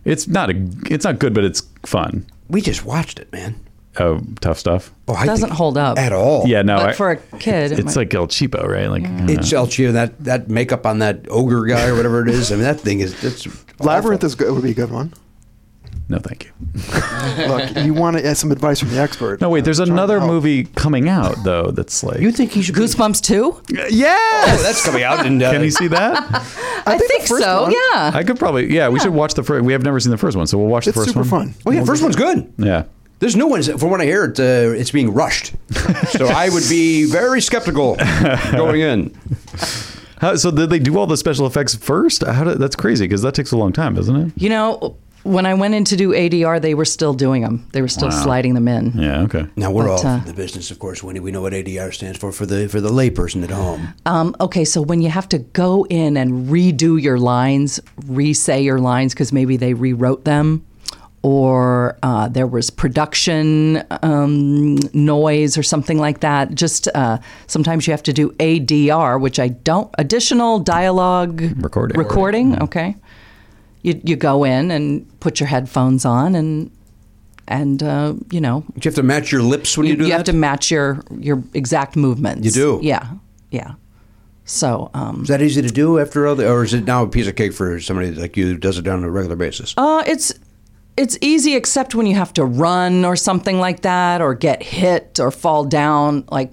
[SPEAKER 2] It's not a. It's not good, but it's fun.
[SPEAKER 1] We just watched it, man.
[SPEAKER 2] Oh, tough stuff.
[SPEAKER 1] Oh, I
[SPEAKER 12] Doesn't
[SPEAKER 1] think
[SPEAKER 12] hold up
[SPEAKER 1] at all.
[SPEAKER 2] Yeah, no.
[SPEAKER 12] But
[SPEAKER 2] I-
[SPEAKER 12] for a kid, it
[SPEAKER 2] it's like El Cheapo, right? Like I don't
[SPEAKER 1] It's
[SPEAKER 2] know.
[SPEAKER 1] Elchia, that, that makeup on that ogre guy or whatever it is. I mean, that thing is. That's
[SPEAKER 7] Labyrinth is good. Would be a good one.
[SPEAKER 2] no, thank you.
[SPEAKER 7] Look, you want to get some advice from the expert.
[SPEAKER 2] No, wait. There's another movie coming out though. That's like
[SPEAKER 1] You think he should.
[SPEAKER 12] Goosebumps too.
[SPEAKER 2] yes.
[SPEAKER 1] Oh, that's coming out in. Uh,
[SPEAKER 2] Can you see that?
[SPEAKER 12] I, think, so.
[SPEAKER 7] one.
[SPEAKER 12] Yeah.
[SPEAKER 2] I could probably. Yeah, we should watch the first. We have never seen the first one, so we'll watch
[SPEAKER 7] It's
[SPEAKER 2] the first
[SPEAKER 7] super
[SPEAKER 2] one.
[SPEAKER 7] fun.
[SPEAKER 1] Oh, yeah, first one's good.
[SPEAKER 2] Yeah.
[SPEAKER 1] There's new ones. From what I hear, it, uh, it's being rushed. so I would be very skeptical going in.
[SPEAKER 2] How, so did they do all the special effects first? How did, that's crazy because that takes a long time, doesn't it?
[SPEAKER 12] You know, when I went in to do ADR, they were still doing them. They were still
[SPEAKER 1] Wow.
[SPEAKER 12] sliding them in.
[SPEAKER 2] Yeah. Okay.
[SPEAKER 1] Now we're
[SPEAKER 12] But,
[SPEAKER 1] all
[SPEAKER 12] uh,
[SPEAKER 1] in the business, of course, Winnie. We know what ADR stands for for the for the layperson at home.
[SPEAKER 12] Um, okay, so when you have to go in and redo your lines, re-say your lines because maybe they rewrote them, or uh, there was production um, noise or something like that. Just uh, sometimes you have to do ADR, which I don't. Additional dialogue recording. Recording. Okay. You you go in and put your headphones on and and uh, you know
[SPEAKER 1] Do you have to match your lips when you, do
[SPEAKER 12] you
[SPEAKER 1] that?
[SPEAKER 12] have to match your your exact movements.
[SPEAKER 1] You do?
[SPEAKER 12] Yeah, yeah. So um,
[SPEAKER 1] is that easy to do after all, the, or is it now a piece of cake for somebody like you who does it on a regular basis?
[SPEAKER 12] uh, it's it's easy except when you have to run or something like that, or get hit or fall down. Like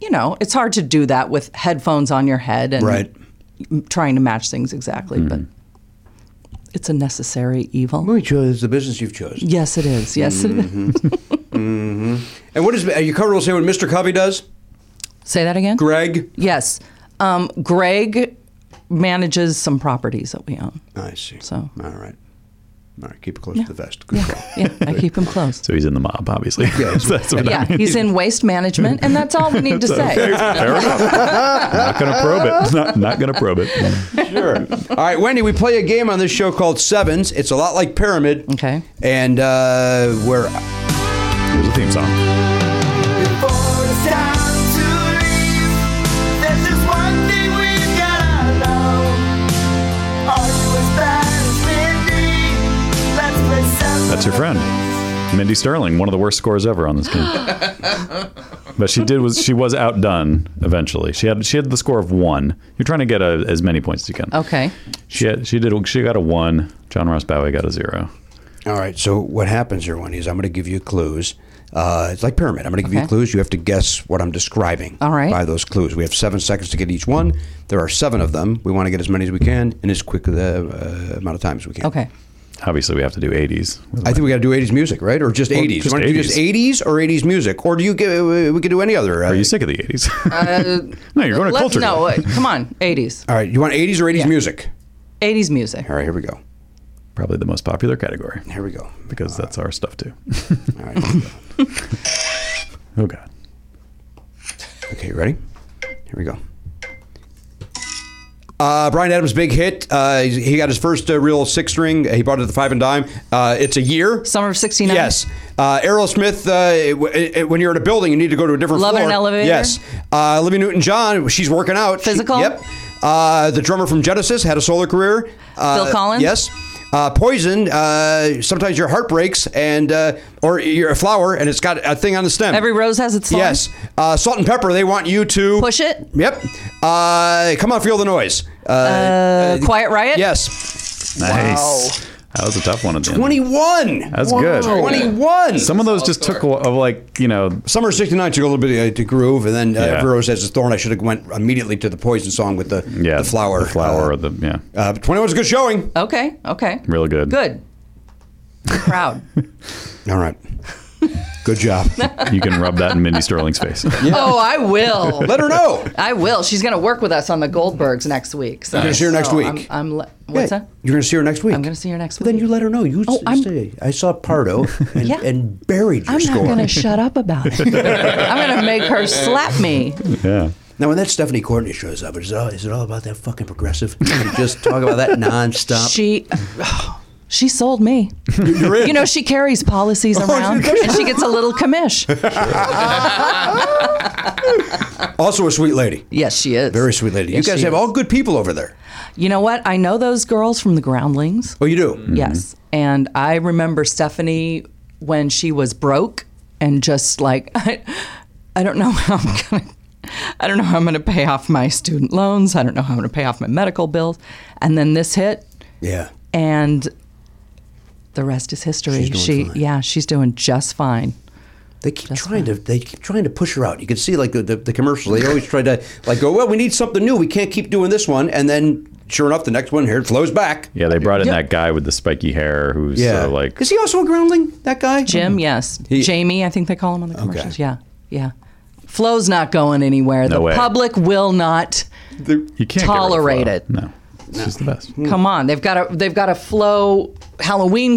[SPEAKER 12] you know, it's hard to do that with headphones on your head and
[SPEAKER 1] Right.
[SPEAKER 12] trying to match things exactly. But it's a necessary evil.
[SPEAKER 1] Well, Mm-hmm. you chose the business you've chosen.
[SPEAKER 12] Yes, it is. Yes, it is.
[SPEAKER 1] hmm And what is are you comfortable saying what Mr. Covey does?
[SPEAKER 12] Say that again.
[SPEAKER 1] Greg.
[SPEAKER 12] Yes, um, Greg manages some properties that we own.
[SPEAKER 1] I see.
[SPEAKER 12] So
[SPEAKER 1] all right, all right. Keep it close
[SPEAKER 12] Yeah.
[SPEAKER 1] to the vest. Good call.
[SPEAKER 12] Yeah, I keep him close.
[SPEAKER 2] So he's in the mob, obviously. Yeah, that's what
[SPEAKER 12] Yeah,
[SPEAKER 2] I mean.
[SPEAKER 12] he's in waste management, and that's all we need to say.
[SPEAKER 2] Okay, fair enough. not gonna probe it. Not, not gonna probe it.
[SPEAKER 1] Sure. All right, Wendy, we play a game on this show called Sevens. It's a lot like Pyramid.
[SPEAKER 12] Okay.
[SPEAKER 1] And uh, we're.
[SPEAKER 2] There's a theme song. That's your friend, Mindy Sterling. One of the worst scores ever on this game. but she did was she was outdone eventually. She had she had the score of one. You're trying to get a, as many points as you can.
[SPEAKER 12] Okay.
[SPEAKER 2] She had, she did she got a one. John Ross Bowie got a zero.
[SPEAKER 1] All right, so what happens here, Wendy, is I'm going to give you clues. Uh, it's like Pyramid. I'm going to give you
[SPEAKER 12] Okay.
[SPEAKER 1] clues. You have to guess what I'm describing
[SPEAKER 12] All right.
[SPEAKER 1] by those clues. We have seven seconds to get each one. There are seven of them. We want to get as many as we can in as quick uh, uh, amount of time as we can.
[SPEAKER 12] Okay.
[SPEAKER 2] Obviously, we have to do 80s.
[SPEAKER 1] I think we got to do 80s music, right? Or just
[SPEAKER 2] Well,
[SPEAKER 1] 80s?
[SPEAKER 2] just
[SPEAKER 1] you want to do just 80s or 80s music? Or do you get, uh, we could do any other. Are you
[SPEAKER 2] sick of the 80s?
[SPEAKER 12] Uh,
[SPEAKER 2] no, you're going to
[SPEAKER 12] let-
[SPEAKER 2] culture.
[SPEAKER 12] No, wait, come on, 80s.
[SPEAKER 1] All right, you want 80s or 80s music?
[SPEAKER 12] 80s music.
[SPEAKER 1] All right, here we go.
[SPEAKER 2] Probably the most popular category.
[SPEAKER 1] Here we go.
[SPEAKER 2] Because that's our stuff too.
[SPEAKER 1] All right. here we go.
[SPEAKER 2] Oh God.
[SPEAKER 1] Okay, ready? Here we go. Uh, Brian Adams' big hit. Uh, he he got his first uh, real six string. He bought it at the Five and Dime. Uh, it's a year.
[SPEAKER 12] Summer of '69.
[SPEAKER 1] Yes. Uh, Aerosmith. Uh, it- it- it- when you're in a building, you need to go to a different
[SPEAKER 12] Love in
[SPEAKER 1] floor.
[SPEAKER 12] an Elevator.
[SPEAKER 1] Yes. Uh, Libby Newton-John. She's working out. She-
[SPEAKER 12] Physical.
[SPEAKER 1] yep. Uh, the drummer from Genesis had a solo career. Uh,
[SPEAKER 12] Phil Collins.
[SPEAKER 1] Yes. Uh, poison. Uh, sometimes your heart breaks, and uh, or you're a flower, and it's got a thing on the stem.
[SPEAKER 12] Every rose has its thorn.
[SPEAKER 1] Yes. Uh, salt and pepper. They want you to
[SPEAKER 12] Push it.
[SPEAKER 1] Yep. Uh, come on, feel the noise. Uh,
[SPEAKER 12] Uh, Quiet Riot.
[SPEAKER 1] yes.
[SPEAKER 2] Nice. That was a tough one at the end.
[SPEAKER 1] Twenty-one.
[SPEAKER 2] That's good.
[SPEAKER 1] Twenty-one.
[SPEAKER 2] Some of those just took a of like you know.
[SPEAKER 1] Summer of '69 took a little bit uh, to groove, and then uh,
[SPEAKER 2] Yeah.
[SPEAKER 1] Every Rose Has Its Thorn. I should have went immediately to the Poison song with the
[SPEAKER 2] Yeah,
[SPEAKER 1] the flower.
[SPEAKER 2] the flower, or the yeah,
[SPEAKER 1] Uh, but 21 was a good showing.
[SPEAKER 12] Okay. Okay.
[SPEAKER 2] really good.
[SPEAKER 12] Good. Proud.
[SPEAKER 1] All right. Good job.
[SPEAKER 2] You can rub that in Mindy Sterling's face.
[SPEAKER 12] Oh, I will.
[SPEAKER 1] Let her know.
[SPEAKER 12] I will. She's going to work with us on the Goldbergs next week. So,
[SPEAKER 1] You're gonna see her next
[SPEAKER 12] so
[SPEAKER 1] week?
[SPEAKER 12] I'm, I'm le- what's
[SPEAKER 1] Yeah,
[SPEAKER 12] that?
[SPEAKER 1] You're going to see her next week.
[SPEAKER 12] I'm going to see her next week.
[SPEAKER 1] then you let her know. You oh, say, I saw Pardo and,
[SPEAKER 12] Yeah.
[SPEAKER 1] and buried your
[SPEAKER 12] I'm
[SPEAKER 1] score.
[SPEAKER 12] not going to shut up about it. I'm going to make her slap me.
[SPEAKER 2] Yeah.
[SPEAKER 1] Now, when that Stephanie Courtney shows up, is it all, is it all about that fucking progressive? You just talk about that nonstop.
[SPEAKER 12] She. She sold me.
[SPEAKER 1] You're in.
[SPEAKER 12] You know, she carries policies
[SPEAKER 1] Oh, she
[SPEAKER 12] around
[SPEAKER 1] does.
[SPEAKER 12] and she gets a little commish.
[SPEAKER 1] also a sweet lady.
[SPEAKER 12] Yes, she is.
[SPEAKER 1] Very sweet lady.
[SPEAKER 12] Yes,
[SPEAKER 1] you guys
[SPEAKER 12] she
[SPEAKER 1] have
[SPEAKER 12] is.
[SPEAKER 1] all good people over there.
[SPEAKER 12] You know what? I know those girls from the Groundlings.
[SPEAKER 1] Oh, you do?
[SPEAKER 12] Yes. And I remember Stephanie when she was broke and just like I, I don't know how I'm going to I don't know how I'm going to pay off my student loans. I don't know how I'm going to pay off my medical bills. And then this hit
[SPEAKER 1] Yeah.
[SPEAKER 12] and the rest is history.
[SPEAKER 1] She's doing
[SPEAKER 12] she yeah, she's doing just fine.
[SPEAKER 1] They keep trying to they keep trying to push her out. You can see like the, the, the commercials. They always try to like go, well, we need something new. We can't keep doing this one. And then sure enough, the next one here it flows back.
[SPEAKER 2] Yeah, they brought in
[SPEAKER 1] Yeah.
[SPEAKER 2] that guy with the spiky hair who's
[SPEAKER 1] Yeah.
[SPEAKER 2] sort of like
[SPEAKER 1] Is he also a groundling? That guy?
[SPEAKER 12] Jim, yes. Jamie, I think they call him on the commercials. Yeah. Yeah. Flow's not going anywhere.
[SPEAKER 2] No
[SPEAKER 12] the
[SPEAKER 2] way.
[SPEAKER 12] public will not
[SPEAKER 2] you can't get rid of
[SPEAKER 12] tolerate
[SPEAKER 2] Flo.
[SPEAKER 12] it.
[SPEAKER 2] No. She's the best.
[SPEAKER 12] Come on, they've got a they've got a flow Halloween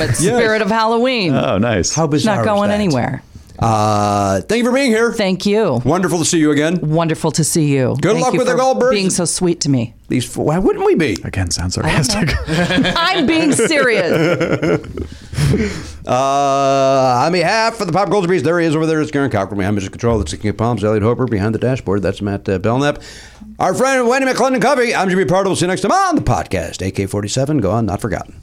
[SPEAKER 12] It's
[SPEAKER 2] Yes.
[SPEAKER 12] Spirit of Halloween.
[SPEAKER 2] Oh, nice. How
[SPEAKER 12] It's not going anywhere.
[SPEAKER 1] Uh, thank you for being here.
[SPEAKER 12] Thank you.
[SPEAKER 1] Wonderful to see you again.
[SPEAKER 12] Wonderful to see you.
[SPEAKER 1] Good luck with the Goldbergs.
[SPEAKER 12] Being so sweet to me.
[SPEAKER 1] These four, why wouldn't we be?
[SPEAKER 2] Again, sounds sarcastic.
[SPEAKER 12] I'm being serious.
[SPEAKER 1] uh, on behalf of the Pop Culture Beast, there he is over there. It's Garen Cochran. Behind Mr. Control, that's the King of Palms. Elliot Hopper behind the dashboard. That's Matt uh, Belknap. Our friend Wendy McClendon Covey. I'm Jimmy Pardo. We'll see you next time on the podcast. AK 47. Go on, not forgotten.